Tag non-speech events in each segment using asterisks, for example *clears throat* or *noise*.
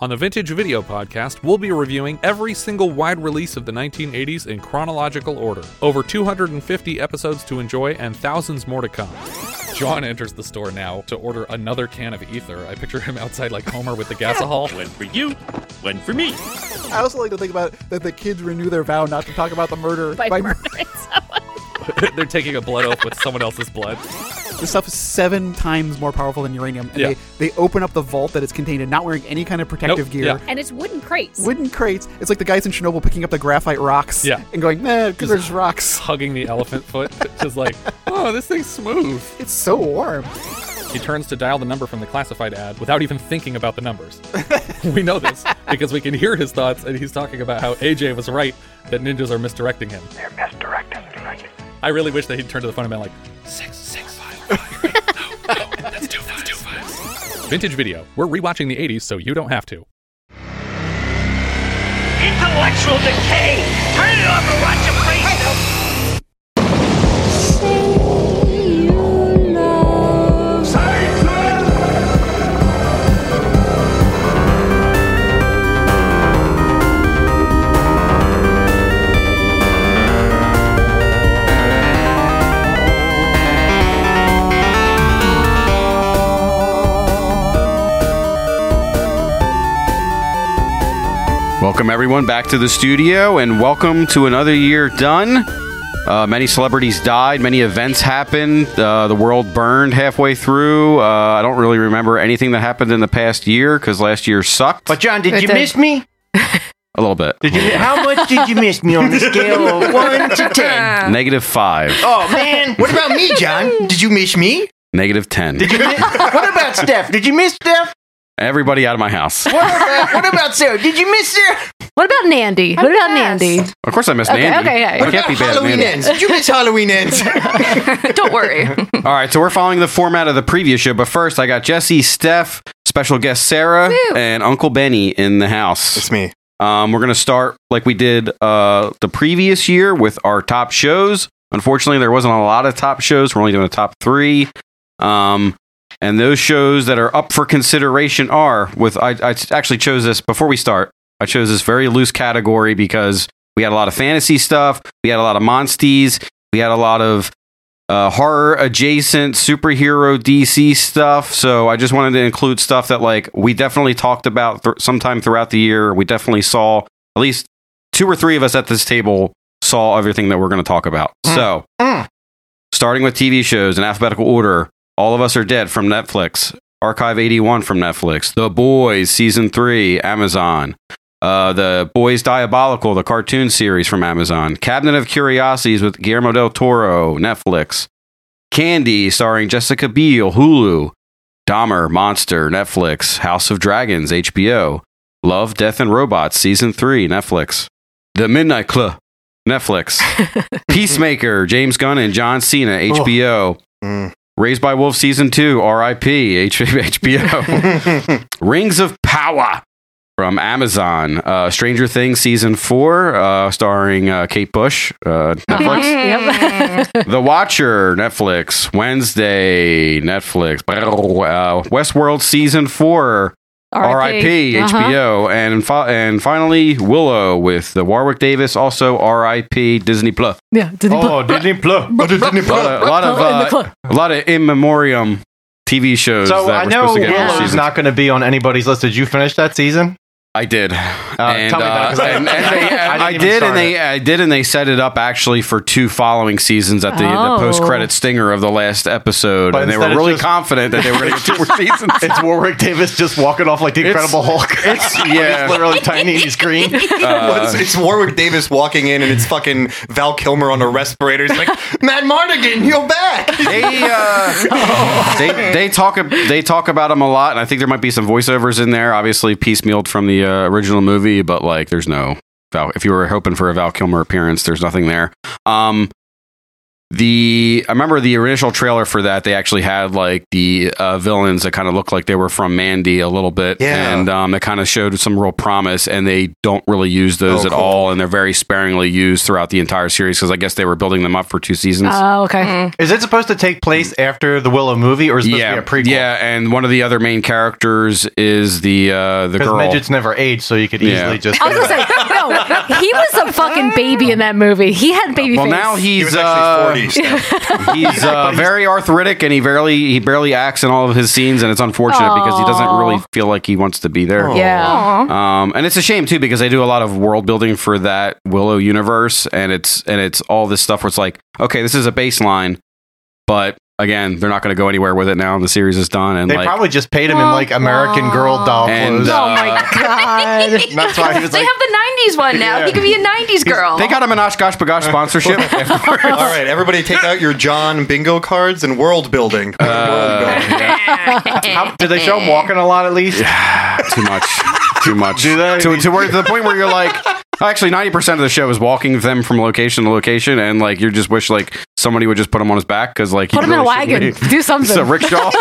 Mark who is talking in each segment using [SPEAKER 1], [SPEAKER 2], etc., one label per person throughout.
[SPEAKER 1] On the Vintage Video Podcast, we'll be reviewing every single wide release of the 1980s in chronological order. Over 250 episodes to enjoy and thousands more to come. John enters the store now to order another can of ether. I picture him outside like Homer with the *laughs* gasahol.
[SPEAKER 2] One for you, one for me.
[SPEAKER 3] I also like to think about that the kids renew their vow not to talk about the murder
[SPEAKER 4] by,
[SPEAKER 3] by
[SPEAKER 4] murdering someone.
[SPEAKER 1] They're taking a blood oath with someone else's blood.
[SPEAKER 3] *laughs* This stuff is seven times more powerful than uranium, and
[SPEAKER 1] Yeah.
[SPEAKER 3] they, they open up the vault that it's contained in, not wearing any kind of protective
[SPEAKER 1] Nope,
[SPEAKER 3] gear.
[SPEAKER 1] yeah.
[SPEAKER 4] And it's wooden crates.
[SPEAKER 3] *laughs* Wooden crates. It's like the guys in Chernobyl picking up the graphite rocks
[SPEAKER 1] Yeah.
[SPEAKER 3] and going, man, because they're just rocks.
[SPEAKER 1] Hugging the elephant foot, just like, oh, this thing's smooth.
[SPEAKER 3] It's so warm.
[SPEAKER 1] He turns to dial the number from the classified ad without even thinking about the numbers. *laughs* we know this because we can hear his thoughts, and he's talking about how AJ was right that ninjas are misdirecting him. They're misdirecting. I really wish that he'd turn to the phone and been like, six, six, five, five. no, no, that's two fives, two fives. Vintage video. We're rewatching the 80s, so you don't have to.
[SPEAKER 5] Intellectual decay! Turn it off and watch a face!
[SPEAKER 6] Welcome, everyone, back to the studio, and welcome to another year done. Uh, many celebrities died, many events happened, uh, the world burned halfway through. Uh, I don't really remember anything that happened in the past year because last year sucked.
[SPEAKER 7] But
[SPEAKER 6] But
[SPEAKER 7] John, did
[SPEAKER 4] It
[SPEAKER 7] you
[SPEAKER 4] did.
[SPEAKER 7] miss me?
[SPEAKER 6] a little bit.
[SPEAKER 7] Did you? How much did you miss me on the scale of one to
[SPEAKER 6] *laughs*
[SPEAKER 7] ten?
[SPEAKER 6] Negative five,
[SPEAKER 7] Oh man, what about me, John? Did you miss me?
[SPEAKER 6] negative 10.
[SPEAKER 7] Did you miss? What about Steph? Did you miss Steph?
[SPEAKER 6] Everybody out of my house.
[SPEAKER 7] What about, what about Sarah? Did you miss Sarah?
[SPEAKER 8] What about Nandy? What about Nandy?
[SPEAKER 6] Of course, I missed
[SPEAKER 8] Okay,
[SPEAKER 6] Nandy.
[SPEAKER 8] okay, okay.
[SPEAKER 6] I can't be bad at
[SPEAKER 7] Halloween
[SPEAKER 6] Nandy.
[SPEAKER 7] ends. Did you miss Halloween ends?
[SPEAKER 6] *laughs*
[SPEAKER 8] Don't worry.
[SPEAKER 6] All right, so we're following the format of the previous show, but first, I got Jesse, Steph, special guest Sarah, and Uncle Benny in the house.
[SPEAKER 9] It's me.
[SPEAKER 6] Um, we're going to start like we did uh, the previous year with our top shows. Unfortunately, there wasn't a lot of top shows. We're only doing a top three. Um, and those shows that are up for consideration are with I, I actually chose this before we start. I chose this very loose category because we had a lot of fantasy stuff, we had a lot of monsties, we had a lot of uh, horror adjacent superhero DC stuff. So I just wanted to include stuff that like we definitely talked about th- sometime throughout the year. We definitely saw at least two or three of us at this table saw everything that we're going to talk about. So
[SPEAKER 7] *laughs* Mm.
[SPEAKER 6] starting with TV shows in alphabetical order, All of Us Are Dead from Netflix, Archive 81 from Netflix, The Boys season 3, Amazon. Uh, the Boys Diabolical, the cartoon series from Amazon, Cabinet of Curiosities with Guillermo del Toro, Netflix, Candy, starring Jessica Biel, Hulu. Dahmer, Monster, Netflix. House of Dragons, HBO. Love, Death, and Robots, Season 3, Netflix. The Midnight Club, Netflix. Peacemaker, James Gunn and John Cena, HBO.
[SPEAKER 9] Mm.
[SPEAKER 6] Raised by Wolves Season 2, RIP, *laughs* H- HBO. Rings of Power from Amazon. Uh, Stranger Things Season 4, uh, starring uh, Kate Bush, uh, Netflix.
[SPEAKER 8] yep. *laughs*
[SPEAKER 6] The Watcher, Netflix, Wednesday, Netflix, uh, Westworld season four, R.I.P.
[SPEAKER 8] Uh-huh.
[SPEAKER 6] HBO, and fi- and finally Willow with the Warwick Davis, also R.I.P. Disney Plus.
[SPEAKER 8] Yeah. Did they
[SPEAKER 6] Oh,
[SPEAKER 8] put-
[SPEAKER 7] Disney Plus. Disney
[SPEAKER 6] A lot of a lot of,
[SPEAKER 8] Oh, *laughs* in the
[SPEAKER 6] uh,
[SPEAKER 8] club.
[SPEAKER 6] a lot of in memoriam TV shows.
[SPEAKER 9] So
[SPEAKER 6] that
[SPEAKER 9] I
[SPEAKER 6] were
[SPEAKER 9] know
[SPEAKER 6] supposed to get
[SPEAKER 9] Willow's
[SPEAKER 6] season.
[SPEAKER 9] not going to be on anybody's list. Did you finish that season?
[SPEAKER 6] I did. and,
[SPEAKER 9] Uh, tell me about it, 'cause
[SPEAKER 6] uh,
[SPEAKER 9] *laughs* I-
[SPEAKER 6] and, and they,
[SPEAKER 9] I
[SPEAKER 6] and
[SPEAKER 9] didn't
[SPEAKER 6] I,
[SPEAKER 9] even
[SPEAKER 6] did,
[SPEAKER 9] start
[SPEAKER 6] and they, I did, and they set it up actually for two following seasons at the,
[SPEAKER 8] Oh.
[SPEAKER 6] the post-credit stinger of the last episode,
[SPEAKER 9] But
[SPEAKER 6] and they
[SPEAKER 9] instead
[SPEAKER 6] were
[SPEAKER 9] it's
[SPEAKER 6] really
[SPEAKER 9] just-
[SPEAKER 6] confident that they were going to get
[SPEAKER 9] *laughs*
[SPEAKER 6] two more seasons.
[SPEAKER 9] It's Warwick Davis just walking off like the
[SPEAKER 6] It's-
[SPEAKER 9] Incredible Hulk.
[SPEAKER 7] *laughs*
[SPEAKER 9] It's
[SPEAKER 6] yeah. *laughs*
[SPEAKER 9] literally tiny. and He's green.
[SPEAKER 6] Uh,
[SPEAKER 10] Well, it's, it's Warwick Davis walking in, and it's fucking Val Kilmer on a respirator. He's like, Matt Mardigan, you're back.
[SPEAKER 6] they, uh, they they talk they talk about him a lot, and I think there might be some voiceovers in there. Obviously, piecemealed from the uh, original movie, but like, there's no Val. If you were hoping for a Val Kilmer appearance, there's nothing there. Um, the I remember the initial trailer for that. They actually had like the uh, villains that kind of looked like they were from Mandy a little bit,
[SPEAKER 10] Yeah.
[SPEAKER 6] and um, it kind of showed some real promise. And they don't really use those
[SPEAKER 10] Oh,
[SPEAKER 6] at
[SPEAKER 10] cool.
[SPEAKER 6] all, and they're very sparingly used throughout the entire series because I guess they were building them up for two seasons.
[SPEAKER 8] Oh, okay.
[SPEAKER 9] Is it supposed to take place after the Willow movie, or is it supposed
[SPEAKER 6] yeah,
[SPEAKER 9] to be a prequel?
[SPEAKER 6] yeah, and one of the other main characters is the uh, the
[SPEAKER 9] because
[SPEAKER 6] girl.
[SPEAKER 9] midgets never age, so you could
[SPEAKER 6] Yeah.
[SPEAKER 4] *laughs*
[SPEAKER 9] easily just.
[SPEAKER 8] I was gonna say, no, he was a fucking baby in that movie. He had baby
[SPEAKER 6] well,
[SPEAKER 8] face.
[SPEAKER 6] now
[SPEAKER 10] He
[SPEAKER 6] he's
[SPEAKER 10] was
[SPEAKER 6] uh,
[SPEAKER 10] actually
[SPEAKER 6] *laughs*
[SPEAKER 10] 40. Steph.
[SPEAKER 9] *laughs*
[SPEAKER 6] He's uh, very arthritic, and he barely he barely acts in all of his scenes, and it's unfortunate because he doesn't
[SPEAKER 8] Aw.
[SPEAKER 6] really feel like he wants to be there.
[SPEAKER 8] yeah.
[SPEAKER 4] Aw.
[SPEAKER 6] Um, and it's a shame too because they do a lot of world building for that Willow universe, and it's and it's all this stuff where it's like, okay, this is a baseline, but again, they're not going to go anywhere with it now. The series is done, and
[SPEAKER 9] They
[SPEAKER 6] like,
[SPEAKER 9] probably just paid him in like American Girl doll
[SPEAKER 6] And,
[SPEAKER 9] clothes.
[SPEAKER 6] uh, Oh my *laughs*
[SPEAKER 9] *laughs*
[SPEAKER 4] God.
[SPEAKER 9] And That's why he
[SPEAKER 4] *laughs*
[SPEAKER 9] was
[SPEAKER 4] they
[SPEAKER 9] like,
[SPEAKER 4] have the 90s one now.
[SPEAKER 9] Yeah.
[SPEAKER 4] He could be a 90s girl.
[SPEAKER 6] they got him an Oshkosh Bagosh
[SPEAKER 9] *laughs*
[SPEAKER 6] sponsorship.
[SPEAKER 10] *laughs* All right, everybody take out your John bingo cards and world building. World
[SPEAKER 6] Uh,
[SPEAKER 10] building.
[SPEAKER 4] *laughs*
[SPEAKER 9] how, did they show him walking a lot at least? *laughs*
[SPEAKER 6] too much, too much.
[SPEAKER 9] Do they?
[SPEAKER 6] to to, where, to the point where you're like. Actually, ninety percent of the show is walking them from location to location, and like you just wish like somebody would just put him on his back because like he
[SPEAKER 8] Put him in a
[SPEAKER 6] really
[SPEAKER 8] wagon.
[SPEAKER 6] shouldn't be.
[SPEAKER 8] Do something.
[SPEAKER 6] *laughs* It's a rickshaw. for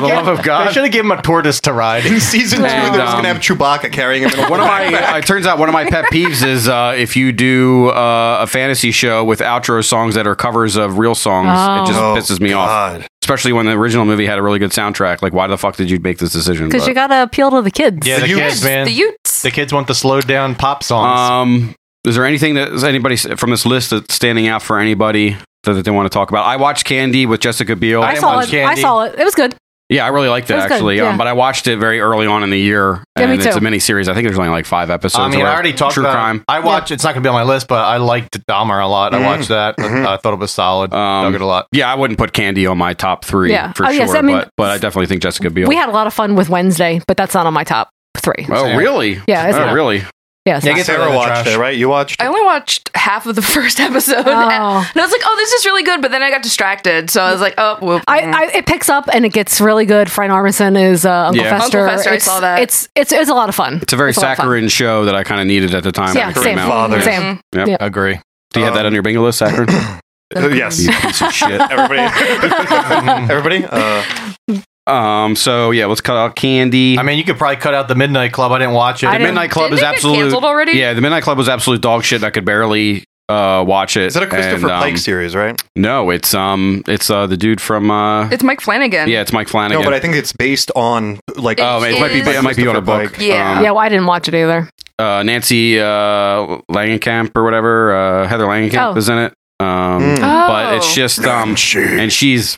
[SPEAKER 6] the love of
[SPEAKER 9] They should
[SPEAKER 6] God.
[SPEAKER 9] have given him a tortoise
[SPEAKER 6] *laughs*
[SPEAKER 9] to ride.
[SPEAKER 10] In season two, they're
[SPEAKER 6] And,
[SPEAKER 10] just
[SPEAKER 6] um,
[SPEAKER 10] gonna have Chewbacca carrying him. in a
[SPEAKER 6] One of my
[SPEAKER 8] *laughs*
[SPEAKER 6] uh, it turns out one of my pet peeves is uh, if you do uh, a fantasy show with outro songs that are covers of real songs, it just
[SPEAKER 10] Oh,
[SPEAKER 6] uh, pisses me off.
[SPEAKER 10] God.
[SPEAKER 6] Especially when the original movie had a really good soundtrack. Like, why the fuck did you make this decision?
[SPEAKER 8] Because
[SPEAKER 6] But-
[SPEAKER 8] you gotta appeal to the kids.
[SPEAKER 9] Yeah,
[SPEAKER 10] The
[SPEAKER 9] the,
[SPEAKER 10] Utes.
[SPEAKER 9] kids, man.
[SPEAKER 4] The Utes.
[SPEAKER 9] The kids want the slowed down pop songs.
[SPEAKER 6] Um, is there anything that is anybody s- from this list that's standing out for anybody that, that they want to talk about? I watched Candy with Jessica Biel.
[SPEAKER 8] I
[SPEAKER 9] didn't
[SPEAKER 8] saw
[SPEAKER 9] watch
[SPEAKER 8] it. I
[SPEAKER 9] Candy.
[SPEAKER 8] saw it. It was good.
[SPEAKER 6] yeah, I really liked it,
[SPEAKER 8] It was good,
[SPEAKER 6] actually.
[SPEAKER 8] yeah.
[SPEAKER 6] Um, but I watched it very early on in the year,
[SPEAKER 8] Yeah,
[SPEAKER 6] and
[SPEAKER 8] me
[SPEAKER 6] it's a
[SPEAKER 8] too.
[SPEAKER 6] mini series. I think there's only like five episodes.
[SPEAKER 9] I mean,
[SPEAKER 6] or
[SPEAKER 9] I already talked
[SPEAKER 6] true
[SPEAKER 9] about
[SPEAKER 6] crime. Mm-hmm.
[SPEAKER 9] I watched. It's not going to be on my list, but I liked Dahmer a lot.
[SPEAKER 10] Mhm.
[SPEAKER 9] I watched that.
[SPEAKER 10] Mhm.
[SPEAKER 9] I, I thought it was solid.
[SPEAKER 6] Um,
[SPEAKER 9] Dug it a lot.
[SPEAKER 6] Yeah, I wouldn't put Candy on my top three
[SPEAKER 8] Yeah.
[SPEAKER 6] for
[SPEAKER 8] Oh,
[SPEAKER 6] sure,
[SPEAKER 8] yes, I mean-
[SPEAKER 6] but, but I definitely think Jessica Biel.
[SPEAKER 8] We had a lot of fun with Wednesday, but that's not on my top three.
[SPEAKER 6] oh, really?
[SPEAKER 8] Yeah, it's
[SPEAKER 6] oh,
[SPEAKER 8] not.
[SPEAKER 6] really?
[SPEAKER 8] Yes.
[SPEAKER 9] Yeah, I guess they're
[SPEAKER 10] Sarah
[SPEAKER 9] in the
[SPEAKER 10] watched
[SPEAKER 9] trash.
[SPEAKER 10] it, right? You watched.
[SPEAKER 4] I
[SPEAKER 10] it?
[SPEAKER 4] only watched half of the *laughs* first episode.
[SPEAKER 8] Oh.
[SPEAKER 4] And I was like, oh, this is really good. But then I got distracted. So I was like, oh, whoop.
[SPEAKER 8] I, I it picks up and it gets really good. Fran Armisen is uh, Uncle
[SPEAKER 6] Yeah.
[SPEAKER 8] Fester.
[SPEAKER 4] Uncle Fester, I
[SPEAKER 8] it's,
[SPEAKER 4] saw that.
[SPEAKER 8] It's it's it's a lot of fun.
[SPEAKER 6] It's a very
[SPEAKER 8] It's a lot of fun.
[SPEAKER 6] saccharine show that I kind of needed at the time.
[SPEAKER 8] yeah,
[SPEAKER 6] when it
[SPEAKER 8] same.
[SPEAKER 6] came out.
[SPEAKER 10] Fathers.
[SPEAKER 4] Mm-hmm.
[SPEAKER 8] Same.
[SPEAKER 9] Agree.
[SPEAKER 6] Do you have that
[SPEAKER 9] Um,
[SPEAKER 6] on your bingo list,
[SPEAKER 9] *laughs*
[SPEAKER 6] Saccharine?
[SPEAKER 10] Uh, yes,
[SPEAKER 6] you *laughs* piece of shit.
[SPEAKER 10] everybody.
[SPEAKER 6] *laughs*
[SPEAKER 10] everybody. Uh,
[SPEAKER 6] Um, so yeah, let's cut out Candy.
[SPEAKER 9] I mean, you could probably cut out the Midnight Club. I didn't watch it.
[SPEAKER 8] I
[SPEAKER 6] the
[SPEAKER 8] didn't-
[SPEAKER 6] Midnight Club
[SPEAKER 4] Didn't
[SPEAKER 6] is
[SPEAKER 4] it get
[SPEAKER 6] absolute.
[SPEAKER 4] canceled already?
[SPEAKER 6] Yeah, the Midnight Club was absolute dog shit. I could barely uh, watch it.
[SPEAKER 10] is that a Christopher
[SPEAKER 6] And, um,
[SPEAKER 10] Pike series, right?
[SPEAKER 6] No, it's um, it's uh, the dude from uh,
[SPEAKER 4] It's Mike Flanagan.
[SPEAKER 6] yeah, it's Mike Flanagan.
[SPEAKER 10] No, but I think it's based on like.
[SPEAKER 6] oh, it,
[SPEAKER 4] It
[SPEAKER 6] might be
[SPEAKER 4] is-
[SPEAKER 6] it might be on a book.
[SPEAKER 10] Christopher
[SPEAKER 4] Yeah.
[SPEAKER 6] Um,
[SPEAKER 8] Yeah, well, I didn't watch it either.
[SPEAKER 6] uh, Nancy uh, Langenkamp or whatever, uh, Heather Langenkamp
[SPEAKER 8] Oh.
[SPEAKER 6] is in it. Um,
[SPEAKER 10] Mm.
[SPEAKER 4] Oh.
[SPEAKER 6] But it's just,
[SPEAKER 10] *laughs*
[SPEAKER 6] um,
[SPEAKER 10] Shit.
[SPEAKER 6] and she's,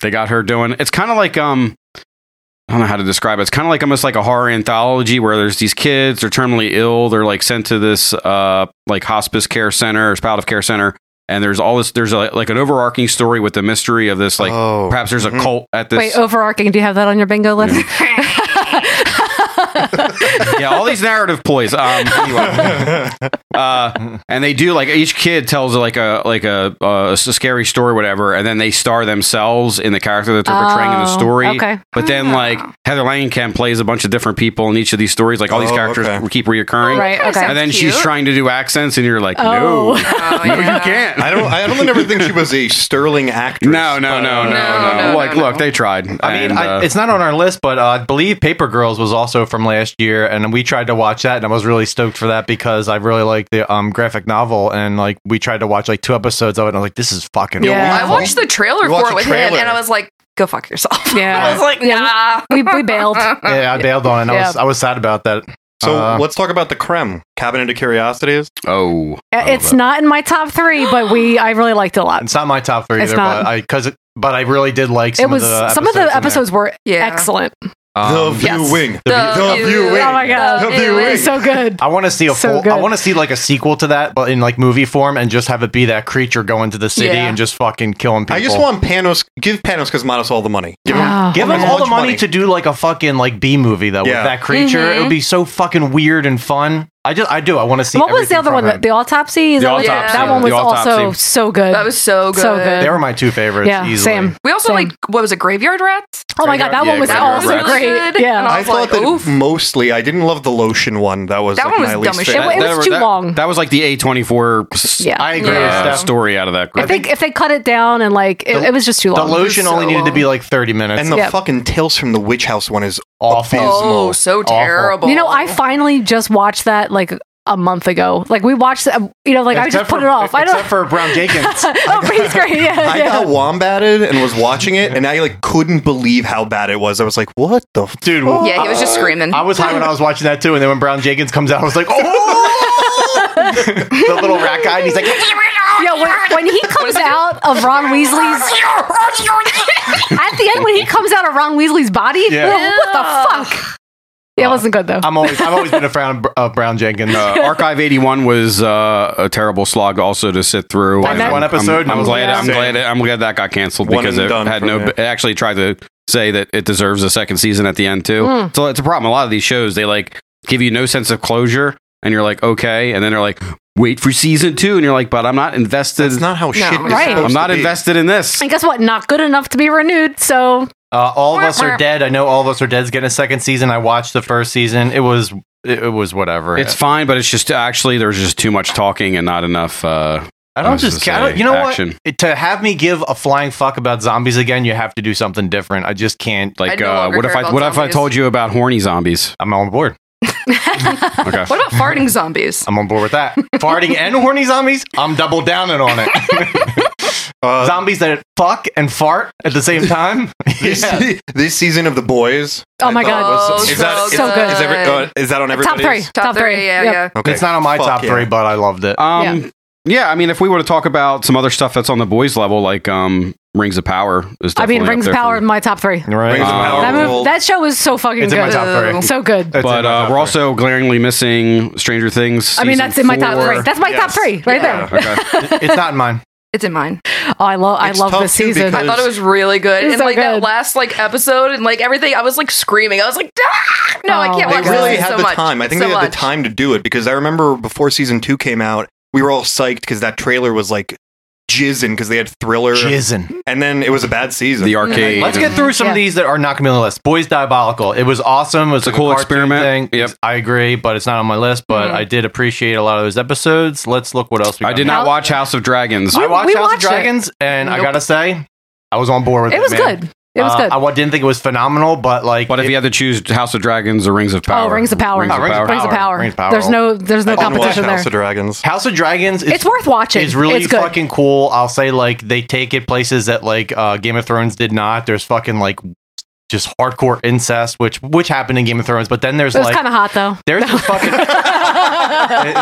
[SPEAKER 6] they got her doing, it's kind of like, um, I don't know how to describe it. It's kind of like almost like a horror anthology where there's these kids, they're terminally ill, they're like sent to this, uh, like hospice care center or palliative care center. And there's all this, there's a, like an overarching story with the mystery of this, like,
[SPEAKER 10] Oh.
[SPEAKER 6] perhaps there's a
[SPEAKER 10] Mhm.
[SPEAKER 6] cult at this.
[SPEAKER 8] Wait, oh, overarching. Do you have that on your bingo list?
[SPEAKER 6] yeah, all these narrative ploys. Um, anyway. uh, and they do like each kid tells like a like a, uh, a scary story, or whatever, and then they star themselves in the character that they're portraying in the
[SPEAKER 8] Oh,
[SPEAKER 6] story.
[SPEAKER 8] okay. Ah.
[SPEAKER 6] But then like Heather Langenkamp plays a bunch of different people in each of these stories. Like all these
[SPEAKER 10] Oh,
[SPEAKER 6] characters
[SPEAKER 10] okay.
[SPEAKER 6] keep reoccurring.
[SPEAKER 8] Right.
[SPEAKER 4] That
[SPEAKER 8] Okay.
[SPEAKER 4] sounds
[SPEAKER 6] And then she's
[SPEAKER 4] cute.
[SPEAKER 6] trying to do accents, and you're like,
[SPEAKER 8] *laughs* Oh.
[SPEAKER 6] no,
[SPEAKER 4] Oh,
[SPEAKER 6] no,
[SPEAKER 4] yeah.
[SPEAKER 6] you can't.
[SPEAKER 10] I don't. I don't ever think she was a sterling actress.
[SPEAKER 6] *laughs*
[SPEAKER 10] uh,
[SPEAKER 6] no, no, no,
[SPEAKER 4] No,
[SPEAKER 6] no, no,
[SPEAKER 4] no,
[SPEAKER 6] Like,
[SPEAKER 4] no,
[SPEAKER 6] look,
[SPEAKER 4] no.
[SPEAKER 6] they tried.
[SPEAKER 9] I mean,
[SPEAKER 6] And,
[SPEAKER 9] I,
[SPEAKER 6] uh,
[SPEAKER 9] it's not on our list, but uh, I believe Paper Girls was also from last year, and we tried to watch that, and I was really stoked for that because I really like the um, graphic novel, and like we tried to watch like two episodes of it, and I was like, this is fucking.
[SPEAKER 8] Yeah.
[SPEAKER 4] I watched the trailer
[SPEAKER 10] You watched
[SPEAKER 4] for it
[SPEAKER 10] the
[SPEAKER 4] with him
[SPEAKER 10] trailer.
[SPEAKER 4] and I was like, go fuck yourself. *laughs*
[SPEAKER 8] Yeah.
[SPEAKER 4] I was like,
[SPEAKER 8] Yeah.
[SPEAKER 4] nah.
[SPEAKER 8] *laughs* we,
[SPEAKER 4] *laughs*
[SPEAKER 8] we bailed.
[SPEAKER 9] Yeah, I bailed on it. And I was
[SPEAKER 8] Yeah.
[SPEAKER 9] I was sad about that.
[SPEAKER 10] So
[SPEAKER 9] Uh,
[SPEAKER 10] let's talk about the creme cabinet of curiosities.
[SPEAKER 6] oh, I
[SPEAKER 8] Uh, It's
[SPEAKER 6] love
[SPEAKER 8] not in my top three, but we I really liked it a lot.
[SPEAKER 9] It's not my top three
[SPEAKER 8] It's
[SPEAKER 9] either,
[SPEAKER 8] not.
[SPEAKER 9] but I because but I really did like some
[SPEAKER 8] It was
[SPEAKER 9] of the episodes
[SPEAKER 8] some of
[SPEAKER 9] in
[SPEAKER 8] the
[SPEAKER 9] there.
[SPEAKER 8] episodes were
[SPEAKER 4] Yeah.
[SPEAKER 8] excellent.
[SPEAKER 9] Um,
[SPEAKER 10] the
[SPEAKER 8] yes.
[SPEAKER 10] viewing.
[SPEAKER 4] The
[SPEAKER 10] The viewing.
[SPEAKER 8] Oh my god,
[SPEAKER 4] The
[SPEAKER 8] it
[SPEAKER 4] viewing.
[SPEAKER 8] was so good.
[SPEAKER 9] I want to see a
[SPEAKER 8] So
[SPEAKER 9] full.
[SPEAKER 8] good.
[SPEAKER 9] I want to see like a sequel to that, but in like movie form, and just have it be that creature going to the city
[SPEAKER 4] Yeah.
[SPEAKER 9] and just fucking killing people.
[SPEAKER 10] I just want Panos. Give Panos Cosmatos all the money. Give him.
[SPEAKER 8] Oh,
[SPEAKER 9] Give
[SPEAKER 10] Oh
[SPEAKER 9] him
[SPEAKER 10] my
[SPEAKER 9] all
[SPEAKER 10] God.
[SPEAKER 9] the money
[SPEAKER 10] Money.
[SPEAKER 9] to do like a fucking like B movie though
[SPEAKER 10] Yeah.
[SPEAKER 9] with that creature. It would be so fucking weird and fun. I just I do. I want to see.
[SPEAKER 8] Mm-hmm. What was the
[SPEAKER 9] everything
[SPEAKER 8] other
[SPEAKER 9] from
[SPEAKER 8] one?
[SPEAKER 9] him.
[SPEAKER 8] The autopsy. Is
[SPEAKER 6] The
[SPEAKER 8] that what-
[SPEAKER 4] autopsy,
[SPEAKER 8] That one
[SPEAKER 6] the
[SPEAKER 8] was also
[SPEAKER 6] autopsy.
[SPEAKER 8] so good.
[SPEAKER 4] That was so good.
[SPEAKER 8] So good.
[SPEAKER 9] they were my two favorites.
[SPEAKER 8] yeah,
[SPEAKER 9] easily.
[SPEAKER 8] same.
[SPEAKER 4] We also
[SPEAKER 8] Same.
[SPEAKER 4] like what was it, Graveyard Rats?
[SPEAKER 8] Oh my god, that
[SPEAKER 9] Yeah,
[SPEAKER 8] one was
[SPEAKER 9] Graveyard
[SPEAKER 8] also
[SPEAKER 9] Rats.
[SPEAKER 8] great.
[SPEAKER 4] And
[SPEAKER 8] Yeah,
[SPEAKER 10] I
[SPEAKER 4] was
[SPEAKER 10] thought
[SPEAKER 4] like,
[SPEAKER 10] that
[SPEAKER 4] oof.
[SPEAKER 10] mostly I didn't love the lotion one. That was
[SPEAKER 4] That
[SPEAKER 10] like
[SPEAKER 4] one was
[SPEAKER 10] my
[SPEAKER 4] dumb
[SPEAKER 10] least
[SPEAKER 4] as shit.
[SPEAKER 10] favorite.
[SPEAKER 8] It was
[SPEAKER 6] That-
[SPEAKER 8] too
[SPEAKER 6] that-
[SPEAKER 8] long.
[SPEAKER 6] That was like the A24. s-
[SPEAKER 8] Yeah. I
[SPEAKER 9] agree
[SPEAKER 6] uh,
[SPEAKER 9] with that.
[SPEAKER 6] story out of that
[SPEAKER 8] I
[SPEAKER 6] group.
[SPEAKER 8] think if they cut it down and like it,
[SPEAKER 9] The-
[SPEAKER 8] it was just too
[SPEAKER 9] The
[SPEAKER 8] long.
[SPEAKER 9] lotion
[SPEAKER 4] so
[SPEAKER 9] only needed to be like thirty minutes.
[SPEAKER 10] And the
[SPEAKER 8] Yep.
[SPEAKER 10] fucking Tales from the Witch House one is
[SPEAKER 9] Awful.
[SPEAKER 10] abysmal.
[SPEAKER 4] Oh, so
[SPEAKER 9] Awful.
[SPEAKER 4] terrible.
[SPEAKER 8] You know, I finally just watched that like a month ago. Like we watched, that, you know, like I just
[SPEAKER 9] Except
[SPEAKER 8] put
[SPEAKER 9] for-
[SPEAKER 8] it off. I
[SPEAKER 9] Except
[SPEAKER 8] *laughs* don't.
[SPEAKER 9] for Brown Jenkins.
[SPEAKER 8] oh, but he's great. Yeah,
[SPEAKER 10] *laughs* I
[SPEAKER 8] yeah.
[SPEAKER 10] got wombatted and was watching it, and I like couldn't believe how bad it was. I was like, "What the f-
[SPEAKER 9] Dude,
[SPEAKER 4] Yeah, he was just screaming.
[SPEAKER 9] I was high when I was watching that too, and then when Brown Jenkins comes out, I was like, "Oh!" *laughs* the little rat guy, and he's like,
[SPEAKER 8] Yo, when, when he comes out
[SPEAKER 9] *laughs*
[SPEAKER 8] of Ron Weasley's *laughs* at the end, when he comes out of Ron Weasley's body,
[SPEAKER 9] Yeah.
[SPEAKER 8] what the fuck? Yeah, it wasn't good though.
[SPEAKER 9] "I'm always, I've always been a fan of- of Brown
[SPEAKER 4] *laughs*
[SPEAKER 9] Jenkins."
[SPEAKER 6] uh, Archive 81 was uh, a terrible slog also to sit through.
[SPEAKER 9] That
[SPEAKER 6] I'm-
[SPEAKER 9] one episode
[SPEAKER 6] I'm, I'm
[SPEAKER 9] was
[SPEAKER 6] glad. I'm
[SPEAKER 9] insane.
[SPEAKER 6] glad. I'm glad that got canceled
[SPEAKER 10] One
[SPEAKER 6] because
[SPEAKER 10] and
[SPEAKER 6] it
[SPEAKER 10] done
[SPEAKER 6] had
[SPEAKER 10] for
[SPEAKER 6] no.
[SPEAKER 10] me.
[SPEAKER 6] It actually tried to say that it deserves a second season at the end too.
[SPEAKER 4] Hmm.
[SPEAKER 6] So it's a problem. A lot of these shows they like give you no sense of closure, and you're like okay, and then they're like wait for season two, and you're like, but I'm not invested.
[SPEAKER 10] that's not how shit is
[SPEAKER 8] right.
[SPEAKER 10] supposed
[SPEAKER 6] I'm not
[SPEAKER 10] to be.
[SPEAKER 6] invested in this.
[SPEAKER 8] and guess what? Not good enough to be renewed. So
[SPEAKER 9] Uh, all of us are dead. I know all of us are dead's getting a second season. I watched the first season. It was, it, it was whatever.
[SPEAKER 6] It's fine, but it's just actually there's just too much talking and not enough. Uh,
[SPEAKER 9] I don't
[SPEAKER 6] was gonna
[SPEAKER 9] just care. I don't-
[SPEAKER 6] say,
[SPEAKER 9] You know
[SPEAKER 6] action.
[SPEAKER 9] what? It- to have me give a flying fuck about zombies again, you have to do something different. I just can't. Like,
[SPEAKER 6] like
[SPEAKER 4] no
[SPEAKER 6] uh,
[SPEAKER 4] longer
[SPEAKER 6] what if
[SPEAKER 4] care
[SPEAKER 6] I
[SPEAKER 4] about
[SPEAKER 6] what if I
[SPEAKER 4] zombies.
[SPEAKER 6] told you about horny zombies?
[SPEAKER 9] I'm on board.
[SPEAKER 6] Okay.
[SPEAKER 4] what about farting zombies?
[SPEAKER 9] I'm on board with
[SPEAKER 8] *laughs*
[SPEAKER 9] that. Farting and horny zombies. I'm double downing on it.
[SPEAKER 8] *laughs*
[SPEAKER 10] Uh,
[SPEAKER 9] zombies that fuck and fart at the same time.
[SPEAKER 10] *laughs* this,
[SPEAKER 9] Yeah.
[SPEAKER 10] this season of the boys.
[SPEAKER 8] Oh my God.
[SPEAKER 4] Oh,
[SPEAKER 10] is that,
[SPEAKER 8] so
[SPEAKER 10] is-
[SPEAKER 8] good.
[SPEAKER 10] Is, every, uh, is that on
[SPEAKER 8] top
[SPEAKER 10] everybody's?
[SPEAKER 8] three,
[SPEAKER 4] Top, three, yeah,
[SPEAKER 8] Yep.
[SPEAKER 4] yeah.
[SPEAKER 10] Okay.
[SPEAKER 9] It's not on my
[SPEAKER 10] Fuck
[SPEAKER 9] top
[SPEAKER 10] yeah.
[SPEAKER 9] three, but I loved it.
[SPEAKER 6] Um, yeah. I mean, if we were to talk about some other stuff that's on the boys level, like um, Rings of Power is.
[SPEAKER 8] I
[SPEAKER 6] definitely
[SPEAKER 8] mean,
[SPEAKER 6] up
[SPEAKER 8] Rings
[SPEAKER 6] there
[SPEAKER 8] of
[SPEAKER 6] for
[SPEAKER 8] Power
[SPEAKER 6] me.
[SPEAKER 8] in my top three.
[SPEAKER 9] Right.
[SPEAKER 10] Rings of
[SPEAKER 6] Uh,
[SPEAKER 10] Power
[SPEAKER 8] That,
[SPEAKER 10] ruled.
[SPEAKER 8] move, that show was so fucking
[SPEAKER 9] It's
[SPEAKER 8] good.
[SPEAKER 9] in my top three.
[SPEAKER 8] Uh, So good.
[SPEAKER 9] It's in
[SPEAKER 6] but
[SPEAKER 9] my
[SPEAKER 6] uh,
[SPEAKER 9] top
[SPEAKER 6] we're
[SPEAKER 9] three.
[SPEAKER 6] also glaringly missing Stranger Things.
[SPEAKER 8] I mean,
[SPEAKER 6] season
[SPEAKER 8] that's in my top
[SPEAKER 6] four.
[SPEAKER 8] three. That's my top
[SPEAKER 10] Yes.
[SPEAKER 8] three right
[SPEAKER 4] Yeah.
[SPEAKER 8] there.
[SPEAKER 6] Okay.
[SPEAKER 8] *laughs*
[SPEAKER 9] it's not in mine.
[SPEAKER 4] It's in mine.
[SPEAKER 8] Oh, I love, I
[SPEAKER 10] It's
[SPEAKER 8] love
[SPEAKER 10] tough,
[SPEAKER 8] this
[SPEAKER 10] too,
[SPEAKER 8] season.
[SPEAKER 10] because-
[SPEAKER 4] I thought it was really good.
[SPEAKER 8] It was
[SPEAKER 4] and
[SPEAKER 8] so
[SPEAKER 4] like that
[SPEAKER 8] good.
[SPEAKER 4] last like episode and like everything, I was like screaming. I was like, "Ah!" no, I can't
[SPEAKER 8] Oh, my
[SPEAKER 10] They
[SPEAKER 4] watch
[SPEAKER 8] God.
[SPEAKER 10] really
[SPEAKER 4] this
[SPEAKER 10] had
[SPEAKER 4] so
[SPEAKER 10] the
[SPEAKER 4] much.
[SPEAKER 10] time. I think
[SPEAKER 4] so
[SPEAKER 10] they had
[SPEAKER 4] much.
[SPEAKER 10] the time to do it because I remember before season two came out, we were all psyched because that trailer was like jizzing because they had Thriller,
[SPEAKER 9] Jizzin.
[SPEAKER 10] and then it was a bad season.
[SPEAKER 6] the arcade.
[SPEAKER 9] Let's get through some
[SPEAKER 8] Yeah.
[SPEAKER 9] of these that are not going to be on the list. Boys Diabolical. It was awesome. It was
[SPEAKER 6] a
[SPEAKER 9] like
[SPEAKER 6] cool
[SPEAKER 9] cartoon
[SPEAKER 6] experiment.
[SPEAKER 9] Thing.
[SPEAKER 6] Yep.
[SPEAKER 9] I agree, but it's not on my list. But
[SPEAKER 8] Mm-hmm.
[SPEAKER 9] I did appreciate a lot of those episodes. Letlet's look what else we
[SPEAKER 6] I
[SPEAKER 9] got.
[SPEAKER 6] did not watch House of Dragons.
[SPEAKER 9] I watched
[SPEAKER 8] we
[SPEAKER 9] House of
[SPEAKER 8] watched it.
[SPEAKER 9] Dragons, and I
[SPEAKER 4] Nope.
[SPEAKER 9] gotta say, I was on board with it.
[SPEAKER 8] It was
[SPEAKER 9] man.
[SPEAKER 8] good. It was
[SPEAKER 9] Uh,
[SPEAKER 8] good.
[SPEAKER 9] I wa- didn't think it was phenomenal, but like,
[SPEAKER 6] But if
[SPEAKER 9] it-
[SPEAKER 6] you had to choose House of Dragons or Rings of Power?
[SPEAKER 8] Oh, Rings of Power.
[SPEAKER 6] Rings
[SPEAKER 9] Oh,
[SPEAKER 6] of
[SPEAKER 9] Rings of
[SPEAKER 6] Power.
[SPEAKER 8] Rings of Power.
[SPEAKER 9] Rings of Power.
[SPEAKER 8] There's no, there's no
[SPEAKER 10] I didn't watch
[SPEAKER 8] competition there.
[SPEAKER 10] House of Dragons.
[SPEAKER 9] House of Dragons,
[SPEAKER 8] It's, worth watching.
[SPEAKER 9] It's really
[SPEAKER 8] it's good.
[SPEAKER 9] fucking cool. I'll say like they take it places that like uh, Game of Thrones did not. There's fucking like just hardcore incest, which which happened in Game of Thrones. But then there's
[SPEAKER 8] It was
[SPEAKER 9] like
[SPEAKER 8] kind of hot though.
[SPEAKER 9] there's
[SPEAKER 8] *laughs*
[SPEAKER 9] this fucking. It-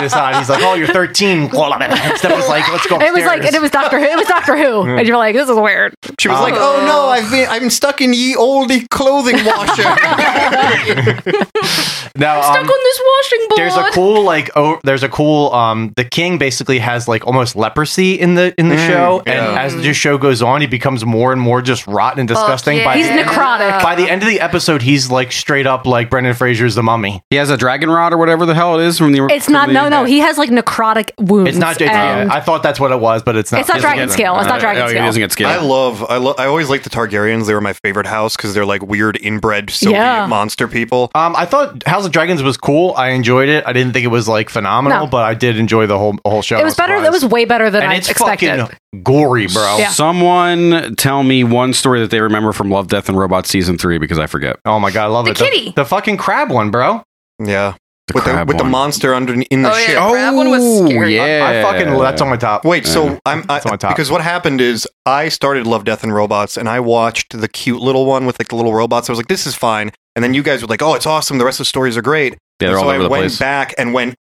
[SPEAKER 9] it's not. He's like, oh, you're *laughs* 13. Step was like, let's go.
[SPEAKER 8] It was like, and it was Doctor Who. It was Doctor Who, and you're like, this is weird.
[SPEAKER 10] She was like, "Oh no, I've been, I'm stuck in ye olde clothing washer."
[SPEAKER 9] now, um,
[SPEAKER 4] Stuck on this washing board.
[SPEAKER 9] there's a cool like oh there's a cool um the king basically has like almost leprosy in the in the show and as the show goes on he becomes more and more just rotten and disgusting
[SPEAKER 4] yeah.
[SPEAKER 9] by
[SPEAKER 8] He's
[SPEAKER 9] the end-
[SPEAKER 8] necrotic.
[SPEAKER 9] by the end of the episode he's like straight up like Brendan Fraser's the mummy
[SPEAKER 6] He has a dragon rod or whatever the hell it is from the.
[SPEAKER 8] It's
[SPEAKER 6] from
[SPEAKER 8] not.
[SPEAKER 6] the-
[SPEAKER 8] No, no. He has like necrotic wounds.
[SPEAKER 9] it's not it's-
[SPEAKER 8] and-
[SPEAKER 9] I thought that's what it was but it's not
[SPEAKER 8] It's not
[SPEAKER 9] He
[SPEAKER 8] dragon
[SPEAKER 9] doesn't get-
[SPEAKER 8] scale. It's
[SPEAKER 6] Uh,
[SPEAKER 8] not dragon
[SPEAKER 6] oh, he
[SPEAKER 8] scale.
[SPEAKER 6] doesn't get
[SPEAKER 10] I
[SPEAKER 6] scaled.
[SPEAKER 10] love, I love, I always liked the Targaryens. They were my favorite house because they're like weird inbred Soviet
[SPEAKER 8] Yeah.
[SPEAKER 10] monster people.
[SPEAKER 9] um, I thought House of Dragons was cool. I enjoyed it. I didn't think it was like phenomenal,
[SPEAKER 8] No.
[SPEAKER 9] but I did enjoy the whole whole show.
[SPEAKER 8] it was better. It was way better than
[SPEAKER 9] and
[SPEAKER 8] I
[SPEAKER 9] it's
[SPEAKER 8] expected.
[SPEAKER 9] fucking gory, bro.
[SPEAKER 8] Yeah.
[SPEAKER 6] Someone tell me one story that they remember from Love, Death, and Robots season three because I forget.
[SPEAKER 9] Oh my god, I love
[SPEAKER 4] The
[SPEAKER 9] it.
[SPEAKER 4] kitty.
[SPEAKER 9] the fucking crab one, bro.
[SPEAKER 10] Yeah, with the
[SPEAKER 6] crab
[SPEAKER 10] with the
[SPEAKER 6] one.
[SPEAKER 10] monster under in the
[SPEAKER 4] Oh, yeah.
[SPEAKER 10] ship.
[SPEAKER 4] Oh, Crab one was scary.
[SPEAKER 6] yeah.
[SPEAKER 9] I fucking that's on my top.
[SPEAKER 10] Wait, so I'm I,
[SPEAKER 9] It's on my top.
[SPEAKER 10] because what happened is I started Love, Death, and Robots, and I watched the cute little one with like the little robots. I was like, this is fine. And then you guys were like, oh, it's awesome. The rest of the stories are great.
[SPEAKER 6] Yeah, they're
[SPEAKER 10] And
[SPEAKER 6] all
[SPEAKER 10] so I
[SPEAKER 6] over the
[SPEAKER 10] went
[SPEAKER 6] place.
[SPEAKER 10] back and went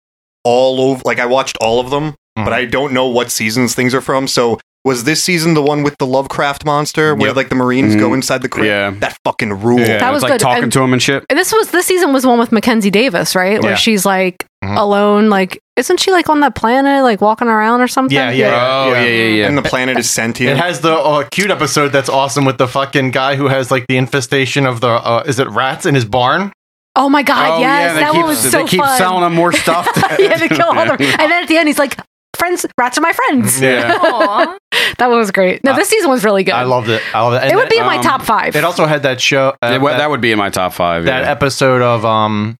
[SPEAKER 10] all over. Like I watched all of them, but
[SPEAKER 6] Mm-hmm.
[SPEAKER 9] Mhm.
[SPEAKER 10] I don't know what seasons things are from. So was this season the one with the Lovecraft monster where
[SPEAKER 9] Yep.
[SPEAKER 10] like the Marines
[SPEAKER 6] Mhm.
[SPEAKER 10] go inside the crib?
[SPEAKER 6] Yeah.
[SPEAKER 10] That fucking rule.
[SPEAKER 6] Yeah,
[SPEAKER 8] That
[SPEAKER 6] it's
[SPEAKER 8] was
[SPEAKER 6] like
[SPEAKER 8] good.
[SPEAKER 6] talking
[SPEAKER 8] And-
[SPEAKER 6] to him and shit.
[SPEAKER 8] And this was this season was one with Mackenzie Davis, right?
[SPEAKER 9] Yeah.
[SPEAKER 8] Where she's like
[SPEAKER 9] Mhm.
[SPEAKER 8] alone. Like, isn't she like on that planet, like walking around or something?
[SPEAKER 9] Yeah, yeah.
[SPEAKER 6] Oh yeah, yeah, yeah.
[SPEAKER 10] And the planet is sentient.
[SPEAKER 9] It has the uh, cute episode that's awesome with the fucking guy who has like the infestation of the uh, is it rats in his barn?
[SPEAKER 8] Oh my god,
[SPEAKER 6] Oh,
[SPEAKER 8] yes,
[SPEAKER 6] they
[SPEAKER 8] that
[SPEAKER 6] keep,
[SPEAKER 8] one was so
[SPEAKER 6] They keep
[SPEAKER 8] fun.
[SPEAKER 6] selling them *laughs* more stuff.
[SPEAKER 8] *laughs* yeah,
[SPEAKER 9] *laughs*
[SPEAKER 8] to kill all the and then at the end he's like, "Friends, rats are my
[SPEAKER 9] *laughs*
[SPEAKER 8] friends."
[SPEAKER 9] Yeah.
[SPEAKER 4] Aw.
[SPEAKER 8] That one was great. No, this season was really good.
[SPEAKER 9] I loved it. I loved it. And
[SPEAKER 8] it would be in
[SPEAKER 9] that-
[SPEAKER 8] my
[SPEAKER 6] um,
[SPEAKER 8] top five.
[SPEAKER 9] It also had that show. uh,
[SPEAKER 6] Yeah, well,
[SPEAKER 9] that,
[SPEAKER 6] that would be in my top five.
[SPEAKER 9] that
[SPEAKER 6] yeah.
[SPEAKER 9] episode of um,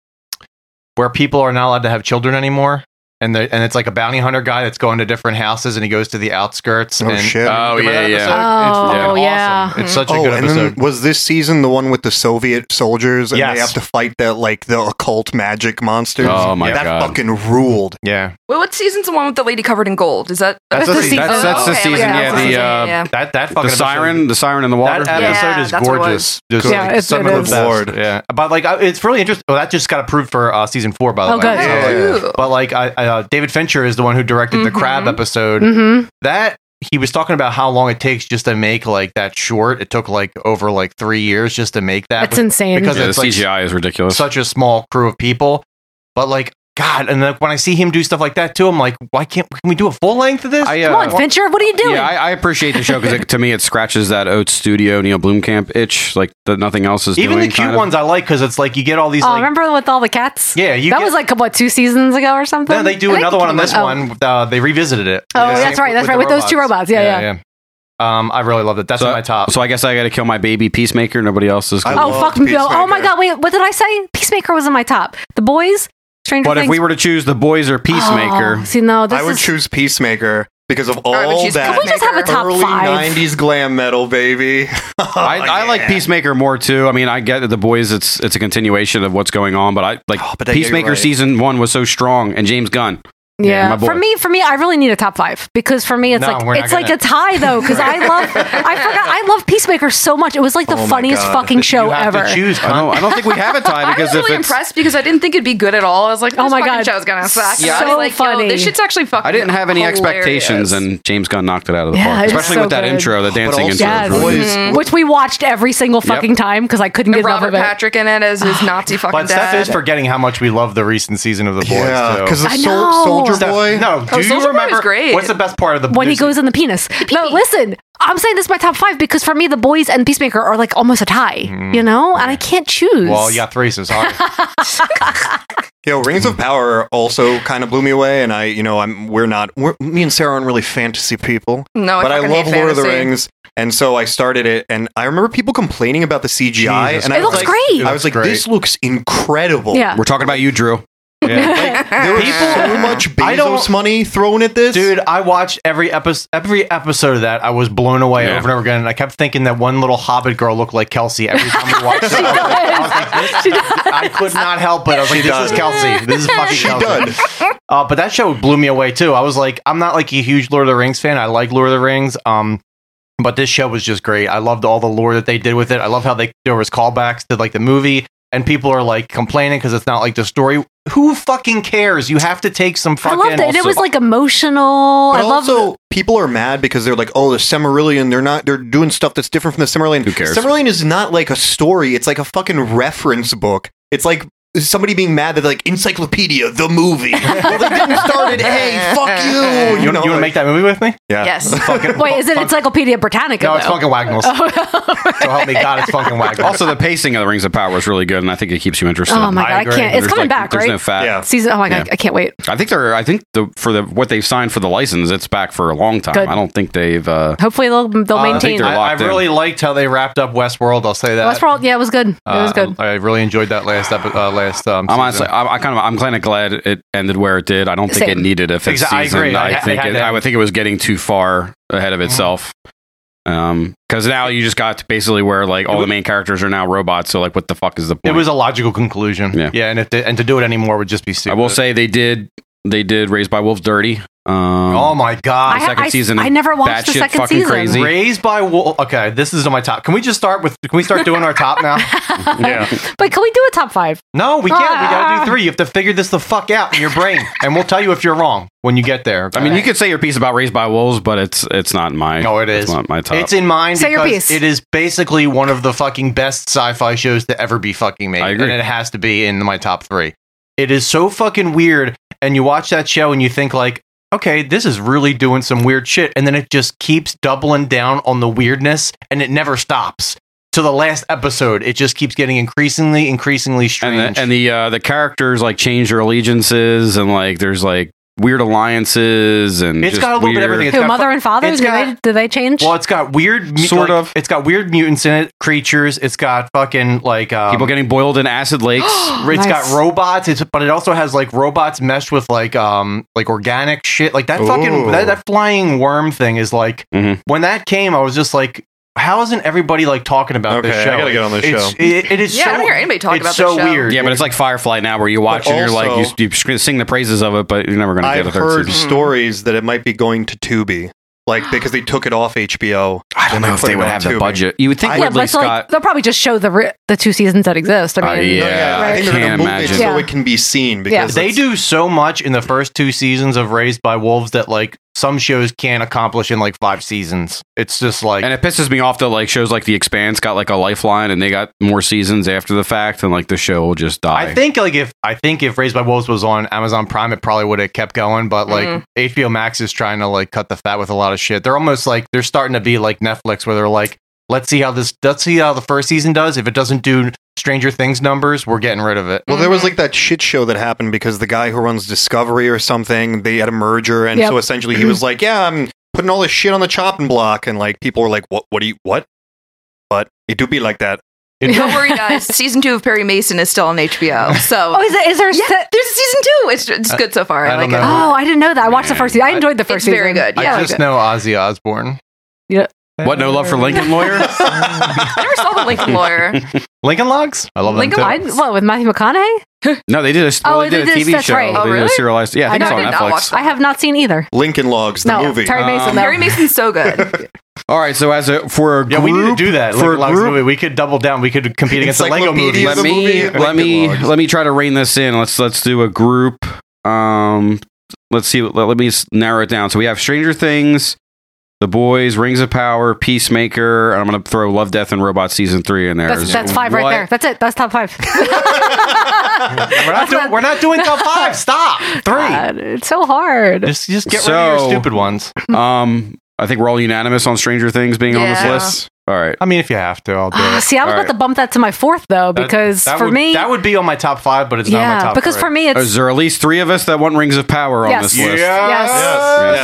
[SPEAKER 9] where people are not allowed to have children anymore. And, the, and it's like a bounty hunter guy that's going to different houses and he goes to the outskirts.
[SPEAKER 10] Oh,
[SPEAKER 9] and,
[SPEAKER 10] shit.
[SPEAKER 6] Oh,
[SPEAKER 9] Remember
[SPEAKER 6] yeah,
[SPEAKER 9] that
[SPEAKER 6] yeah.
[SPEAKER 9] episode?
[SPEAKER 8] Oh,
[SPEAKER 9] fucking uh, awesome.
[SPEAKER 8] yeah.
[SPEAKER 9] It's such a
[SPEAKER 10] oh,
[SPEAKER 9] good
[SPEAKER 10] and then
[SPEAKER 9] episode.
[SPEAKER 10] was this season the one with the Soviet soldiers and
[SPEAKER 9] Yes.
[SPEAKER 10] they have to fight the like the occult magic monsters?
[SPEAKER 6] Oh, my
[SPEAKER 10] that
[SPEAKER 6] God.
[SPEAKER 10] fucking ruled.
[SPEAKER 9] yeah.
[SPEAKER 4] Wait, what season's the one with the lady covered in gold? Is that
[SPEAKER 9] That's the season.
[SPEAKER 6] That's, that's the
[SPEAKER 4] okay,
[SPEAKER 6] season.
[SPEAKER 4] okay,
[SPEAKER 6] Yeah,
[SPEAKER 4] that's
[SPEAKER 6] the
[SPEAKER 4] yeah,
[SPEAKER 6] uh,
[SPEAKER 4] yeah.
[SPEAKER 9] That, that fucking
[SPEAKER 6] the
[SPEAKER 9] episode-
[SPEAKER 6] siren, the siren in the water.
[SPEAKER 9] That episode
[SPEAKER 4] Yeah,
[SPEAKER 9] is
[SPEAKER 4] that's what it
[SPEAKER 9] gorgeous.
[SPEAKER 4] was.
[SPEAKER 9] Just
[SPEAKER 8] Yeah,
[SPEAKER 9] like
[SPEAKER 8] it's-
[SPEAKER 9] some
[SPEAKER 8] it
[SPEAKER 9] of
[SPEAKER 8] is.
[SPEAKER 9] the best. Yeah, but like uh, it's really interesting. Well, that just got approved for uh, season four, by the
[SPEAKER 8] Oh,
[SPEAKER 9] way.
[SPEAKER 8] good.
[SPEAKER 9] So, like,
[SPEAKER 4] Ooh.
[SPEAKER 9] But like I, I, uh, David Fincher is the one who directed the crab
[SPEAKER 4] Mhm.
[SPEAKER 9] episode.
[SPEAKER 8] mm-hmm.
[SPEAKER 9] That he was talking about how long it takes just to make like that short. It took like over like three years just to make that
[SPEAKER 8] That's
[SPEAKER 9] with
[SPEAKER 8] insane.
[SPEAKER 9] because
[SPEAKER 6] yeah, the
[SPEAKER 9] it's like
[SPEAKER 6] CGI is ridiculous.
[SPEAKER 9] such a small crew of people. But like God, and like when I see him do stuff like that too, I'm like, why can't can we do a full length of this?
[SPEAKER 6] I,
[SPEAKER 8] Come
[SPEAKER 6] uh,
[SPEAKER 8] on, Fincher, what are you doing?
[SPEAKER 6] Yeah, I, I appreciate the show because to me it scratches that Oates Studio Neil Blomkamp itch like that nothing else is
[SPEAKER 9] Even
[SPEAKER 6] doing.
[SPEAKER 9] the cute
[SPEAKER 6] kind of.
[SPEAKER 9] ones I like because it's like you get all these
[SPEAKER 8] oh,
[SPEAKER 9] like
[SPEAKER 8] remember with all the cats?
[SPEAKER 9] yeah you
[SPEAKER 8] that
[SPEAKER 9] get,
[SPEAKER 8] was like what two seasons ago or something.
[SPEAKER 9] No, they do
[SPEAKER 4] I think
[SPEAKER 9] another
[SPEAKER 4] you
[SPEAKER 9] one
[SPEAKER 4] can
[SPEAKER 9] on this
[SPEAKER 8] remember-
[SPEAKER 9] one. Uh, they revisited it.
[SPEAKER 8] Oh, that's right, that's right, with those two robots. Yeah, yeah.
[SPEAKER 9] yeah. Um, I really loved it. That's
[SPEAKER 6] So-
[SPEAKER 9] in my top.
[SPEAKER 6] So I guess I got to kill my baby Peacemaker. Nobody else is.
[SPEAKER 10] I
[SPEAKER 6] Cool.
[SPEAKER 8] oh
[SPEAKER 10] loved
[SPEAKER 8] fuck me! Bill. Oh my
[SPEAKER 10] Peacemaker.
[SPEAKER 8] god! Wait, what did I say? Peacemaker was in my top. The boys, Stranger
[SPEAKER 6] But
[SPEAKER 8] Things.
[SPEAKER 6] if we were to choose the boys or Peacemaker,
[SPEAKER 8] Oh, see, no, this
[SPEAKER 10] I would
[SPEAKER 8] is
[SPEAKER 10] choose Peacemaker because of
[SPEAKER 4] I would
[SPEAKER 10] all
[SPEAKER 4] choose
[SPEAKER 10] that
[SPEAKER 8] Can we just have a top
[SPEAKER 10] early
[SPEAKER 8] five?
[SPEAKER 10] 90s glam metal, baby.
[SPEAKER 6] I,
[SPEAKER 10] *laughs*
[SPEAKER 6] I like Peacemaker more too. I mean, I get that the boys. It's it's a continuation of what's going on, but I like
[SPEAKER 10] Oh, but I get you're
[SPEAKER 6] Peacemaker
[SPEAKER 10] right.
[SPEAKER 6] season one was so strong, and James Gunn. Yeah,
[SPEAKER 8] Yeah,
[SPEAKER 6] my boy.
[SPEAKER 8] for me, for me, I really need a top five because for me, it's
[SPEAKER 9] No, we're
[SPEAKER 8] like
[SPEAKER 9] not
[SPEAKER 8] it's like
[SPEAKER 9] gonna-
[SPEAKER 8] a tie though because
[SPEAKER 9] *laughs*
[SPEAKER 8] I love I forgot I love Peacemaker so much. It was like the
[SPEAKER 10] Oh my
[SPEAKER 8] funniest
[SPEAKER 10] God.
[SPEAKER 8] fucking show
[SPEAKER 9] you have
[SPEAKER 8] ever.
[SPEAKER 9] to choose.
[SPEAKER 6] I don't. I don't think we have a
[SPEAKER 8] *laughs*
[SPEAKER 6] tie
[SPEAKER 4] I
[SPEAKER 6] because
[SPEAKER 4] was really
[SPEAKER 6] if it's,
[SPEAKER 4] impressed because I didn't think it'd be good at all. I was like,
[SPEAKER 8] Oh
[SPEAKER 4] this
[SPEAKER 8] my
[SPEAKER 4] fucking
[SPEAKER 8] God.
[SPEAKER 4] show's gonna suck.
[SPEAKER 8] Yeah,
[SPEAKER 4] I
[SPEAKER 8] so
[SPEAKER 4] was like, yo,
[SPEAKER 8] funny.
[SPEAKER 4] this shit's actually fucking.
[SPEAKER 6] I didn't have any
[SPEAKER 4] hilarious.
[SPEAKER 6] expectations, and James Gunn knocked it out of the
[SPEAKER 8] Yeah,
[SPEAKER 6] park,
[SPEAKER 8] it's
[SPEAKER 6] especially
[SPEAKER 8] so
[SPEAKER 6] with that
[SPEAKER 8] good.
[SPEAKER 6] intro, the dancing
[SPEAKER 10] also
[SPEAKER 6] intro.
[SPEAKER 8] Yes. Mm-hmm.
[SPEAKER 6] is really-
[SPEAKER 10] Boys,
[SPEAKER 8] Which we watched every single fucking time because I couldn't get
[SPEAKER 4] And
[SPEAKER 8] enough
[SPEAKER 4] Robert
[SPEAKER 8] of it.
[SPEAKER 4] Patrick in it as his
[SPEAKER 8] *sighs*
[SPEAKER 4] Nazi fucking
[SPEAKER 9] But Steph
[SPEAKER 4] dad.
[SPEAKER 9] is forgetting how much we love the recent season of The Boys.
[SPEAKER 10] yeah,
[SPEAKER 9] too.
[SPEAKER 10] because
[SPEAKER 8] I
[SPEAKER 10] the
[SPEAKER 8] know.
[SPEAKER 10] Sol- Soldier
[SPEAKER 9] Steph-
[SPEAKER 10] Boy.
[SPEAKER 8] Oh,
[SPEAKER 9] No, do
[SPEAKER 4] Soulja Boy
[SPEAKER 9] you
[SPEAKER 4] was
[SPEAKER 9] remember?
[SPEAKER 4] great.
[SPEAKER 9] What's the best part of the
[SPEAKER 8] when he
[SPEAKER 9] this-
[SPEAKER 8] goes in the penis. No, listen, I'm saying this is my top five because for me, the boys and Peacemaker are like almost a tie, you know, and I can't choose.
[SPEAKER 9] Mm-hmm. Well, you got three, so
[SPEAKER 8] *laughs*
[SPEAKER 9] sorry.
[SPEAKER 10] Yo, Rings of Power also kind of blew me away, and I, you know, I'm we're not we're, me and Sarah aren't really fantasy people,
[SPEAKER 4] No, I
[SPEAKER 10] but I,
[SPEAKER 4] fucking
[SPEAKER 10] love
[SPEAKER 4] hate
[SPEAKER 10] Lord of the
[SPEAKER 4] fantasy.
[SPEAKER 10] Rings, and so I started it, and I remember people complaining about the CGI,
[SPEAKER 9] Jesus
[SPEAKER 10] and I
[SPEAKER 8] it
[SPEAKER 10] was
[SPEAKER 8] looks
[SPEAKER 10] like,
[SPEAKER 8] great.
[SPEAKER 10] I was like,
[SPEAKER 9] Great.
[SPEAKER 10] this looks incredible.
[SPEAKER 8] yeah.
[SPEAKER 6] We're talking about you, Drew.
[SPEAKER 10] like, there
[SPEAKER 8] *laughs*
[SPEAKER 10] was
[SPEAKER 9] People-
[SPEAKER 10] so much
[SPEAKER 9] I don't-
[SPEAKER 10] Bezos money thrown at this,
[SPEAKER 9] Dude, I watched every episode. Every episode of that, I was blown away
[SPEAKER 6] Yeah.
[SPEAKER 9] over and over again. And I kept thinking that one little Hobbit girl looked like Kelsey every time we watched
[SPEAKER 8] *laughs*
[SPEAKER 9] it. I was like, this- I could not help it. I was like, this
[SPEAKER 10] does.
[SPEAKER 9] is Kelsey. This is fucking
[SPEAKER 10] She
[SPEAKER 9] Kelsey.
[SPEAKER 10] did.
[SPEAKER 9] Uh, but that show blew me away too. I was like, I'm not like a huge Lord of the Rings fan. I like Lord of the Rings. Um, but this show was just great. I loved all the lore that they did with it. I love how they there was callbacks to like the movie, and people are like complaining because it's not like the story. Who fucking cares? You have to take some
[SPEAKER 8] I
[SPEAKER 9] fucking.
[SPEAKER 8] loved it. and it was like emotional.
[SPEAKER 10] But
[SPEAKER 8] I love
[SPEAKER 10] also, people are mad because they're like, "Oh, the Cimmerillion, they're not, they're doing stuff that's different from the Cimmerillion."
[SPEAKER 6] Who cares?
[SPEAKER 10] Cimmerillion is not like a story; it's like a fucking reference book. It's like somebody being mad that like Encyclopedia, the movie. well, they didn't start it. Hey, fuck you!
[SPEAKER 9] Oh, you, want to
[SPEAKER 10] like-
[SPEAKER 9] make that movie with me?
[SPEAKER 10] yeah.
[SPEAKER 4] Yes.
[SPEAKER 10] *laughs*
[SPEAKER 8] Wait, is it oh. Encyclopedia Britannica?
[SPEAKER 9] *laughs* No, it's
[SPEAKER 8] though?
[SPEAKER 9] fucking Wagnalls. so help me God, it's *laughs* fucking Wagnalls.
[SPEAKER 6] Also, the pacing of the Rings of Power was really good, and I think it keeps you interested.
[SPEAKER 8] Oh my
[SPEAKER 9] I
[SPEAKER 8] god, I,
[SPEAKER 9] agree.
[SPEAKER 8] can't. It's
[SPEAKER 6] There's,
[SPEAKER 8] coming
[SPEAKER 6] like,
[SPEAKER 8] back,
[SPEAKER 6] There's
[SPEAKER 8] right?
[SPEAKER 6] no fat.
[SPEAKER 10] Yeah.
[SPEAKER 8] Season. Oh my god,
[SPEAKER 6] Yeah.
[SPEAKER 8] I can't wait.
[SPEAKER 6] I think they're. I think the for the what they've signed for the license, it's back for a long time.
[SPEAKER 8] Good.
[SPEAKER 6] I don't think they've. Uh,
[SPEAKER 8] Hopefully they'll they'll
[SPEAKER 9] Uh,
[SPEAKER 6] think
[SPEAKER 8] maintain.
[SPEAKER 6] they're
[SPEAKER 9] I, I
[SPEAKER 6] locked in.
[SPEAKER 9] really liked how they wrapped up Westworld. I'll say that.
[SPEAKER 8] Westworld, yeah, it was good. It was
[SPEAKER 9] Uh,
[SPEAKER 8] good.
[SPEAKER 9] I really enjoyed that last episode. Uh, last. Um,
[SPEAKER 6] I'm
[SPEAKER 9] season.
[SPEAKER 6] honestly, I, I kind of, I'm kind of glad it ended where it did. I don't think it
[SPEAKER 8] Same.
[SPEAKER 6] needed a fifth
[SPEAKER 9] Exa- I
[SPEAKER 6] season.
[SPEAKER 9] agree.
[SPEAKER 6] I,
[SPEAKER 9] I- I
[SPEAKER 6] think
[SPEAKER 9] had
[SPEAKER 6] it,
[SPEAKER 9] that.
[SPEAKER 6] I would think it was getting too far ahead of
[SPEAKER 9] Mm-hmm.
[SPEAKER 6] itself. Um, because now you just got to basically where like all the main characters are now robots. So like, what the fuck is the point?
[SPEAKER 9] It was a logical conclusion.
[SPEAKER 6] Yeah.
[SPEAKER 9] and if they, and to do it anymore would just be
[SPEAKER 6] I
[SPEAKER 9] stupid.
[SPEAKER 6] will say they did. They did Raised by Wolves dirty. Um,
[SPEAKER 9] oh my god,
[SPEAKER 8] I, ha-
[SPEAKER 6] second
[SPEAKER 8] I-
[SPEAKER 6] season
[SPEAKER 8] I never watched the
[SPEAKER 6] batshit
[SPEAKER 8] second
[SPEAKER 6] fucking
[SPEAKER 8] season. *laughs*
[SPEAKER 6] crazy.
[SPEAKER 9] Raised by Wolves. Okay, this is on my top. Can we just start with? Can we start doing our
[SPEAKER 6] *laughs*
[SPEAKER 9] top now?
[SPEAKER 8] But can we do a top five?
[SPEAKER 9] No, we can't. We gotta
[SPEAKER 8] Ah.
[SPEAKER 9] do three. You have to figure this the fuck out in your brain, and we'll tell you if you're wrong when you get there.
[SPEAKER 6] I mean, you could say your piece about Raised by Wolves, but it's it's not my.
[SPEAKER 9] No, it is.
[SPEAKER 6] It's not my top.
[SPEAKER 9] It's in mind
[SPEAKER 8] Say your
[SPEAKER 9] because
[SPEAKER 8] piece.
[SPEAKER 9] it is basically one of the fucking best sci-fi shows to ever be fucking made,
[SPEAKER 6] I agree.
[SPEAKER 9] and it has to be in my top three. It is so fucking weird, and you watch that show and you think like, okay, this is really doing some weird shit, and then it just keeps doubling down on the weirdness, and it never stops. to the last episode. It just keeps getting increasingly, increasingly strange.
[SPEAKER 6] and the, and the uh, the characters like change their allegiances and like there's like weird alliances and
[SPEAKER 9] It's
[SPEAKER 6] just
[SPEAKER 9] got a little bit
[SPEAKER 6] weird-
[SPEAKER 9] of everything. It's
[SPEAKER 8] Who,
[SPEAKER 9] got
[SPEAKER 8] mother
[SPEAKER 9] fu-
[SPEAKER 8] and father?
[SPEAKER 9] it's
[SPEAKER 8] do,
[SPEAKER 9] got-
[SPEAKER 8] they, do they change?
[SPEAKER 9] well, it's got weird, mu-
[SPEAKER 6] Sort
[SPEAKER 9] like,
[SPEAKER 6] of.
[SPEAKER 9] It's got weird mutants in it, creatures. It's got fucking like um,
[SPEAKER 6] People getting boiled in acid lakes.
[SPEAKER 9] *gasps* It's
[SPEAKER 8] Nice.
[SPEAKER 9] got robots, it's, but it also has like robots meshed with like um like organic shit. Like that fucking
[SPEAKER 10] Ooh.
[SPEAKER 9] that, that flying worm thing is like
[SPEAKER 6] Mhm.
[SPEAKER 9] when that came, I was just like, how isn't everybody like talking about this
[SPEAKER 10] Okay, I
[SPEAKER 9] show?
[SPEAKER 10] gotta get on this
[SPEAKER 9] It's-
[SPEAKER 10] show.
[SPEAKER 9] It, it is
[SPEAKER 4] Yeah, I
[SPEAKER 9] so,
[SPEAKER 4] don't hear anybody talk
[SPEAKER 9] it's
[SPEAKER 4] about this
[SPEAKER 9] so
[SPEAKER 4] show.
[SPEAKER 9] weird.
[SPEAKER 6] yeah, but it's like Firefly now, where you watch
[SPEAKER 10] But
[SPEAKER 6] and you're like
[SPEAKER 10] also-
[SPEAKER 6] you, you sc- sing the praises of it, but you're never going to get
[SPEAKER 10] I've
[SPEAKER 6] a third
[SPEAKER 10] heard Mm.
[SPEAKER 6] season. Mm-hmm.
[SPEAKER 10] stories that it might be going to Tubi, like because they took it off HBO.
[SPEAKER 6] I don't
[SPEAKER 10] and
[SPEAKER 6] know
[SPEAKER 10] they
[SPEAKER 6] if
[SPEAKER 10] put
[SPEAKER 6] they
[SPEAKER 10] it
[SPEAKER 6] would
[SPEAKER 10] on
[SPEAKER 6] have the
[SPEAKER 10] Tubi.
[SPEAKER 6] budget. You would think
[SPEAKER 10] I-
[SPEAKER 8] yeah,
[SPEAKER 6] Ridley
[SPEAKER 8] but it's like,
[SPEAKER 6] Scott.
[SPEAKER 8] they'll probably just show the ri- the two seasons that exist. I mean,
[SPEAKER 6] Uh, yeah,
[SPEAKER 10] I
[SPEAKER 8] right.
[SPEAKER 10] think they're
[SPEAKER 6] Can't
[SPEAKER 10] going to move it
[SPEAKER 6] imagine.
[SPEAKER 10] so
[SPEAKER 8] Yeah.
[SPEAKER 10] it can be seen
[SPEAKER 8] Yeah.
[SPEAKER 10] because
[SPEAKER 9] They
[SPEAKER 10] it's-
[SPEAKER 9] do so much in the first two seasons of Raised by Wolves that like some shows can't accomplish in like five seasons. It's just like
[SPEAKER 6] and it pisses me off that like shows like The Expanse got like a lifeline and they got more seasons after the fact, and like the show will just die.
[SPEAKER 9] I think like if I think if Raised by Wolves was on Amazon Prime, it probably would have kept going. But like
[SPEAKER 8] Mm-hmm.
[SPEAKER 4] Mhm.
[SPEAKER 9] HBO Max is trying to like cut the fat with a lot of shit. They're almost like they're starting to be like Netflix, where they're like, let's see how this, let's see how the first season does. If it doesn't do Stranger Things numbers, we're getting rid of it.
[SPEAKER 10] Well, there was
[SPEAKER 8] Mm-hmm.
[SPEAKER 10] like that shit show that happened because the guy who runs Discovery or something, they had a merger, and
[SPEAKER 8] Yep.
[SPEAKER 10] so essentially he was like, "Yeah, I'm putting all this shit on the chopping block," and like people were like, "What? What do you? What?" But it do be like that.
[SPEAKER 4] *laughs* Don't
[SPEAKER 10] *laughs*
[SPEAKER 4] worry, guys. season two of Perry Mason is still on HBO. So
[SPEAKER 8] *laughs* Oh, is, it, is there? a
[SPEAKER 4] yeah,
[SPEAKER 8] se-
[SPEAKER 4] there's a season two. It's, it's good so far.
[SPEAKER 9] I
[SPEAKER 4] I,
[SPEAKER 9] don't
[SPEAKER 4] like
[SPEAKER 9] know.
[SPEAKER 4] it.
[SPEAKER 8] oh, I didn't know that. I watched the first season. I
[SPEAKER 9] Man,
[SPEAKER 8] enjoyed the first
[SPEAKER 4] it's
[SPEAKER 8] season.
[SPEAKER 4] very good. Yeah,
[SPEAKER 9] I
[SPEAKER 4] I
[SPEAKER 9] just
[SPEAKER 4] like
[SPEAKER 9] know Ozzy Osbourne.
[SPEAKER 8] Yeah.
[SPEAKER 6] what no love for Lincoln
[SPEAKER 10] *laughs*
[SPEAKER 6] lawyer.
[SPEAKER 4] I never saw the
[SPEAKER 6] *laughs*
[SPEAKER 4] Lincoln Lawyer.
[SPEAKER 9] Lincoln Logs. I love
[SPEAKER 4] Lincoln
[SPEAKER 9] them
[SPEAKER 8] I,
[SPEAKER 9] too.
[SPEAKER 8] what with Matthew McConaughey?
[SPEAKER 6] no, they did a well,
[SPEAKER 8] Oh,
[SPEAKER 6] they did a
[SPEAKER 8] they did-
[SPEAKER 6] TV
[SPEAKER 8] that's
[SPEAKER 6] show.
[SPEAKER 8] right.
[SPEAKER 6] They
[SPEAKER 4] Oh,
[SPEAKER 6] did a
[SPEAKER 4] really?
[SPEAKER 6] serialized. Yeah, I think
[SPEAKER 8] I
[SPEAKER 6] it's
[SPEAKER 8] know,
[SPEAKER 6] on
[SPEAKER 4] did
[SPEAKER 8] I
[SPEAKER 4] not watch
[SPEAKER 6] Netflix.
[SPEAKER 4] that.
[SPEAKER 8] I have not seen either.
[SPEAKER 10] Lincoln Logs, the
[SPEAKER 8] no,
[SPEAKER 10] movie.
[SPEAKER 8] Terry Mason.
[SPEAKER 6] Um,
[SPEAKER 8] though.
[SPEAKER 4] Perry Mason's so good.
[SPEAKER 6] All right, so as a for a group,
[SPEAKER 9] Yeah, we need to do that.
[SPEAKER 6] for
[SPEAKER 9] Lincoln Logs
[SPEAKER 6] a group
[SPEAKER 9] movie. We could double down. We could compete against the Lego movie.
[SPEAKER 10] Encyclopedia
[SPEAKER 6] let
[SPEAKER 10] the
[SPEAKER 6] me
[SPEAKER 10] movie,
[SPEAKER 6] let
[SPEAKER 10] Lincoln
[SPEAKER 6] me
[SPEAKER 10] Logs.
[SPEAKER 6] let me try to rein this in. Let's let's do a group. Um, let's see. Let, let me s- narrow it down. So we have Stranger Things, The Boys, Rings of Power, Peacemaker, and I'm going to throw Love, Death, and Robots season three in there.
[SPEAKER 8] That's,
[SPEAKER 6] Is-
[SPEAKER 8] that's five right
[SPEAKER 6] what-
[SPEAKER 8] there. That's it. That's top five.
[SPEAKER 9] We're not, doing, we're not doing top five.
[SPEAKER 8] *laughs*
[SPEAKER 9] Stop. Three.
[SPEAKER 8] God, it's so hard.
[SPEAKER 9] Just, just get rid of
[SPEAKER 6] So-
[SPEAKER 9] your stupid ones.
[SPEAKER 8] *laughs*
[SPEAKER 6] Um, I think we're all unanimous on Stranger Things being on this
[SPEAKER 4] Yeah.
[SPEAKER 6] list. All right.
[SPEAKER 9] I mean, if you have to, I'll do
[SPEAKER 8] Ah,
[SPEAKER 9] it.
[SPEAKER 8] see, I was
[SPEAKER 6] All
[SPEAKER 8] about
[SPEAKER 6] right.
[SPEAKER 8] to bump that to my fourth though, because
[SPEAKER 9] that
[SPEAKER 8] for
[SPEAKER 9] would,
[SPEAKER 8] me,
[SPEAKER 9] that would be on my top five, but it's not my
[SPEAKER 8] yeah,
[SPEAKER 9] top.
[SPEAKER 8] because for me, it's
[SPEAKER 6] Is there at least three of us that want Rings of Power on
[SPEAKER 8] Yes.
[SPEAKER 6] this
[SPEAKER 8] Yeah.
[SPEAKER 6] list?
[SPEAKER 8] yes,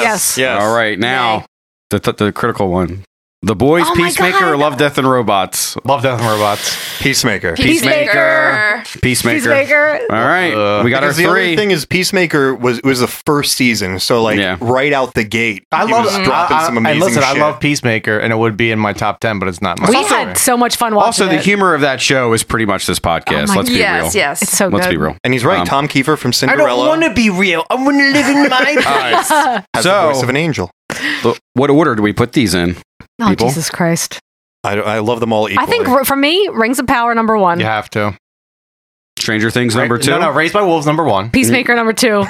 [SPEAKER 8] yes.
[SPEAKER 10] Yes.
[SPEAKER 6] All right, now the, the the critical one: The Boys,
[SPEAKER 8] Oh my
[SPEAKER 6] Peacemaker,
[SPEAKER 8] God.
[SPEAKER 6] or Love, Death, and Robots.
[SPEAKER 9] love Death and Robots.
[SPEAKER 10] Peacemaker.
[SPEAKER 6] Peacemaker. Peacemaker.
[SPEAKER 8] Peacemaker.
[SPEAKER 6] All right,
[SPEAKER 9] Uh,
[SPEAKER 6] we got our
[SPEAKER 10] Because the
[SPEAKER 6] three.
[SPEAKER 10] other thing is, Peacemaker was was the first season, so like
[SPEAKER 6] Yeah.
[SPEAKER 10] right out the gate,
[SPEAKER 9] I
[SPEAKER 10] he
[SPEAKER 9] love
[SPEAKER 10] was dropping
[SPEAKER 9] I, I,
[SPEAKER 10] some
[SPEAKER 9] and
[SPEAKER 10] amazing
[SPEAKER 9] listen,
[SPEAKER 10] shit.
[SPEAKER 9] I love Peacemaker, and it would be in my top ten, but it's not my.
[SPEAKER 8] We
[SPEAKER 9] top
[SPEAKER 8] had so much fun watching.
[SPEAKER 6] also, the
[SPEAKER 8] it.
[SPEAKER 6] humor of that show is pretty much this podcast.
[SPEAKER 8] Oh my-
[SPEAKER 6] Let's be
[SPEAKER 4] Yes,
[SPEAKER 6] real.
[SPEAKER 4] yes.
[SPEAKER 8] It's so
[SPEAKER 6] Let's
[SPEAKER 8] good. *laughs*
[SPEAKER 6] be real.
[SPEAKER 10] and he's right.
[SPEAKER 6] Um,
[SPEAKER 10] Tom Kiefer from Cinderella
[SPEAKER 7] to be real. I want to live
[SPEAKER 9] *laughs*
[SPEAKER 7] in my.
[SPEAKER 6] All right.
[SPEAKER 8] Oh,
[SPEAKER 10] has
[SPEAKER 6] So-
[SPEAKER 10] the voice of an angel.
[SPEAKER 6] Look, what order do we put these in?
[SPEAKER 8] Oh
[SPEAKER 6] people.
[SPEAKER 8] Jesus Christ!
[SPEAKER 10] I, I love them all equally.
[SPEAKER 8] I think r- for me, Rings of Power number one,
[SPEAKER 9] You have to.
[SPEAKER 6] Stranger Things number two.
[SPEAKER 9] No, no. Raised by Wolves number one.
[SPEAKER 8] Peacemaker number two,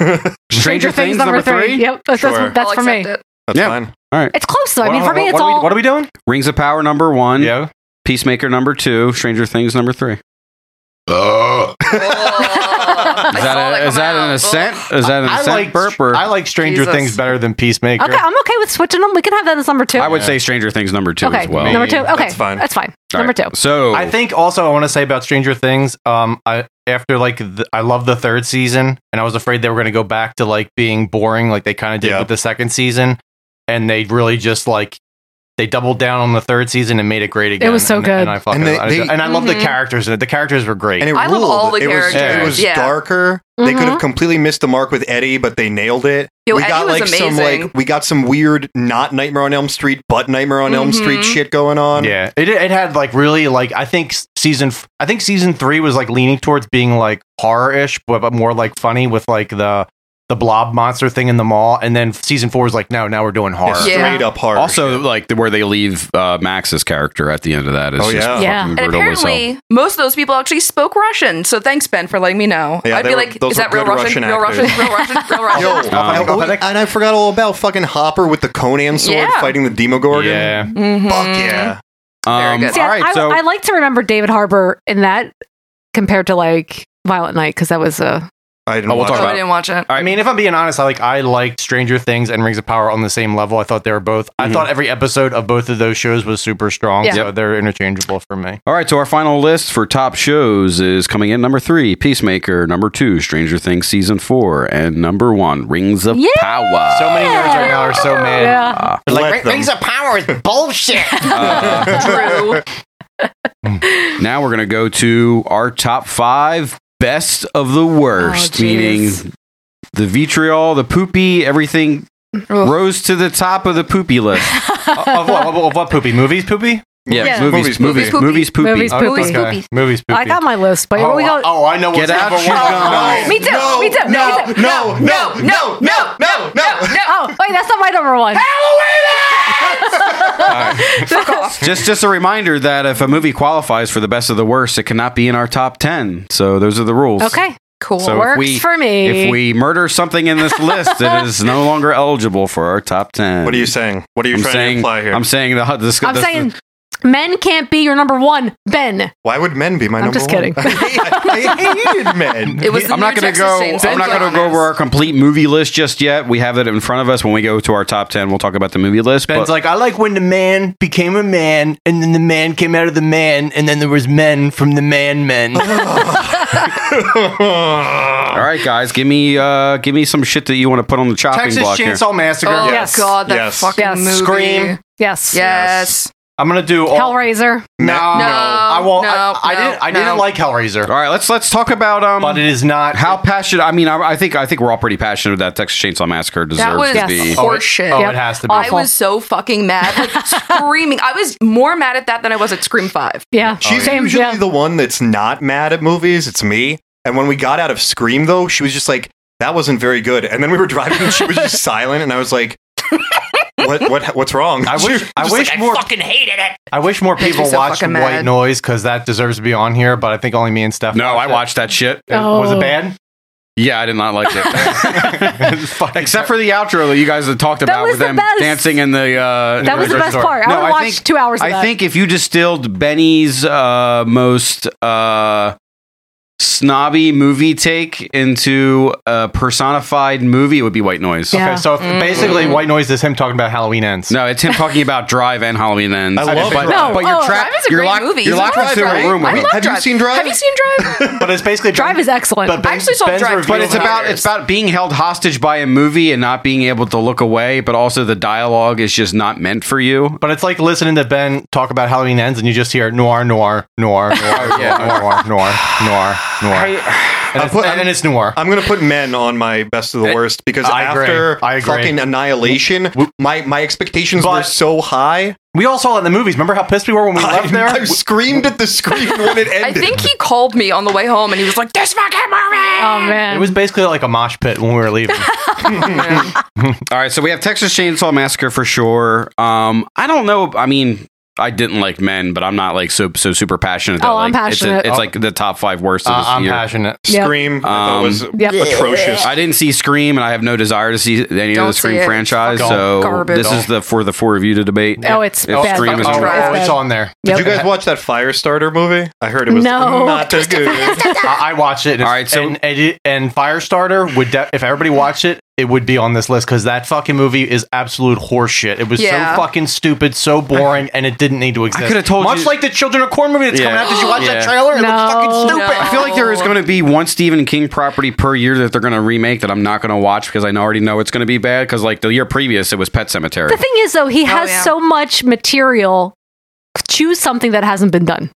[SPEAKER 6] Stranger, Things, number three.
[SPEAKER 8] Yep, that's, that's-
[SPEAKER 10] Sure.
[SPEAKER 8] that's
[SPEAKER 4] I'll
[SPEAKER 8] for me.
[SPEAKER 4] accept it.
[SPEAKER 10] that's
[SPEAKER 6] Yeah.
[SPEAKER 10] fine.
[SPEAKER 8] It's close though. I
[SPEAKER 9] What-
[SPEAKER 8] mean, for me,
[SPEAKER 9] what-
[SPEAKER 8] it's
[SPEAKER 9] what are we-
[SPEAKER 8] all.
[SPEAKER 9] What are we doing?
[SPEAKER 6] Rings of Power number one.
[SPEAKER 9] Yeah.
[SPEAKER 6] Peacemaker number two. Stranger Things number three. Is
[SPEAKER 4] Oh, I saw
[SPEAKER 6] that, a, is
[SPEAKER 4] come
[SPEAKER 6] that an
[SPEAKER 4] out.
[SPEAKER 6] assent?
[SPEAKER 4] Oh.
[SPEAKER 6] Is that an
[SPEAKER 9] I
[SPEAKER 6] assent
[SPEAKER 9] like
[SPEAKER 6] burp? Or?
[SPEAKER 9] I like Stranger
[SPEAKER 4] Jesus.
[SPEAKER 9] Things better than Peacemaker.
[SPEAKER 8] *laughs* okay, I'm okay with switching them. We can have that as number two.
[SPEAKER 6] I would say Stranger Things number two
[SPEAKER 8] okay,
[SPEAKER 6] as well.
[SPEAKER 8] number two.
[SPEAKER 9] Me-
[SPEAKER 8] Okay,
[SPEAKER 10] that's fine.
[SPEAKER 8] That's fine.
[SPEAKER 6] All
[SPEAKER 8] number
[SPEAKER 6] right.
[SPEAKER 8] two.
[SPEAKER 6] So
[SPEAKER 10] Oh.
[SPEAKER 9] I think also I want to say about Stranger Things. Um, I after like the, I love the third season, and I was afraid they were going to go back to like being boring, like they kind of did
[SPEAKER 10] Yeah.
[SPEAKER 9] with the second season, and they really just like they doubled down on the third season and made it great again.
[SPEAKER 8] was so
[SPEAKER 9] and,
[SPEAKER 8] good. Mm-hmm.
[SPEAKER 9] and I fucking
[SPEAKER 10] And they-
[SPEAKER 9] I,
[SPEAKER 10] they-
[SPEAKER 9] and I love the
[SPEAKER 4] Mhm.
[SPEAKER 9] characters in it. The characters were great.
[SPEAKER 10] And it
[SPEAKER 4] I love
[SPEAKER 10] ruled.
[SPEAKER 4] all the
[SPEAKER 10] it was,
[SPEAKER 4] characters,
[SPEAKER 10] It was
[SPEAKER 4] yeah. Mm-hmm.
[SPEAKER 10] darker. They could
[SPEAKER 8] Mhm.
[SPEAKER 10] have completely missed the mark with Eddie, but they nailed it.
[SPEAKER 4] Yo,
[SPEAKER 10] we
[SPEAKER 4] Eddie
[SPEAKER 10] got
[SPEAKER 4] was
[SPEAKER 10] like some
[SPEAKER 4] amazing.
[SPEAKER 10] like we got some weird not Nightmare on Elm Street, but Nightmare on Elm
[SPEAKER 4] Mhm.
[SPEAKER 10] Street shit going on.
[SPEAKER 9] yeah, it it had like really like I think s- season f- I think season three was like leaning towards being like horror ish, but, but more like funny with like the. The blob monster thing in the mall, and then season four was like, no, now we're doing horror.
[SPEAKER 10] It's
[SPEAKER 4] Yeah.
[SPEAKER 10] straight up hard.
[SPEAKER 6] also like the, where they leave uh, Max's character at the end of that is
[SPEAKER 10] Oh,
[SPEAKER 6] just
[SPEAKER 10] yeah.
[SPEAKER 6] fucking
[SPEAKER 8] Yeah.
[SPEAKER 4] And
[SPEAKER 6] brutal as hell.
[SPEAKER 4] apparently, most of those people actually spoke Russian. So thanks, Ben, for letting me know.
[SPEAKER 10] Yeah,
[SPEAKER 4] I'd
[SPEAKER 10] they
[SPEAKER 4] be
[SPEAKER 10] were-
[SPEAKER 4] like,
[SPEAKER 10] those
[SPEAKER 4] "Is that
[SPEAKER 10] were
[SPEAKER 4] real
[SPEAKER 10] good
[SPEAKER 4] Russian?
[SPEAKER 10] Russian
[SPEAKER 4] Real Russian?
[SPEAKER 10] actors.
[SPEAKER 4] Real Russian? Real
[SPEAKER 6] *laughs*
[SPEAKER 10] *laughs*
[SPEAKER 4] Russian?"
[SPEAKER 10] Yo,
[SPEAKER 6] Um,
[SPEAKER 10] I- oh, wait, and I forgot all about fucking Hopper with the Conan sword
[SPEAKER 4] Yeah.
[SPEAKER 10] fighting the Demogorgon.
[SPEAKER 9] Yeah.
[SPEAKER 4] Mhm.
[SPEAKER 10] Fuck yeah.
[SPEAKER 4] Very
[SPEAKER 6] Um,
[SPEAKER 4] good.
[SPEAKER 8] See,
[SPEAKER 6] all
[SPEAKER 8] I,
[SPEAKER 6] right, so
[SPEAKER 8] I, I like to remember David Harbour in that compared to like Violent Night because that was a
[SPEAKER 10] I didn't
[SPEAKER 6] Oh, we'll
[SPEAKER 10] watch
[SPEAKER 6] talk
[SPEAKER 10] it.
[SPEAKER 4] Oh,
[SPEAKER 6] about-
[SPEAKER 4] I didn't watch it.
[SPEAKER 9] I mean, if I'm being honest, I like I liked Stranger Things and Rings of Power on the same level. I thought they were both. I
[SPEAKER 6] Mhm.
[SPEAKER 9] thought every episode of both of those shows was super strong,
[SPEAKER 8] Yeah.
[SPEAKER 9] so they're interchangeable for me.
[SPEAKER 6] All right, so our final list for top shows is coming in number three, Peacemaker, number two, Stranger Things season four, and number one, Rings of
[SPEAKER 8] Yeah!
[SPEAKER 6] Power.
[SPEAKER 9] So many nerds right now are so mad.
[SPEAKER 8] Yeah.
[SPEAKER 9] They're
[SPEAKER 10] Let
[SPEAKER 9] Like,
[SPEAKER 10] them.
[SPEAKER 9] Rings of Power is bullshit.
[SPEAKER 4] True.
[SPEAKER 6] Uh, *laughs* now we're going to go to our top five best of the worst,
[SPEAKER 4] Oh,
[SPEAKER 6] meaning
[SPEAKER 4] jeez.
[SPEAKER 6] the vitriol, the poopy, everything
[SPEAKER 4] Ugh.
[SPEAKER 6] rose to the top of the poopy list.
[SPEAKER 9] *laughs* of, what, of what- of what poopy? Movies poopy?
[SPEAKER 6] Yeah,
[SPEAKER 8] Yeah.
[SPEAKER 10] Movies,
[SPEAKER 6] movies, movies,
[SPEAKER 4] poopy.
[SPEAKER 6] movies, poopy.
[SPEAKER 8] Movies,
[SPEAKER 9] Oh,
[SPEAKER 8] Poopy.
[SPEAKER 9] okay. Movies poopy.
[SPEAKER 8] I got my list, but here
[SPEAKER 9] oh,
[SPEAKER 8] we go.
[SPEAKER 9] I- oh, I know what's
[SPEAKER 6] Get out
[SPEAKER 9] number
[SPEAKER 6] your
[SPEAKER 9] one.
[SPEAKER 6] gum.
[SPEAKER 8] Me too.
[SPEAKER 10] No,
[SPEAKER 8] me too.
[SPEAKER 10] No,
[SPEAKER 8] me too.
[SPEAKER 10] no, no, no, no, no, no.
[SPEAKER 8] Oh, wait, that's not my number one. *laughs*
[SPEAKER 6] Just just a reminder that if a movie qualifies for the best of the worst, it cannot be in our top ten. So those are the rules.
[SPEAKER 8] Okay, cool.
[SPEAKER 6] So if
[SPEAKER 8] Works
[SPEAKER 6] we-
[SPEAKER 8] for me.
[SPEAKER 6] If we murder something in this list, it is no longer eligible for our top ten.
[SPEAKER 10] What are you saying? What are you
[SPEAKER 6] I'm
[SPEAKER 10] trying
[SPEAKER 6] saying,
[SPEAKER 10] to imply here?
[SPEAKER 6] I'm saying the, the, the
[SPEAKER 8] I'm saying men can't be your number one, Ben.
[SPEAKER 10] Why would men be my
[SPEAKER 8] I'm
[SPEAKER 10] number
[SPEAKER 8] just
[SPEAKER 10] one?
[SPEAKER 8] kidding.
[SPEAKER 9] *laughs*
[SPEAKER 8] *laughs*
[SPEAKER 10] I, hated *laughs*
[SPEAKER 4] *laughs*
[SPEAKER 6] *laughs*
[SPEAKER 10] men.
[SPEAKER 4] It was. the
[SPEAKER 6] I'm not
[SPEAKER 4] New
[SPEAKER 6] going to
[SPEAKER 4] Texas
[SPEAKER 6] go.
[SPEAKER 4] Chainsaw
[SPEAKER 6] I'm not going to go over our complete movie list just yet. We have it in front of us. When we go to our top ten, we'll talk about the movie list.
[SPEAKER 9] Ben's
[SPEAKER 6] But
[SPEAKER 9] like, I like when the man became a man, and then the man came out of the man, and then there was men from the man men.
[SPEAKER 6] all right, guys, give me uh, give me some shit that you want to put on the chopping
[SPEAKER 9] Texas
[SPEAKER 6] block here.
[SPEAKER 9] Chainsaw Massacre.
[SPEAKER 4] Oh
[SPEAKER 8] Yes.
[SPEAKER 4] God, that
[SPEAKER 10] Yes.
[SPEAKER 4] fucking
[SPEAKER 8] Yes.
[SPEAKER 4] movie.
[SPEAKER 9] Scream.
[SPEAKER 8] Yes.
[SPEAKER 4] Yes.
[SPEAKER 9] I'm gonna do all.
[SPEAKER 8] Hellraiser.
[SPEAKER 9] no,
[SPEAKER 4] No,
[SPEAKER 9] I won't.
[SPEAKER 4] no,
[SPEAKER 9] I, I
[SPEAKER 4] no,
[SPEAKER 9] didn't. I
[SPEAKER 4] no.
[SPEAKER 9] didn't like Hellraiser,
[SPEAKER 6] All right, let's let's talk about um.
[SPEAKER 9] but it is not
[SPEAKER 6] how passionate? I mean, I, I think I think we're all pretty passionate that Texas Chainsaw Massacre
[SPEAKER 4] That
[SPEAKER 6] deserves
[SPEAKER 4] was
[SPEAKER 6] to be.
[SPEAKER 9] Oh, it-
[SPEAKER 4] horseshit.
[SPEAKER 9] Oh,
[SPEAKER 8] Yep.
[SPEAKER 9] it has to be.
[SPEAKER 4] I
[SPEAKER 8] Awful.
[SPEAKER 4] was so fucking mad, like *laughs* screaming. I was more mad at that than I was at Scream Five.
[SPEAKER 9] Oh,
[SPEAKER 8] Yeah.
[SPEAKER 10] She's
[SPEAKER 8] Same,
[SPEAKER 10] usually
[SPEAKER 8] yeah.
[SPEAKER 10] the one that's not mad at movies. It's me. And when we got out of Scream, though, she was just like, "That wasn't very good." And then we were driving, and she was
[SPEAKER 8] *laughs*
[SPEAKER 10] just silent, and I was like, "What? What? What's wrong?"
[SPEAKER 9] I
[SPEAKER 10] She was
[SPEAKER 9] wish.
[SPEAKER 10] just
[SPEAKER 9] I wish
[SPEAKER 10] like,
[SPEAKER 9] more. I,
[SPEAKER 5] Fucking hated it.
[SPEAKER 9] wish more
[SPEAKER 4] me
[SPEAKER 9] people
[SPEAKER 4] so
[SPEAKER 9] watched White
[SPEAKER 4] fucking mad.
[SPEAKER 9] Noise because that deserves to be on here. But I think only me and Steph.
[SPEAKER 6] Oh, No, I watched that shit.
[SPEAKER 9] It. Was it
[SPEAKER 8] Oh.
[SPEAKER 9] bad?
[SPEAKER 6] Yeah, I did not like it. Except for the outro that you guys had talked about
[SPEAKER 8] was
[SPEAKER 6] with
[SPEAKER 8] the
[SPEAKER 6] them
[SPEAKER 8] best.
[SPEAKER 6] dancing in the. Uh,
[SPEAKER 8] That was the
[SPEAKER 9] Hellraiser
[SPEAKER 8] best
[SPEAKER 9] story.
[SPEAKER 8] part. I would watch two hours of
[SPEAKER 6] I
[SPEAKER 8] that.
[SPEAKER 6] think if you distilled Benny's uh, most uh, snobby movie take into a personified movie, it would be White Noise.
[SPEAKER 8] Yeah.
[SPEAKER 9] Okay, so if
[SPEAKER 4] Mm-hmm.
[SPEAKER 9] basically, White Noise is him talking about Halloween ends.
[SPEAKER 6] No, it's him talking about Drive and Halloween Ends.
[SPEAKER 10] I love
[SPEAKER 6] but,
[SPEAKER 10] Drive.
[SPEAKER 6] but you're
[SPEAKER 8] No,
[SPEAKER 4] Oh,
[SPEAKER 6] trapped.
[SPEAKER 8] Oh,
[SPEAKER 4] Drive is a
[SPEAKER 6] you're
[SPEAKER 4] great
[SPEAKER 6] locked,
[SPEAKER 4] movie.
[SPEAKER 6] You're
[SPEAKER 4] You
[SPEAKER 6] locked
[SPEAKER 4] love
[SPEAKER 6] into
[SPEAKER 4] Drive.
[SPEAKER 6] a room
[SPEAKER 4] I
[SPEAKER 6] with me.
[SPEAKER 4] love
[SPEAKER 10] Have you
[SPEAKER 4] Drive.
[SPEAKER 10] seen Drive?
[SPEAKER 4] Have you seen Drive?
[SPEAKER 9] *laughs* but it's basically
[SPEAKER 8] Drive is excellent.
[SPEAKER 9] But
[SPEAKER 4] I actually saw
[SPEAKER 9] Ben's
[SPEAKER 4] Drive
[SPEAKER 9] review
[SPEAKER 6] But
[SPEAKER 4] three
[SPEAKER 9] of
[SPEAKER 6] it's
[SPEAKER 4] Drive.
[SPEAKER 6] about
[SPEAKER 4] Theaters.
[SPEAKER 6] it's about being held hostage by a movie and not being able to look away, but also the dialogue is just not meant for you.
[SPEAKER 9] But it's like listening to Ben talk about Halloween ends, and you just hear noir, noir, noir, noir, noir, noir, noir, noir, noir, and it's,
[SPEAKER 10] put-
[SPEAKER 9] and, and it's noir.
[SPEAKER 10] *laughs* I'm gonna put men on my best of the worst because
[SPEAKER 9] Eh, I agree.
[SPEAKER 10] after
[SPEAKER 9] I agree.
[SPEAKER 10] fucking annihilation, my my expectations
[SPEAKER 9] But-
[SPEAKER 10] were so high.
[SPEAKER 9] we all saw it in the movies. Remember how pissed we were when we
[SPEAKER 10] I,
[SPEAKER 9] left there?
[SPEAKER 10] I screamed at the
[SPEAKER 9] *laughs*
[SPEAKER 10] screen when it ended.
[SPEAKER 4] I think he called me on the way home, and he was like, "This fucking movie."
[SPEAKER 8] Oh
[SPEAKER 4] Um,
[SPEAKER 9] It
[SPEAKER 8] man.
[SPEAKER 9] was basically like a mosh pit when we were *laughs* leaving.
[SPEAKER 6] All right, so we have Texas Chainsaw Massacre for sure. Um, I don't know. I mean, I didn't like Men, but I'm not like so so super passionate. that,
[SPEAKER 8] Oh, I'm
[SPEAKER 6] like,
[SPEAKER 8] passionate.
[SPEAKER 6] It's, a, it's like the top five worst of
[SPEAKER 9] Uh,
[SPEAKER 6] this
[SPEAKER 9] I'm
[SPEAKER 6] year.
[SPEAKER 9] passionate.
[SPEAKER 8] Yep.
[SPEAKER 10] Scream I thought
[SPEAKER 6] Um,
[SPEAKER 10] was
[SPEAKER 8] Yep.
[SPEAKER 10] atrocious.
[SPEAKER 6] I didn't see Scream, and I have no desire to see any of
[SPEAKER 4] Don't
[SPEAKER 6] the
[SPEAKER 4] see
[SPEAKER 6] Scream
[SPEAKER 4] it.
[SPEAKER 6] franchise.
[SPEAKER 9] Fucking
[SPEAKER 6] So
[SPEAKER 4] garbage.
[SPEAKER 6] this is the for the four of you to debate.
[SPEAKER 8] Oh, it's
[SPEAKER 6] If
[SPEAKER 8] bad.
[SPEAKER 6] Scream
[SPEAKER 9] Oh,
[SPEAKER 6] is
[SPEAKER 8] Fucking
[SPEAKER 6] trash.
[SPEAKER 8] trash.
[SPEAKER 9] it's on there.
[SPEAKER 10] Did you
[SPEAKER 8] Yep.
[SPEAKER 10] guys watch that Firestarter movie? I heard it was
[SPEAKER 8] No.
[SPEAKER 10] not
[SPEAKER 8] *laughs*
[SPEAKER 10] that good.
[SPEAKER 9] I, I watched it.
[SPEAKER 6] All right, so-
[SPEAKER 9] and, and, it- and Firestarter would de- if everybody watched it, it would be on this list because that fucking movie is absolute horseshit. It was
[SPEAKER 4] Yeah.
[SPEAKER 9] so fucking stupid, so boring, and it didn't need to exist.
[SPEAKER 6] coulda told
[SPEAKER 9] much
[SPEAKER 6] you-
[SPEAKER 9] like the Children of Corn movie that's
[SPEAKER 6] Yeah.
[SPEAKER 9] coming out. Did you watch
[SPEAKER 6] Yeah.
[SPEAKER 9] that trailer? It looks fucking
[SPEAKER 8] No.
[SPEAKER 9] stupid.
[SPEAKER 4] No.
[SPEAKER 6] I feel like there is going to be one Stephen King property per year that they're going to remake that I'm not going to watch because I already know it's going to be bad. Because like the year previous, it was Pet Cemetery.
[SPEAKER 8] The thing is, though, he has
[SPEAKER 4] Oh, yeah.
[SPEAKER 8] so much material. Choose something that hasn't been done.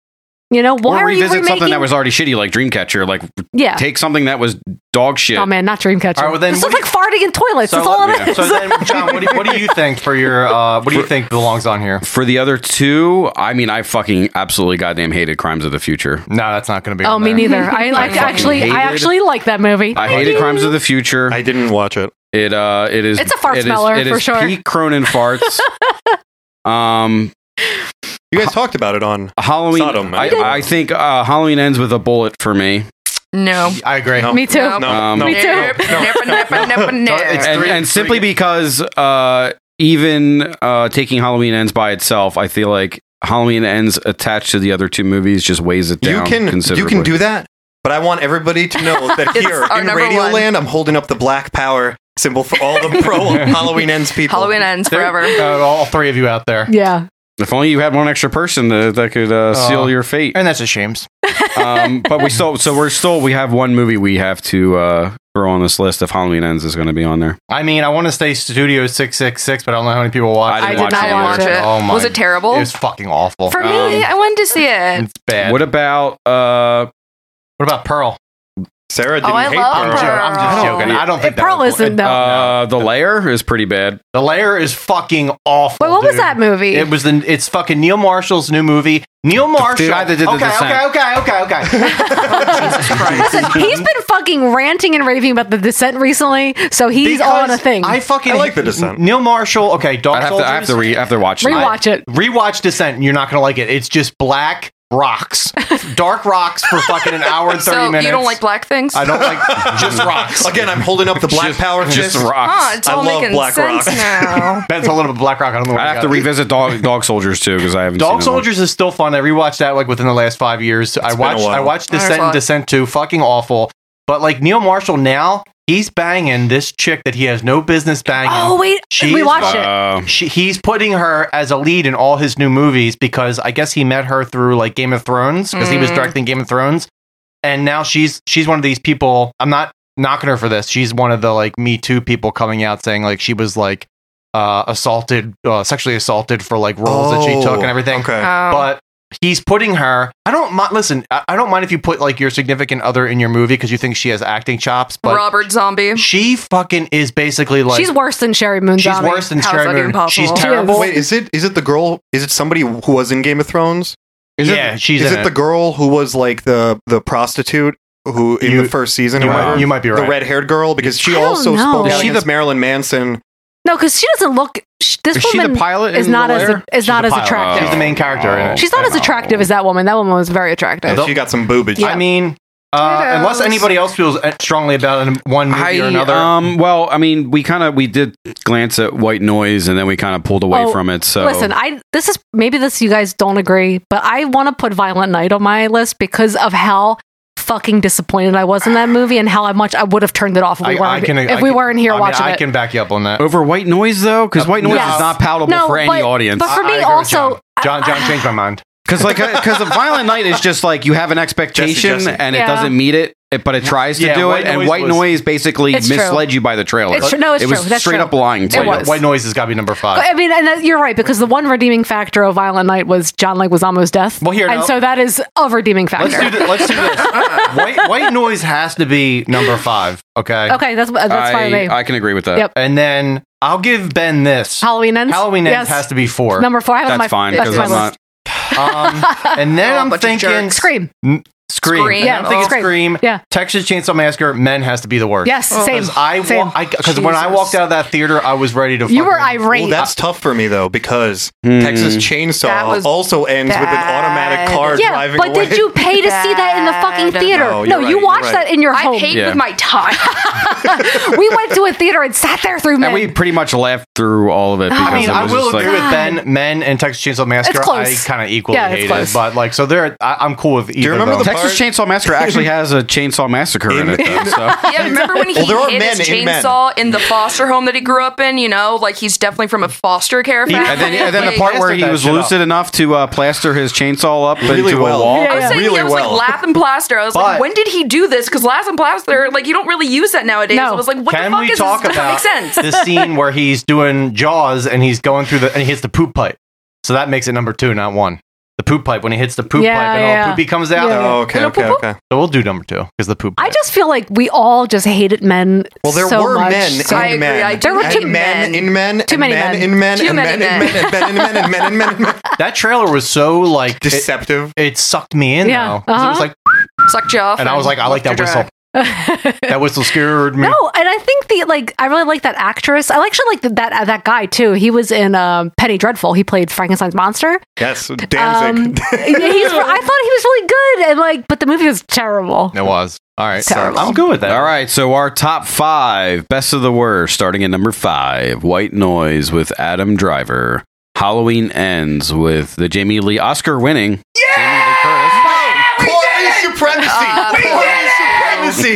[SPEAKER 8] You know why
[SPEAKER 6] or
[SPEAKER 8] are you
[SPEAKER 6] revisit
[SPEAKER 8] remaking?
[SPEAKER 6] something that was already shitty, like Dreamcatcher. Like
[SPEAKER 8] yeah.
[SPEAKER 6] take something that was dog shit.
[SPEAKER 8] Oh man, not Dreamcatcher.
[SPEAKER 9] All right, well, then
[SPEAKER 8] this
[SPEAKER 9] what
[SPEAKER 8] looks like farting in toilets.
[SPEAKER 9] So
[SPEAKER 8] That's all
[SPEAKER 9] let-
[SPEAKER 8] it is.
[SPEAKER 9] So then, *laughs* John, what do, what do you think for your? Uh, what do you think belongs on here?
[SPEAKER 6] For the other two, I mean, I fucking absolutely goddamn hated Crimes of the Future.
[SPEAKER 9] No, that's not going to be.
[SPEAKER 8] oh,
[SPEAKER 9] on
[SPEAKER 8] me
[SPEAKER 9] there.
[SPEAKER 8] neither. I, I
[SPEAKER 6] fucking
[SPEAKER 8] actually,
[SPEAKER 6] hated-
[SPEAKER 8] I actually like that movie.
[SPEAKER 6] I hated Crimes of the Future.
[SPEAKER 10] I didn't watch it.
[SPEAKER 6] It uh, it is.
[SPEAKER 8] It's a fart
[SPEAKER 6] it is-
[SPEAKER 8] smeller,
[SPEAKER 6] it
[SPEAKER 8] for
[SPEAKER 6] is
[SPEAKER 8] sure.
[SPEAKER 6] Peak Cronin
[SPEAKER 8] *laughs*
[SPEAKER 6] farts. um,
[SPEAKER 10] You guys talked about it on.
[SPEAKER 6] Halloween.
[SPEAKER 10] Sodom,
[SPEAKER 6] I,
[SPEAKER 10] I did.
[SPEAKER 6] I think uh, Halloween ends with a bullet for me.
[SPEAKER 4] No.
[SPEAKER 9] I agree.
[SPEAKER 10] No.
[SPEAKER 8] Me too.
[SPEAKER 4] No.
[SPEAKER 10] No,
[SPEAKER 6] Um,
[SPEAKER 10] no,
[SPEAKER 8] Me too.
[SPEAKER 10] no, no,
[SPEAKER 4] Never, never, never,
[SPEAKER 9] it's
[SPEAKER 4] never.
[SPEAKER 6] and,
[SPEAKER 9] three-
[SPEAKER 6] and
[SPEAKER 9] three-
[SPEAKER 6] simply because uh, even uh, taking Halloween ends by itself, I feel like Halloween ends attached to the other two movies just weighs it
[SPEAKER 10] You
[SPEAKER 6] down.
[SPEAKER 10] can you
[SPEAKER 6] considerably.
[SPEAKER 10] can do that. But I want everybody to
[SPEAKER 4] *laughs*
[SPEAKER 10] know that
[SPEAKER 4] It's
[SPEAKER 10] here
[SPEAKER 4] our
[SPEAKER 10] in
[SPEAKER 4] number
[SPEAKER 10] Radio
[SPEAKER 4] one.
[SPEAKER 10] Land, I'm holding up the black power symbol for all the pro Halloween ends people.
[SPEAKER 4] Halloween ends forever.
[SPEAKER 9] Uh, all three of you out there.
[SPEAKER 8] Yeah.
[SPEAKER 6] If only you had one extra person that, that could uh, seal
[SPEAKER 9] Oh.
[SPEAKER 6] your
[SPEAKER 8] *laughs*
[SPEAKER 6] fate.
[SPEAKER 9] And that's a shame.
[SPEAKER 6] Um, but we still, so we're still, we have one movie we have to uh, throw on this list if Halloween Ends is going to be on there.
[SPEAKER 9] I mean, I want to say Studio 666, but I don't know how many people watch
[SPEAKER 6] I didn't
[SPEAKER 9] it.
[SPEAKER 6] I did watch not it watch
[SPEAKER 4] either. it.
[SPEAKER 9] Oh my.
[SPEAKER 4] Was it terrible?
[SPEAKER 9] It was fucking awful.
[SPEAKER 4] For
[SPEAKER 6] Um,
[SPEAKER 4] me, I wanted to see it.
[SPEAKER 9] it's bad.
[SPEAKER 6] What
[SPEAKER 9] What,
[SPEAKER 6] about uh,
[SPEAKER 8] Oh,
[SPEAKER 9] about Pearl?
[SPEAKER 10] Sarah didn't
[SPEAKER 4] Oh, I
[SPEAKER 10] hate
[SPEAKER 4] love
[SPEAKER 10] Pearl.
[SPEAKER 9] I'm, jo- I'm just
[SPEAKER 4] Pearl.
[SPEAKER 9] joking. I don't think that
[SPEAKER 8] Pearl
[SPEAKER 9] was-
[SPEAKER 8] isn't,
[SPEAKER 9] it-
[SPEAKER 8] though.
[SPEAKER 6] uh, The Layer is pretty bad.
[SPEAKER 9] The Layer is fucking awful.
[SPEAKER 8] Wait, what was
[SPEAKER 9] dude.
[SPEAKER 8] that movie?
[SPEAKER 9] It was the. It's fucking Neil Marshall's new movie. Neil Marshall.
[SPEAKER 6] guy that did The
[SPEAKER 9] okay, okay,
[SPEAKER 6] Descent.
[SPEAKER 9] okay, okay, okay,
[SPEAKER 8] Listen,
[SPEAKER 9] *laughs*
[SPEAKER 8] he's been fucking ranting and raving about the descent recently, so he's on a
[SPEAKER 9] Because
[SPEAKER 8] thing.
[SPEAKER 9] I fucking
[SPEAKER 10] I like
[SPEAKER 9] hate-
[SPEAKER 10] The Descent.
[SPEAKER 9] Neil Marshall. Okay, Dog
[SPEAKER 6] I have to, I have to,
[SPEAKER 9] Soldiers.
[SPEAKER 6] re- I have to watch. it.
[SPEAKER 8] Rewatch it.
[SPEAKER 9] rewatch Descent. and You're not gonna like it. It's just black rocks, dark rocks for fucking an hour and thirty
[SPEAKER 4] So
[SPEAKER 9] minutes.
[SPEAKER 4] you don't like black things?
[SPEAKER 9] I don't
[SPEAKER 10] *laughs*
[SPEAKER 9] like just rocks.
[SPEAKER 10] Again, I'm holding up the black power
[SPEAKER 6] just
[SPEAKER 10] fist.
[SPEAKER 6] rocks.
[SPEAKER 4] Huh, it's
[SPEAKER 10] I
[SPEAKER 4] all
[SPEAKER 10] love
[SPEAKER 4] making
[SPEAKER 10] Black
[SPEAKER 4] sense
[SPEAKER 10] Rock.
[SPEAKER 4] now.
[SPEAKER 9] Ben's a little bit black rock. I don't know. where
[SPEAKER 6] I have
[SPEAKER 9] got
[SPEAKER 6] to
[SPEAKER 9] it.
[SPEAKER 6] revisit Dog Dog Soldiers too because I haven't.
[SPEAKER 9] Dog
[SPEAKER 6] seen it in a while.
[SPEAKER 9] Soldiers is still fun. I rewatched that like within the last five years. I
[SPEAKER 10] been a
[SPEAKER 9] watched
[SPEAKER 10] while.
[SPEAKER 9] I watched
[SPEAKER 4] There's
[SPEAKER 9] Descent
[SPEAKER 4] a
[SPEAKER 9] and
[SPEAKER 4] lot.
[SPEAKER 9] Descent Two. Fucking awful. But like Neil Marshall now, he's banging this chick that he has no business banging.
[SPEAKER 8] Oh wait,
[SPEAKER 9] She
[SPEAKER 8] we
[SPEAKER 9] is
[SPEAKER 8] watched it.
[SPEAKER 6] Uh,
[SPEAKER 9] She, he's putting her as a lead in all his new movies because I guess he met her through like Game of Thrones because he was
[SPEAKER 4] Mm.
[SPEAKER 9] directing Game of Thrones, and now she's she's one of these people. I'm not knocking her for this. She's one of the like Me Too people coming out saying like she was like uh, assaulted, uh, sexually assaulted for like roles that she took and everything
[SPEAKER 10] Oh, Okay.
[SPEAKER 8] Oh,
[SPEAKER 4] Um,
[SPEAKER 9] but he's putting her. I don't mind. Listen, I, I don't mind if you put like your significant other in your movie because you think she has acting chops, but
[SPEAKER 4] Robert Zombie.
[SPEAKER 9] she fucking is basically like
[SPEAKER 8] she's worse than Sherry Moon.
[SPEAKER 9] she's
[SPEAKER 8] Zombie.
[SPEAKER 9] worse than
[SPEAKER 4] How is that
[SPEAKER 9] Sherry
[SPEAKER 4] even
[SPEAKER 9] Moon. She's
[SPEAKER 4] possible? She
[SPEAKER 9] terrible.
[SPEAKER 8] is.
[SPEAKER 10] Wait, is it is it the girl? Is it somebody who was in Game of Thrones? Is
[SPEAKER 9] yeah,
[SPEAKER 10] it,
[SPEAKER 9] she's
[SPEAKER 10] Is
[SPEAKER 9] in
[SPEAKER 10] it the girl who was like the the prostitute who in
[SPEAKER 9] You-
[SPEAKER 10] the first season? or
[SPEAKER 9] You might,
[SPEAKER 10] whatever?
[SPEAKER 9] you might be right.
[SPEAKER 10] The red haired girl because she
[SPEAKER 8] I don't
[SPEAKER 10] also
[SPEAKER 8] know.
[SPEAKER 10] spoke
[SPEAKER 8] Is
[SPEAKER 10] out
[SPEAKER 6] she
[SPEAKER 10] against Marilyn Manson.
[SPEAKER 8] No, because she doesn't look. Sh this
[SPEAKER 6] is she
[SPEAKER 8] woman
[SPEAKER 6] the pilot?
[SPEAKER 8] is
[SPEAKER 6] in
[SPEAKER 8] not
[SPEAKER 6] the
[SPEAKER 8] as
[SPEAKER 6] Lair?
[SPEAKER 8] is not
[SPEAKER 9] the
[SPEAKER 8] as
[SPEAKER 9] pilot. Oh.
[SPEAKER 8] attractive.
[SPEAKER 9] She's the main character in it.
[SPEAKER 8] She's not as attractive as that woman. That woman was very attractive.
[SPEAKER 10] And she got some boobage.
[SPEAKER 9] I mean, uh,
[SPEAKER 4] Weirdos.
[SPEAKER 9] unless anybody else feels uh, strongly about it in one movie
[SPEAKER 6] I,
[SPEAKER 9] or another.
[SPEAKER 6] um, well, I mean, we kind of we did glance at White Noise and then we kind of pulled away
[SPEAKER 8] Oh,
[SPEAKER 6] from it. So
[SPEAKER 8] Listen, I this is maybe this you guys don't agree, but I want to put Violent Night on my list because of how fucking disappointed I was in that movie and how much I would have turned it off if we
[SPEAKER 9] I,
[SPEAKER 8] weren't,
[SPEAKER 9] I can,
[SPEAKER 8] if
[SPEAKER 9] I
[SPEAKER 8] we
[SPEAKER 9] can-
[SPEAKER 8] weren't here
[SPEAKER 9] I mean,
[SPEAKER 8] watching
[SPEAKER 9] I
[SPEAKER 8] it.
[SPEAKER 9] can back you up on that.
[SPEAKER 6] over White Noise though, because White Noise
[SPEAKER 8] Yes.
[SPEAKER 6] is not palatable
[SPEAKER 8] No,
[SPEAKER 6] for any
[SPEAKER 8] but-
[SPEAKER 6] audience.
[SPEAKER 8] but for
[SPEAKER 9] I- I
[SPEAKER 8] me
[SPEAKER 9] agree with
[SPEAKER 8] also,
[SPEAKER 9] John, John, John changed my mind.
[SPEAKER 6] Because like because a violent night is just like you have an expectation
[SPEAKER 10] Jesse.
[SPEAKER 6] and
[SPEAKER 8] Yeah.
[SPEAKER 6] it doesn't meet it, it- but it tries to
[SPEAKER 9] Yeah,
[SPEAKER 6] do
[SPEAKER 9] White
[SPEAKER 6] it, and
[SPEAKER 9] Noise
[SPEAKER 6] White
[SPEAKER 9] was-
[SPEAKER 6] Noise basically
[SPEAKER 8] It's true.
[SPEAKER 6] misled you by the trailer.
[SPEAKER 8] It's true. No, it's
[SPEAKER 6] it was
[SPEAKER 8] true. That's
[SPEAKER 6] straight
[SPEAKER 8] true.
[SPEAKER 6] up lying to
[SPEAKER 8] It
[SPEAKER 6] you.
[SPEAKER 8] was.
[SPEAKER 9] White noise has got to be number five.
[SPEAKER 8] I mean, and that, you're right because the one redeeming factor of Violent Night was John Leguizamo's death.
[SPEAKER 9] Well, here,
[SPEAKER 8] and
[SPEAKER 9] now-
[SPEAKER 8] so that is a redeeming
[SPEAKER 9] Let's
[SPEAKER 8] factor.
[SPEAKER 9] do, th- let's do this.
[SPEAKER 8] *laughs*
[SPEAKER 9] White, white noise has to be number five, okay?
[SPEAKER 8] okay, that's that's fine. with me.
[SPEAKER 6] I, I can agree with that.
[SPEAKER 8] Yep.
[SPEAKER 9] And then I'll give Ben this.
[SPEAKER 8] Halloween ends.
[SPEAKER 9] Halloween
[SPEAKER 8] Yes.
[SPEAKER 9] ends has to be four.
[SPEAKER 8] number four. I have it on
[SPEAKER 6] That's
[SPEAKER 8] my,
[SPEAKER 6] fine
[SPEAKER 8] That's
[SPEAKER 6] because
[SPEAKER 8] my
[SPEAKER 6] I'm not.
[SPEAKER 8] list. *laughs*
[SPEAKER 9] um, and then
[SPEAKER 4] Oh,
[SPEAKER 9] I'm
[SPEAKER 4] bunch of
[SPEAKER 9] thinking
[SPEAKER 4] jerks.
[SPEAKER 8] Scream.
[SPEAKER 9] Scream.
[SPEAKER 4] Scream.
[SPEAKER 9] And
[SPEAKER 8] Yeah, oh,
[SPEAKER 9] I'm thinking
[SPEAKER 8] Scream.
[SPEAKER 9] Scream.
[SPEAKER 8] Yeah.
[SPEAKER 9] Texas Chainsaw Massacre. Men has to be the worst.
[SPEAKER 8] Yes, same.
[SPEAKER 9] Because I
[SPEAKER 8] same.
[SPEAKER 9] because when I
[SPEAKER 4] Jesus.
[SPEAKER 9] walked out of that theater, I was ready to.
[SPEAKER 8] you were
[SPEAKER 9] fucking-
[SPEAKER 8] irate.
[SPEAKER 10] Well, that's tough for me though because
[SPEAKER 6] Hmm.
[SPEAKER 10] Texas
[SPEAKER 4] That
[SPEAKER 10] Chainsaw
[SPEAKER 4] was
[SPEAKER 10] also ends with an automatic
[SPEAKER 4] bad.
[SPEAKER 10] car
[SPEAKER 8] yeah,
[SPEAKER 10] driving
[SPEAKER 8] but
[SPEAKER 10] away.
[SPEAKER 8] did
[SPEAKER 10] *laughs*
[SPEAKER 8] you pay to see that in the fucking
[SPEAKER 4] Bad.
[SPEAKER 8] theater?
[SPEAKER 10] No,
[SPEAKER 8] No,
[SPEAKER 10] you're right,
[SPEAKER 8] you
[SPEAKER 10] you're
[SPEAKER 8] watched
[SPEAKER 10] right.
[SPEAKER 8] that in your
[SPEAKER 4] I
[SPEAKER 8] home. *laughs*
[SPEAKER 4] paid
[SPEAKER 6] Yeah.
[SPEAKER 4] with my *laughs* time.
[SPEAKER 8] we went to a theater and sat there through
[SPEAKER 6] And we
[SPEAKER 8] men.
[SPEAKER 6] pretty much laughed through all of it. Because
[SPEAKER 9] I mean,
[SPEAKER 6] it
[SPEAKER 9] I
[SPEAKER 6] was
[SPEAKER 9] will
[SPEAKER 6] just
[SPEAKER 9] agree
[SPEAKER 6] like,
[SPEAKER 9] with Ben. Men and Texas Chainsaw Massacre,
[SPEAKER 8] It's
[SPEAKER 9] I
[SPEAKER 8] close.
[SPEAKER 9] kind of equally
[SPEAKER 8] Yeah, it's
[SPEAKER 9] hated,
[SPEAKER 8] close.
[SPEAKER 9] but like, so there, I, I'm cool with either. Do
[SPEAKER 10] remember the-
[SPEAKER 6] Texas Chainsaw Massacre actually has a chainsaw massacre *laughs* in, it. Though,
[SPEAKER 10] *laughs*
[SPEAKER 6] so.
[SPEAKER 4] Yeah, remember when he
[SPEAKER 10] Well, there are
[SPEAKER 4] hid his
[SPEAKER 10] men in men.
[SPEAKER 4] chainsaw in the foster home that he grew up in? You know, like he's definitely from a foster care family.
[SPEAKER 6] And then, and then the
[SPEAKER 4] *laughs* Like,
[SPEAKER 6] part where he
[SPEAKER 9] Plastered
[SPEAKER 6] was
[SPEAKER 9] that shit
[SPEAKER 6] lucid enough to uh, plaster his chainsaw up
[SPEAKER 10] Really
[SPEAKER 6] into
[SPEAKER 10] well.
[SPEAKER 6] a wall.
[SPEAKER 4] I was saying,
[SPEAKER 10] really
[SPEAKER 4] I was
[SPEAKER 10] well.
[SPEAKER 4] like, lath and plaster. I was
[SPEAKER 9] But-
[SPEAKER 4] like, when did he do this? Because lath and plaster, like, you don't really use that nowadays.
[SPEAKER 8] No.
[SPEAKER 4] I was like, what
[SPEAKER 9] Can
[SPEAKER 4] the fuck
[SPEAKER 9] we
[SPEAKER 4] is *laughs*
[SPEAKER 9] talk
[SPEAKER 4] this?
[SPEAKER 9] about
[SPEAKER 4] Doesn't make sense.
[SPEAKER 9] the scene where he's doing Jaws and he's going through the and he hits the poop pipe? So that makes it number two, not one. The poop pipe when he hits the poop
[SPEAKER 8] Yeah,
[SPEAKER 9] pipe and
[SPEAKER 8] yeah.
[SPEAKER 9] all the poopy comes out.
[SPEAKER 8] Yeah.
[SPEAKER 10] Oh, okay,
[SPEAKER 4] Hello,
[SPEAKER 10] okay,
[SPEAKER 4] Poopoo?
[SPEAKER 10] okay.
[SPEAKER 9] So we'll do number two because the poop.
[SPEAKER 8] I
[SPEAKER 9] pipe.
[SPEAKER 8] just feel like we all just hated men.
[SPEAKER 10] Well, there
[SPEAKER 8] so
[SPEAKER 10] were
[SPEAKER 8] much.
[SPEAKER 10] men
[SPEAKER 8] So-
[SPEAKER 4] I
[SPEAKER 10] in
[SPEAKER 4] agree, I
[SPEAKER 10] men.
[SPEAKER 4] do
[SPEAKER 8] There were
[SPEAKER 10] and
[SPEAKER 8] too
[SPEAKER 10] men
[SPEAKER 4] many
[SPEAKER 10] in men.
[SPEAKER 8] Too
[SPEAKER 10] and
[SPEAKER 8] many
[SPEAKER 10] men
[SPEAKER 8] men.
[SPEAKER 10] in men.
[SPEAKER 4] Too
[SPEAKER 10] and
[SPEAKER 4] many
[SPEAKER 10] men in
[SPEAKER 4] men.
[SPEAKER 10] men. And men in men. And men in men.
[SPEAKER 9] that trailer was so like it-
[SPEAKER 10] Deceptive.
[SPEAKER 9] it sucked me in
[SPEAKER 8] Yeah,
[SPEAKER 9] though. 'Cause It was
[SPEAKER 8] uh-huh.
[SPEAKER 9] like,
[SPEAKER 4] Sucked you off.
[SPEAKER 9] and I was like, I like that
[SPEAKER 4] left your
[SPEAKER 9] whistle.
[SPEAKER 4] drag.
[SPEAKER 9] That whistle scared me.
[SPEAKER 8] *laughs* no, and I think the like I really like that actress. I actually like that that, uh, that guy too. He was in um, Penny Dreadful. He played Frankenstein's monster. Um,
[SPEAKER 10] Yes,
[SPEAKER 9] *laughs*
[SPEAKER 10] Danzig.
[SPEAKER 8] yeah,
[SPEAKER 10] *laughs*
[SPEAKER 8] he's, I thought he was really good, and like, but the movie was terrible.
[SPEAKER 9] It was all right.
[SPEAKER 8] Terrible.
[SPEAKER 9] So I'm good with that.
[SPEAKER 6] All right, so our top five, best of the worst, starting at number five, White Noise with Adam Driver. Halloween ends with the Jamie Lee Oscar winning. Jamie Lee Curtis.
[SPEAKER 10] Corey, supremacy!
[SPEAKER 4] Uh,
[SPEAKER 10] we did supremacy!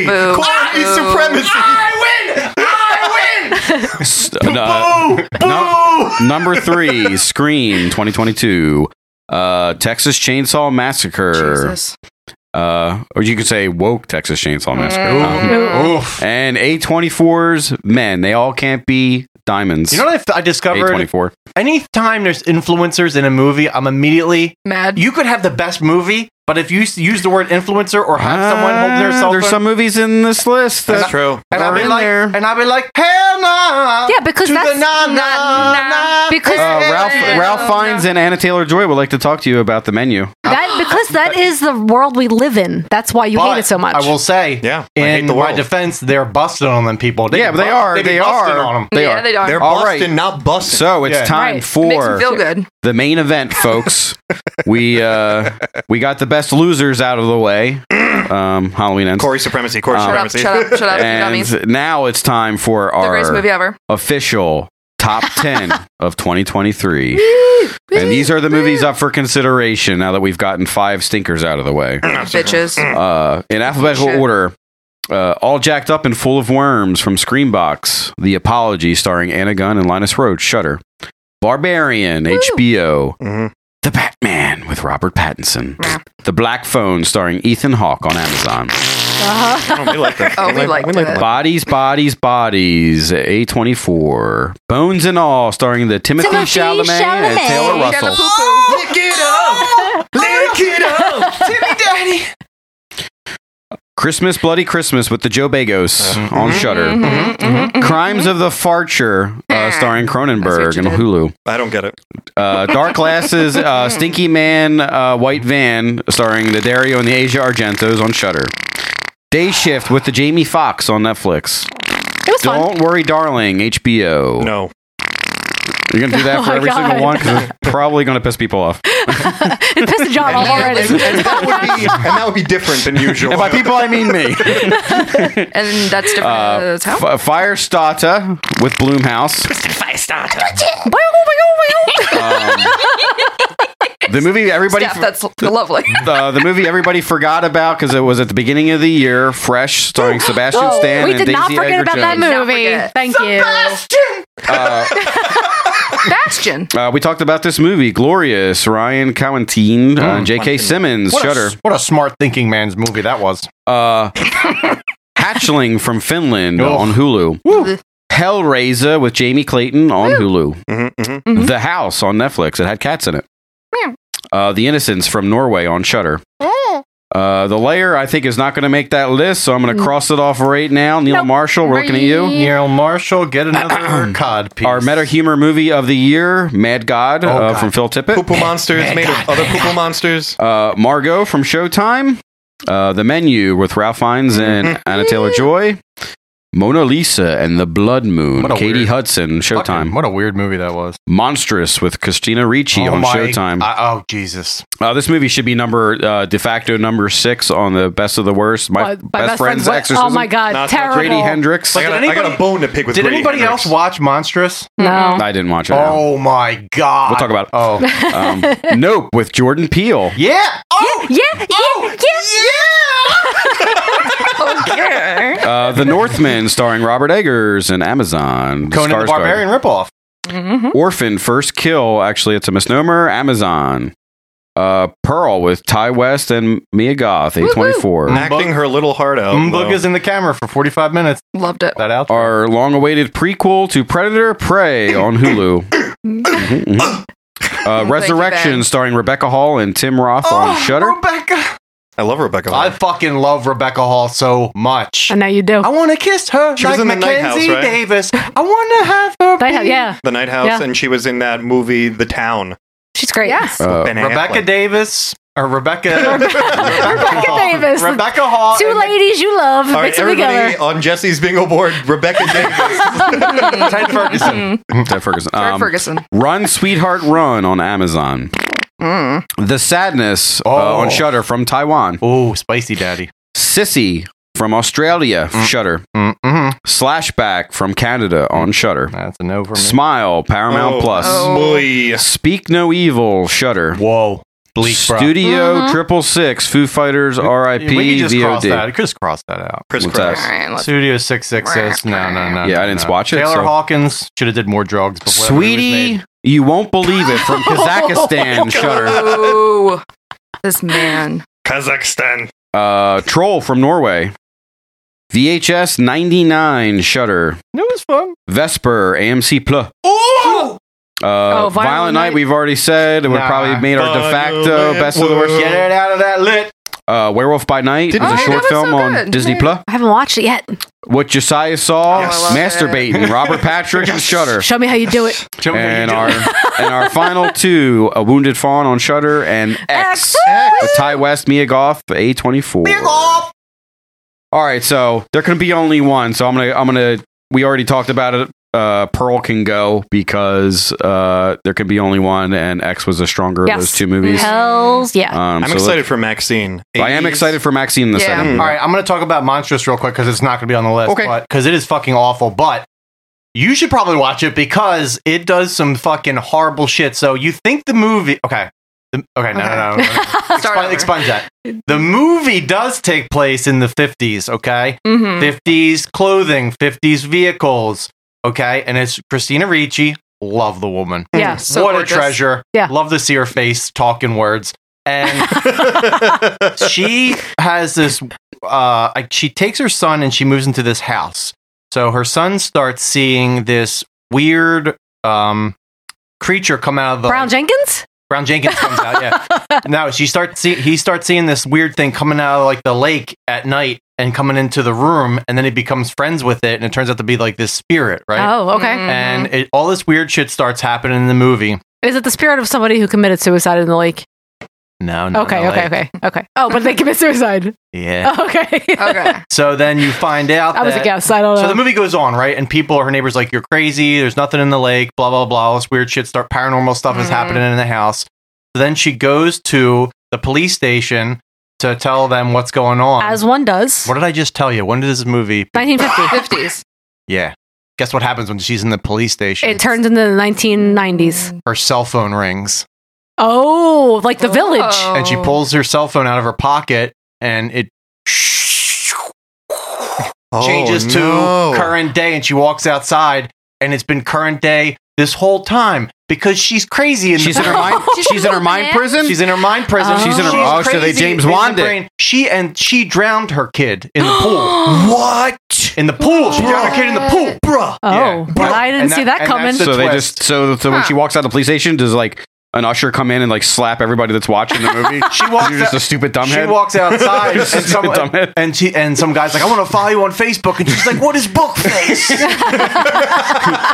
[SPEAKER 4] Boo.
[SPEAKER 10] Quality
[SPEAKER 4] Boo.
[SPEAKER 10] supremacy! I win! I win!
[SPEAKER 6] S- uh, num- number three, Scream 2022. Uh, Texas Chainsaw Massacre.
[SPEAKER 4] Jesus.
[SPEAKER 6] Uh, or you could say woke Texas Chainsaw Massacre. Um,
[SPEAKER 9] Oof.
[SPEAKER 6] and A24's men. They all can't be diamonds.
[SPEAKER 9] You know what I, f- I discovered?
[SPEAKER 6] A24.
[SPEAKER 9] Anytime there's influencers in a movie, I'm immediately.
[SPEAKER 4] Mad.
[SPEAKER 9] You could have the best movie, but if you s- use the word influencer or have someone holding their
[SPEAKER 6] Ah,
[SPEAKER 9] cell
[SPEAKER 6] There's
[SPEAKER 9] phone,
[SPEAKER 6] some movies in this list that
[SPEAKER 10] That's
[SPEAKER 4] *laughs*
[SPEAKER 10] true.
[SPEAKER 9] and I'll
[SPEAKER 6] are
[SPEAKER 9] be
[SPEAKER 6] in
[SPEAKER 9] like,
[SPEAKER 6] there.
[SPEAKER 9] and I'll be like, hell no!
[SPEAKER 8] Yeah, because
[SPEAKER 9] to
[SPEAKER 8] that's
[SPEAKER 9] the na na
[SPEAKER 4] not-
[SPEAKER 9] na.
[SPEAKER 4] nah.
[SPEAKER 8] because
[SPEAKER 6] Uh, Ralph
[SPEAKER 4] Yeah.
[SPEAKER 6] Ralph Fiennes and Anna Taylor Joy would like to talk to you about the menu.
[SPEAKER 8] that because that is the world we live in. That's why you
[SPEAKER 9] But
[SPEAKER 8] hate it so much.
[SPEAKER 9] I
[SPEAKER 8] *gasps*
[SPEAKER 9] will say,
[SPEAKER 10] Yeah, I
[SPEAKER 9] in
[SPEAKER 10] hate the
[SPEAKER 9] my
[SPEAKER 10] world.
[SPEAKER 9] defense, they're busting on them people. They
[SPEAKER 6] yeah, but they
[SPEAKER 9] bu-
[SPEAKER 6] are.
[SPEAKER 9] be
[SPEAKER 6] They
[SPEAKER 9] busting
[SPEAKER 6] are.
[SPEAKER 9] on 'em.
[SPEAKER 6] They
[SPEAKER 4] yeah,
[SPEAKER 6] are.
[SPEAKER 4] they don't.
[SPEAKER 10] They're
[SPEAKER 6] All right.
[SPEAKER 10] busting, not busting.
[SPEAKER 6] So it's
[SPEAKER 9] Yeah.
[SPEAKER 6] time
[SPEAKER 8] Right.
[SPEAKER 4] It makes me
[SPEAKER 6] for
[SPEAKER 4] feel good.
[SPEAKER 6] the main
[SPEAKER 4] *laughs*
[SPEAKER 6] event, folks. we uh, we got the best losers out of the
[SPEAKER 9] *clears throat*
[SPEAKER 6] way. Um, Halloween ends.
[SPEAKER 10] Corey supremacy, Corey
[SPEAKER 6] Um,
[SPEAKER 4] Shut up,
[SPEAKER 10] supremacy. *laughs*
[SPEAKER 4] shut up, shut up, you dummies.
[SPEAKER 6] and now it's time for
[SPEAKER 4] The greatest
[SPEAKER 6] our
[SPEAKER 4] movie ever.
[SPEAKER 6] official
[SPEAKER 4] *laughs*
[SPEAKER 6] top 10 of 2023. and these are the movies up for consideration now that we've gotten five stinkers out of the way.
[SPEAKER 9] Mm.
[SPEAKER 4] Bitches.
[SPEAKER 6] Uh, in alphabetical
[SPEAKER 4] Shit.
[SPEAKER 6] order, uh, All Jacked Up and Full of Worms from Screambox, The Apology starring Anna Gunn and Linus Roach, Shudder, Barbarian, HBO,
[SPEAKER 10] Mhm.
[SPEAKER 6] The Batman with Robert Pattinson, The Black Phone starring Ethan Hawke on Amazon.
[SPEAKER 10] Oh, we like that.
[SPEAKER 4] Oh, we
[SPEAKER 10] like-
[SPEAKER 4] liked
[SPEAKER 10] we like
[SPEAKER 4] it.
[SPEAKER 10] that.
[SPEAKER 6] Bodies, bodies, bodies. A24. Bones and All, starring the Timothy,
[SPEAKER 8] Timothy
[SPEAKER 6] Chalamet, and
[SPEAKER 8] Chalamet.
[SPEAKER 6] Taylor
[SPEAKER 4] Shut
[SPEAKER 6] Russell.
[SPEAKER 4] up, poo-poo.
[SPEAKER 9] Lick
[SPEAKER 4] *laughs*
[SPEAKER 9] it up! Lick it up! Timmy Daddy!
[SPEAKER 6] Christmas, Bloody Christmas with the Joe Bagos on Shudder.
[SPEAKER 8] Mm-hmm.
[SPEAKER 6] Crimes of the Farcher, uh, starring Cronenberg and Hulu.
[SPEAKER 10] I don't get it.
[SPEAKER 6] Uh, Dark Glasses, uh, Stinky Man, uh, White Van, starring the Dario and the Asia Argentos on Shudder. Day Shift with the Jamie Foxx on Netflix.
[SPEAKER 8] it was fun.
[SPEAKER 6] Don't Worry Darling, HBO.
[SPEAKER 10] No.
[SPEAKER 6] You're going to do that
[SPEAKER 8] *laughs* Oh
[SPEAKER 6] for
[SPEAKER 8] my
[SPEAKER 6] every
[SPEAKER 8] God.
[SPEAKER 6] single one because it's probably going to piss people off.
[SPEAKER 8] It
[SPEAKER 6] *laughs*
[SPEAKER 8] pissed John off
[SPEAKER 10] And,
[SPEAKER 8] already.
[SPEAKER 10] and that would be, *laughs* and that would be different than usual.
[SPEAKER 6] And by people, I mean me.
[SPEAKER 4] And that's different. Uh,
[SPEAKER 6] Uh,
[SPEAKER 4] that's how?
[SPEAKER 6] F- Firestarter with Bloomhouse. Um, The movie everybody
[SPEAKER 4] Steph,
[SPEAKER 6] f-
[SPEAKER 4] that's lovely.
[SPEAKER 6] uh, the movie everybody forgot about because it was at the beginning of the year. Fresh,
[SPEAKER 8] *gasps*
[SPEAKER 6] starring Sebastian Stan
[SPEAKER 8] Oh, we
[SPEAKER 6] and
[SPEAKER 8] did
[SPEAKER 6] Daisy
[SPEAKER 8] not forget
[SPEAKER 6] Edgar
[SPEAKER 8] about that
[SPEAKER 6] Jones.
[SPEAKER 4] Did not
[SPEAKER 8] movie.
[SPEAKER 4] forget.
[SPEAKER 8] Thank you.
[SPEAKER 4] *laughs*
[SPEAKER 9] Uh,
[SPEAKER 4] Bastion.
[SPEAKER 6] Uh, we talked about this movie, Glorious, Ryan Cowantine, uh, J.K. Simmons,
[SPEAKER 9] Mm, What a,
[SPEAKER 6] Shutter,
[SPEAKER 9] s- what a smart thinking man's movie that was.
[SPEAKER 6] uh, Hatchling from Finland
[SPEAKER 9] Oh.
[SPEAKER 6] on Hulu, Hellraiser with Jamie Clayton on Hulu.
[SPEAKER 10] Mhm, mhm.
[SPEAKER 6] The House on Netflix. It had cats in it. Uh, the Innocents from Norway on Shutter. Uh, the Layer, I think, is not going to make that list, so I'm going to cross it off right now. Neil
[SPEAKER 8] Nope.
[SPEAKER 6] Marshall, we're looking at you.
[SPEAKER 9] Neil Marshall, get another cod piece.
[SPEAKER 6] Our meta humor movie of the year, Mad God, uh,
[SPEAKER 9] Oh, God.
[SPEAKER 6] from Phil Tippett.
[SPEAKER 10] Poopoo monsters made of other poopoo monsters.
[SPEAKER 6] Uh, Margot from Showtime. Uh, the Menu with Ralph Fiennes
[SPEAKER 9] Mm-hmm.
[SPEAKER 6] and Anna Taylor Joy. Mona Lisa and the Blood Moon,
[SPEAKER 9] What a
[SPEAKER 6] Katie
[SPEAKER 9] weird-
[SPEAKER 6] Hudson, Showtime.
[SPEAKER 9] What a weird movie that was.
[SPEAKER 6] Monstrous with Christina Ricci on
[SPEAKER 9] Oh my-
[SPEAKER 6] Showtime.
[SPEAKER 9] I- oh, Jesus.
[SPEAKER 6] Uh, this movie should be number uh, de facto number six on the best of the worst. My,
[SPEAKER 8] My- my
[SPEAKER 6] best, friend's
[SPEAKER 8] what-
[SPEAKER 6] exorcism.
[SPEAKER 8] Oh my god,
[SPEAKER 10] Not-
[SPEAKER 8] terrible.
[SPEAKER 6] Grady Hendrix.
[SPEAKER 10] I got, a, I got a
[SPEAKER 9] anybody-
[SPEAKER 10] bone to pick with
[SPEAKER 9] Did
[SPEAKER 10] Grady
[SPEAKER 9] anybody
[SPEAKER 10] Hendrix.
[SPEAKER 9] else watch Monstrous?
[SPEAKER 8] no.
[SPEAKER 6] I didn't watch it. no.
[SPEAKER 9] Oh, my God.
[SPEAKER 6] We'll talk about it. *laughs*
[SPEAKER 9] Oh,
[SPEAKER 8] *laughs*
[SPEAKER 6] Um, nope, with Jordan Peele.
[SPEAKER 9] yeah. Oh,
[SPEAKER 8] Yeah, yeah, yeah,
[SPEAKER 9] Oh,
[SPEAKER 6] Uh, the Northman, starring Robert Eggers and Amazon.
[SPEAKER 9] Conan the
[SPEAKER 6] Skarsgård.
[SPEAKER 9] Barbarian ripoff.
[SPEAKER 8] Mm-hmm.
[SPEAKER 6] Orphan, First Kill. Actually, it's a misnomer. Amazon. Uh, Pearl with Ty West and Mia Goth, A24.
[SPEAKER 10] Acting her little heart out.
[SPEAKER 9] Book
[SPEAKER 10] though.
[SPEAKER 9] is in the camera for 45 minutes.
[SPEAKER 4] Loved it.
[SPEAKER 9] That out? there?
[SPEAKER 6] Our long awaited prequel to Predator Prey on
[SPEAKER 4] *coughs*
[SPEAKER 6] Hulu. Mhm, mhm. Uh,
[SPEAKER 4] you,
[SPEAKER 6] Resurrection,
[SPEAKER 4] Ben. Oh,
[SPEAKER 6] starring Rebecca Hall and Tim Roth Oh, on Shudder.
[SPEAKER 9] Oh, Rebecca.
[SPEAKER 10] I love Rebecca.
[SPEAKER 9] I
[SPEAKER 10] Hall.
[SPEAKER 9] fucking love Rebecca Hall so much.
[SPEAKER 8] I know you do.
[SPEAKER 9] I want to kiss her
[SPEAKER 10] She was
[SPEAKER 9] like
[SPEAKER 10] in the Night
[SPEAKER 9] Mackenzie
[SPEAKER 10] House, right?
[SPEAKER 9] Davis. I want to have her.
[SPEAKER 8] They have-
[SPEAKER 9] be-
[SPEAKER 8] yeah,
[SPEAKER 10] The Night House,
[SPEAKER 8] Yeah.
[SPEAKER 10] and she was in that movie, The Town.
[SPEAKER 8] she's great.
[SPEAKER 4] Yes.
[SPEAKER 6] Uh,
[SPEAKER 10] Ben
[SPEAKER 9] Rebecca
[SPEAKER 10] Affleck.
[SPEAKER 9] Davis or Rebecca Rebecca Hall.
[SPEAKER 8] Davis.
[SPEAKER 9] Rebecca Hall.
[SPEAKER 8] Two
[SPEAKER 9] and
[SPEAKER 8] ladies you love,
[SPEAKER 10] All right,
[SPEAKER 8] mix them
[SPEAKER 10] everybody
[SPEAKER 8] together.
[SPEAKER 10] on Jesse's bingo board,
[SPEAKER 9] *laughs*
[SPEAKER 10] Rebecca Davis.
[SPEAKER 9] Ted Ferguson.
[SPEAKER 6] Ted Ferguson.
[SPEAKER 4] Fred
[SPEAKER 6] Um,
[SPEAKER 4] Ferguson.
[SPEAKER 6] Run, Sweetheart, Run on Amazon.
[SPEAKER 4] Mm.
[SPEAKER 6] The Sadness uh,
[SPEAKER 9] Oh.
[SPEAKER 6] on Shutter from Taiwan.
[SPEAKER 9] Oh, spicy daddy.
[SPEAKER 6] Sissy from Australia,
[SPEAKER 4] Mm.
[SPEAKER 6] Shutter.
[SPEAKER 9] Mm-hmm.
[SPEAKER 6] Slashback from Canada on Shutter.
[SPEAKER 9] That's a no for
[SPEAKER 10] Oh,
[SPEAKER 9] me.
[SPEAKER 6] Smile, Paramount Plus.
[SPEAKER 4] Oh.
[SPEAKER 10] Boy.
[SPEAKER 6] Speak No Evil, Shutter.
[SPEAKER 9] Whoa. bleak, bro.
[SPEAKER 6] Studio
[SPEAKER 4] Mm-hmm.
[SPEAKER 8] Mhm.
[SPEAKER 6] Triple Six, Foo Fighters, R.I.P.
[SPEAKER 9] We could just cross
[SPEAKER 6] VOD.
[SPEAKER 9] that. Just cross that out.
[SPEAKER 10] Chris
[SPEAKER 6] What's
[SPEAKER 10] Cross.
[SPEAKER 6] that?
[SPEAKER 4] All right, let's
[SPEAKER 9] Studio Six Six says no, no, no.
[SPEAKER 6] Yeah, I
[SPEAKER 9] no,
[SPEAKER 6] didn't
[SPEAKER 9] no.
[SPEAKER 6] watch it,
[SPEAKER 9] Taylor
[SPEAKER 6] so-
[SPEAKER 9] Hawkins should have did more drugs. before that movie was
[SPEAKER 6] Sweetie,
[SPEAKER 9] made.
[SPEAKER 6] you won't believe it
[SPEAKER 4] *laughs*
[SPEAKER 6] from
[SPEAKER 4] Oh
[SPEAKER 6] Kazakhstan. Shutter.
[SPEAKER 4] Ooh, this man.
[SPEAKER 10] Kazakhstan.
[SPEAKER 6] Uh, Troll from Norway. VHS 99 Shutter.
[SPEAKER 9] it was fun.
[SPEAKER 6] Vesper AMC Plus. Uh,
[SPEAKER 8] Oh,
[SPEAKER 6] Violent,
[SPEAKER 8] Violent
[SPEAKER 6] Night,
[SPEAKER 8] Night.
[SPEAKER 6] we've already said. We
[SPEAKER 9] Nah.
[SPEAKER 6] probably made our de facto
[SPEAKER 10] Violent
[SPEAKER 6] best of the worst.
[SPEAKER 10] World.
[SPEAKER 9] Get it out of that lit.
[SPEAKER 6] Uh, Werewolf by Night
[SPEAKER 4] Didn't-
[SPEAKER 6] was a
[SPEAKER 4] Oh, that
[SPEAKER 6] short
[SPEAKER 4] was
[SPEAKER 6] film
[SPEAKER 4] so
[SPEAKER 6] on
[SPEAKER 4] good.
[SPEAKER 6] Disney
[SPEAKER 4] Yeah.
[SPEAKER 6] Plus.
[SPEAKER 8] I haven't watched it yet.
[SPEAKER 6] What Josiah saw,
[SPEAKER 10] Yes.
[SPEAKER 4] Oh, I love *laughs*
[SPEAKER 6] masturbating. Robert Patrick Shutter.
[SPEAKER 8] Show me how you do it.
[SPEAKER 9] Show me what you
[SPEAKER 6] and
[SPEAKER 9] did.
[SPEAKER 6] our and our final two: A Wounded Fawn on Shutter and X. With Ty West, Mia Goff, A twenty four. All right, so there can be only one. So I'm gonna I'm gonna. We already talked about it. Uh, Pearl can go because uh, there can be only one, and X was a stronger
[SPEAKER 8] Yes.
[SPEAKER 6] of those two movies.
[SPEAKER 8] Hells
[SPEAKER 9] Uh,
[SPEAKER 8] yeah.
[SPEAKER 6] Um,
[SPEAKER 10] I'm
[SPEAKER 6] so
[SPEAKER 10] excited for Maxine.
[SPEAKER 6] I am
[SPEAKER 10] 80s.
[SPEAKER 6] excited
[SPEAKER 9] *laughs*
[SPEAKER 6] for Maxine in the
[SPEAKER 4] Yeah.
[SPEAKER 6] second.
[SPEAKER 10] Mm.
[SPEAKER 6] movie.
[SPEAKER 9] All right, I'm going to talk about Monstrous real quick because it's not going to be on the list.
[SPEAKER 6] Okay.
[SPEAKER 9] Because it is fucking awful. But you should probably watch it because it does some fucking horrible shit. So you think the movie. Okay. The- okay, no,
[SPEAKER 4] Okay.
[SPEAKER 9] no, no. no.
[SPEAKER 4] *laughs* Start
[SPEAKER 9] Expunge,
[SPEAKER 4] over.
[SPEAKER 9] expunge that. The movie does take place in the 50s, okay?
[SPEAKER 4] Mm-hmm.
[SPEAKER 9] 50s clothing, 50s vehicles, okay? And it's Christina Ricci. Love the woman.
[SPEAKER 8] Yeah.
[SPEAKER 4] So
[SPEAKER 9] what
[SPEAKER 4] gorgeous.
[SPEAKER 9] a treasure.
[SPEAKER 8] Yeah.
[SPEAKER 9] Love to see her face talking words. And she has this uh like, she takes her son and she moves into this house. So her son starts seeing this weird um creature come out of the
[SPEAKER 8] Brown Jenkins?
[SPEAKER 9] Brown Jenkins comes out,
[SPEAKER 8] *laughs*
[SPEAKER 9] yeah. no, she starts see he starts seeing this weird thing coming out of like the lake at night and coming into the room and then he becomes friends with it and it turns out to be like this spirit, right?
[SPEAKER 8] Oh, okay.
[SPEAKER 4] Mhm.
[SPEAKER 9] And it, all this weird shit starts happening in the movie.
[SPEAKER 8] Is it the spirit of somebody who committed suicide in the lake?
[SPEAKER 9] No, no.
[SPEAKER 8] Okay,
[SPEAKER 9] no,
[SPEAKER 8] okay,
[SPEAKER 9] like-
[SPEAKER 8] okay, okay. Oh, but they commit suicide.
[SPEAKER 9] *laughs* Yeah.
[SPEAKER 8] Okay.
[SPEAKER 4] okay.
[SPEAKER 9] So then you find out
[SPEAKER 8] that was a
[SPEAKER 9] that-
[SPEAKER 8] guess. *laughs* I don't know.
[SPEAKER 9] So the movie goes on, right? And people, her neighbors, like, "You're crazy. There's nothing in the lake. Blah blah blah. All this weird shit. Start paranormal stuff is
[SPEAKER 8] Mm-hmm.
[SPEAKER 4] Mhm.
[SPEAKER 9] happening in the house." So then she goes to the police station to tell them what's going on.
[SPEAKER 8] As one does. *laughs*
[SPEAKER 9] what did I just tell you? When did this movie?
[SPEAKER 8] 1950.
[SPEAKER 4] 50s.
[SPEAKER 9] Yeah. Guess what happens when she's in the police station?
[SPEAKER 8] it turns into the 1990s.
[SPEAKER 9] her cell phone rings,
[SPEAKER 8] Oh, like the village.
[SPEAKER 4] Oh.
[SPEAKER 9] and she pulls her cell phone out of her pocket, and it
[SPEAKER 10] *laughs* Oh,
[SPEAKER 9] changes
[SPEAKER 10] no.
[SPEAKER 9] to current day and she walks outside and it's been current day this whole time because she's crazy in
[SPEAKER 6] She's
[SPEAKER 9] the
[SPEAKER 6] in her mind.
[SPEAKER 4] She's
[SPEAKER 6] *laughs* she's in her mind
[SPEAKER 4] man.
[SPEAKER 6] prison.
[SPEAKER 9] She's in her mind prison.
[SPEAKER 8] She's in her-
[SPEAKER 6] oh, so they
[SPEAKER 9] crazy
[SPEAKER 6] James
[SPEAKER 9] in the
[SPEAKER 6] Wand it.
[SPEAKER 9] brain. She and she drowned her kid in the *gasps* pool.
[SPEAKER 10] What?
[SPEAKER 9] In the pool, she drowned her kid in the pool.
[SPEAKER 10] Bruh.
[SPEAKER 8] Oh,
[SPEAKER 9] Yeah.
[SPEAKER 8] but I didn't
[SPEAKER 9] And
[SPEAKER 8] see
[SPEAKER 9] that-
[SPEAKER 8] that
[SPEAKER 9] and
[SPEAKER 8] coming.
[SPEAKER 9] that's
[SPEAKER 6] so
[SPEAKER 9] the
[SPEAKER 6] they
[SPEAKER 9] twist.
[SPEAKER 6] just so, so when
[SPEAKER 4] Huh.
[SPEAKER 6] she walks out of the police station, does like an usher come in and like slap everybody that's watching the movie?
[SPEAKER 9] She walks
[SPEAKER 6] You're just
[SPEAKER 9] out-
[SPEAKER 6] a stupid
[SPEAKER 9] She
[SPEAKER 6] dumbhead.
[SPEAKER 9] *laughs* walks outside and
[SPEAKER 6] She's a
[SPEAKER 9] some
[SPEAKER 6] dumbhead.
[SPEAKER 9] and she and some guy's like, I want to follow you on Facebook, and she's like, What is book *laughs* face?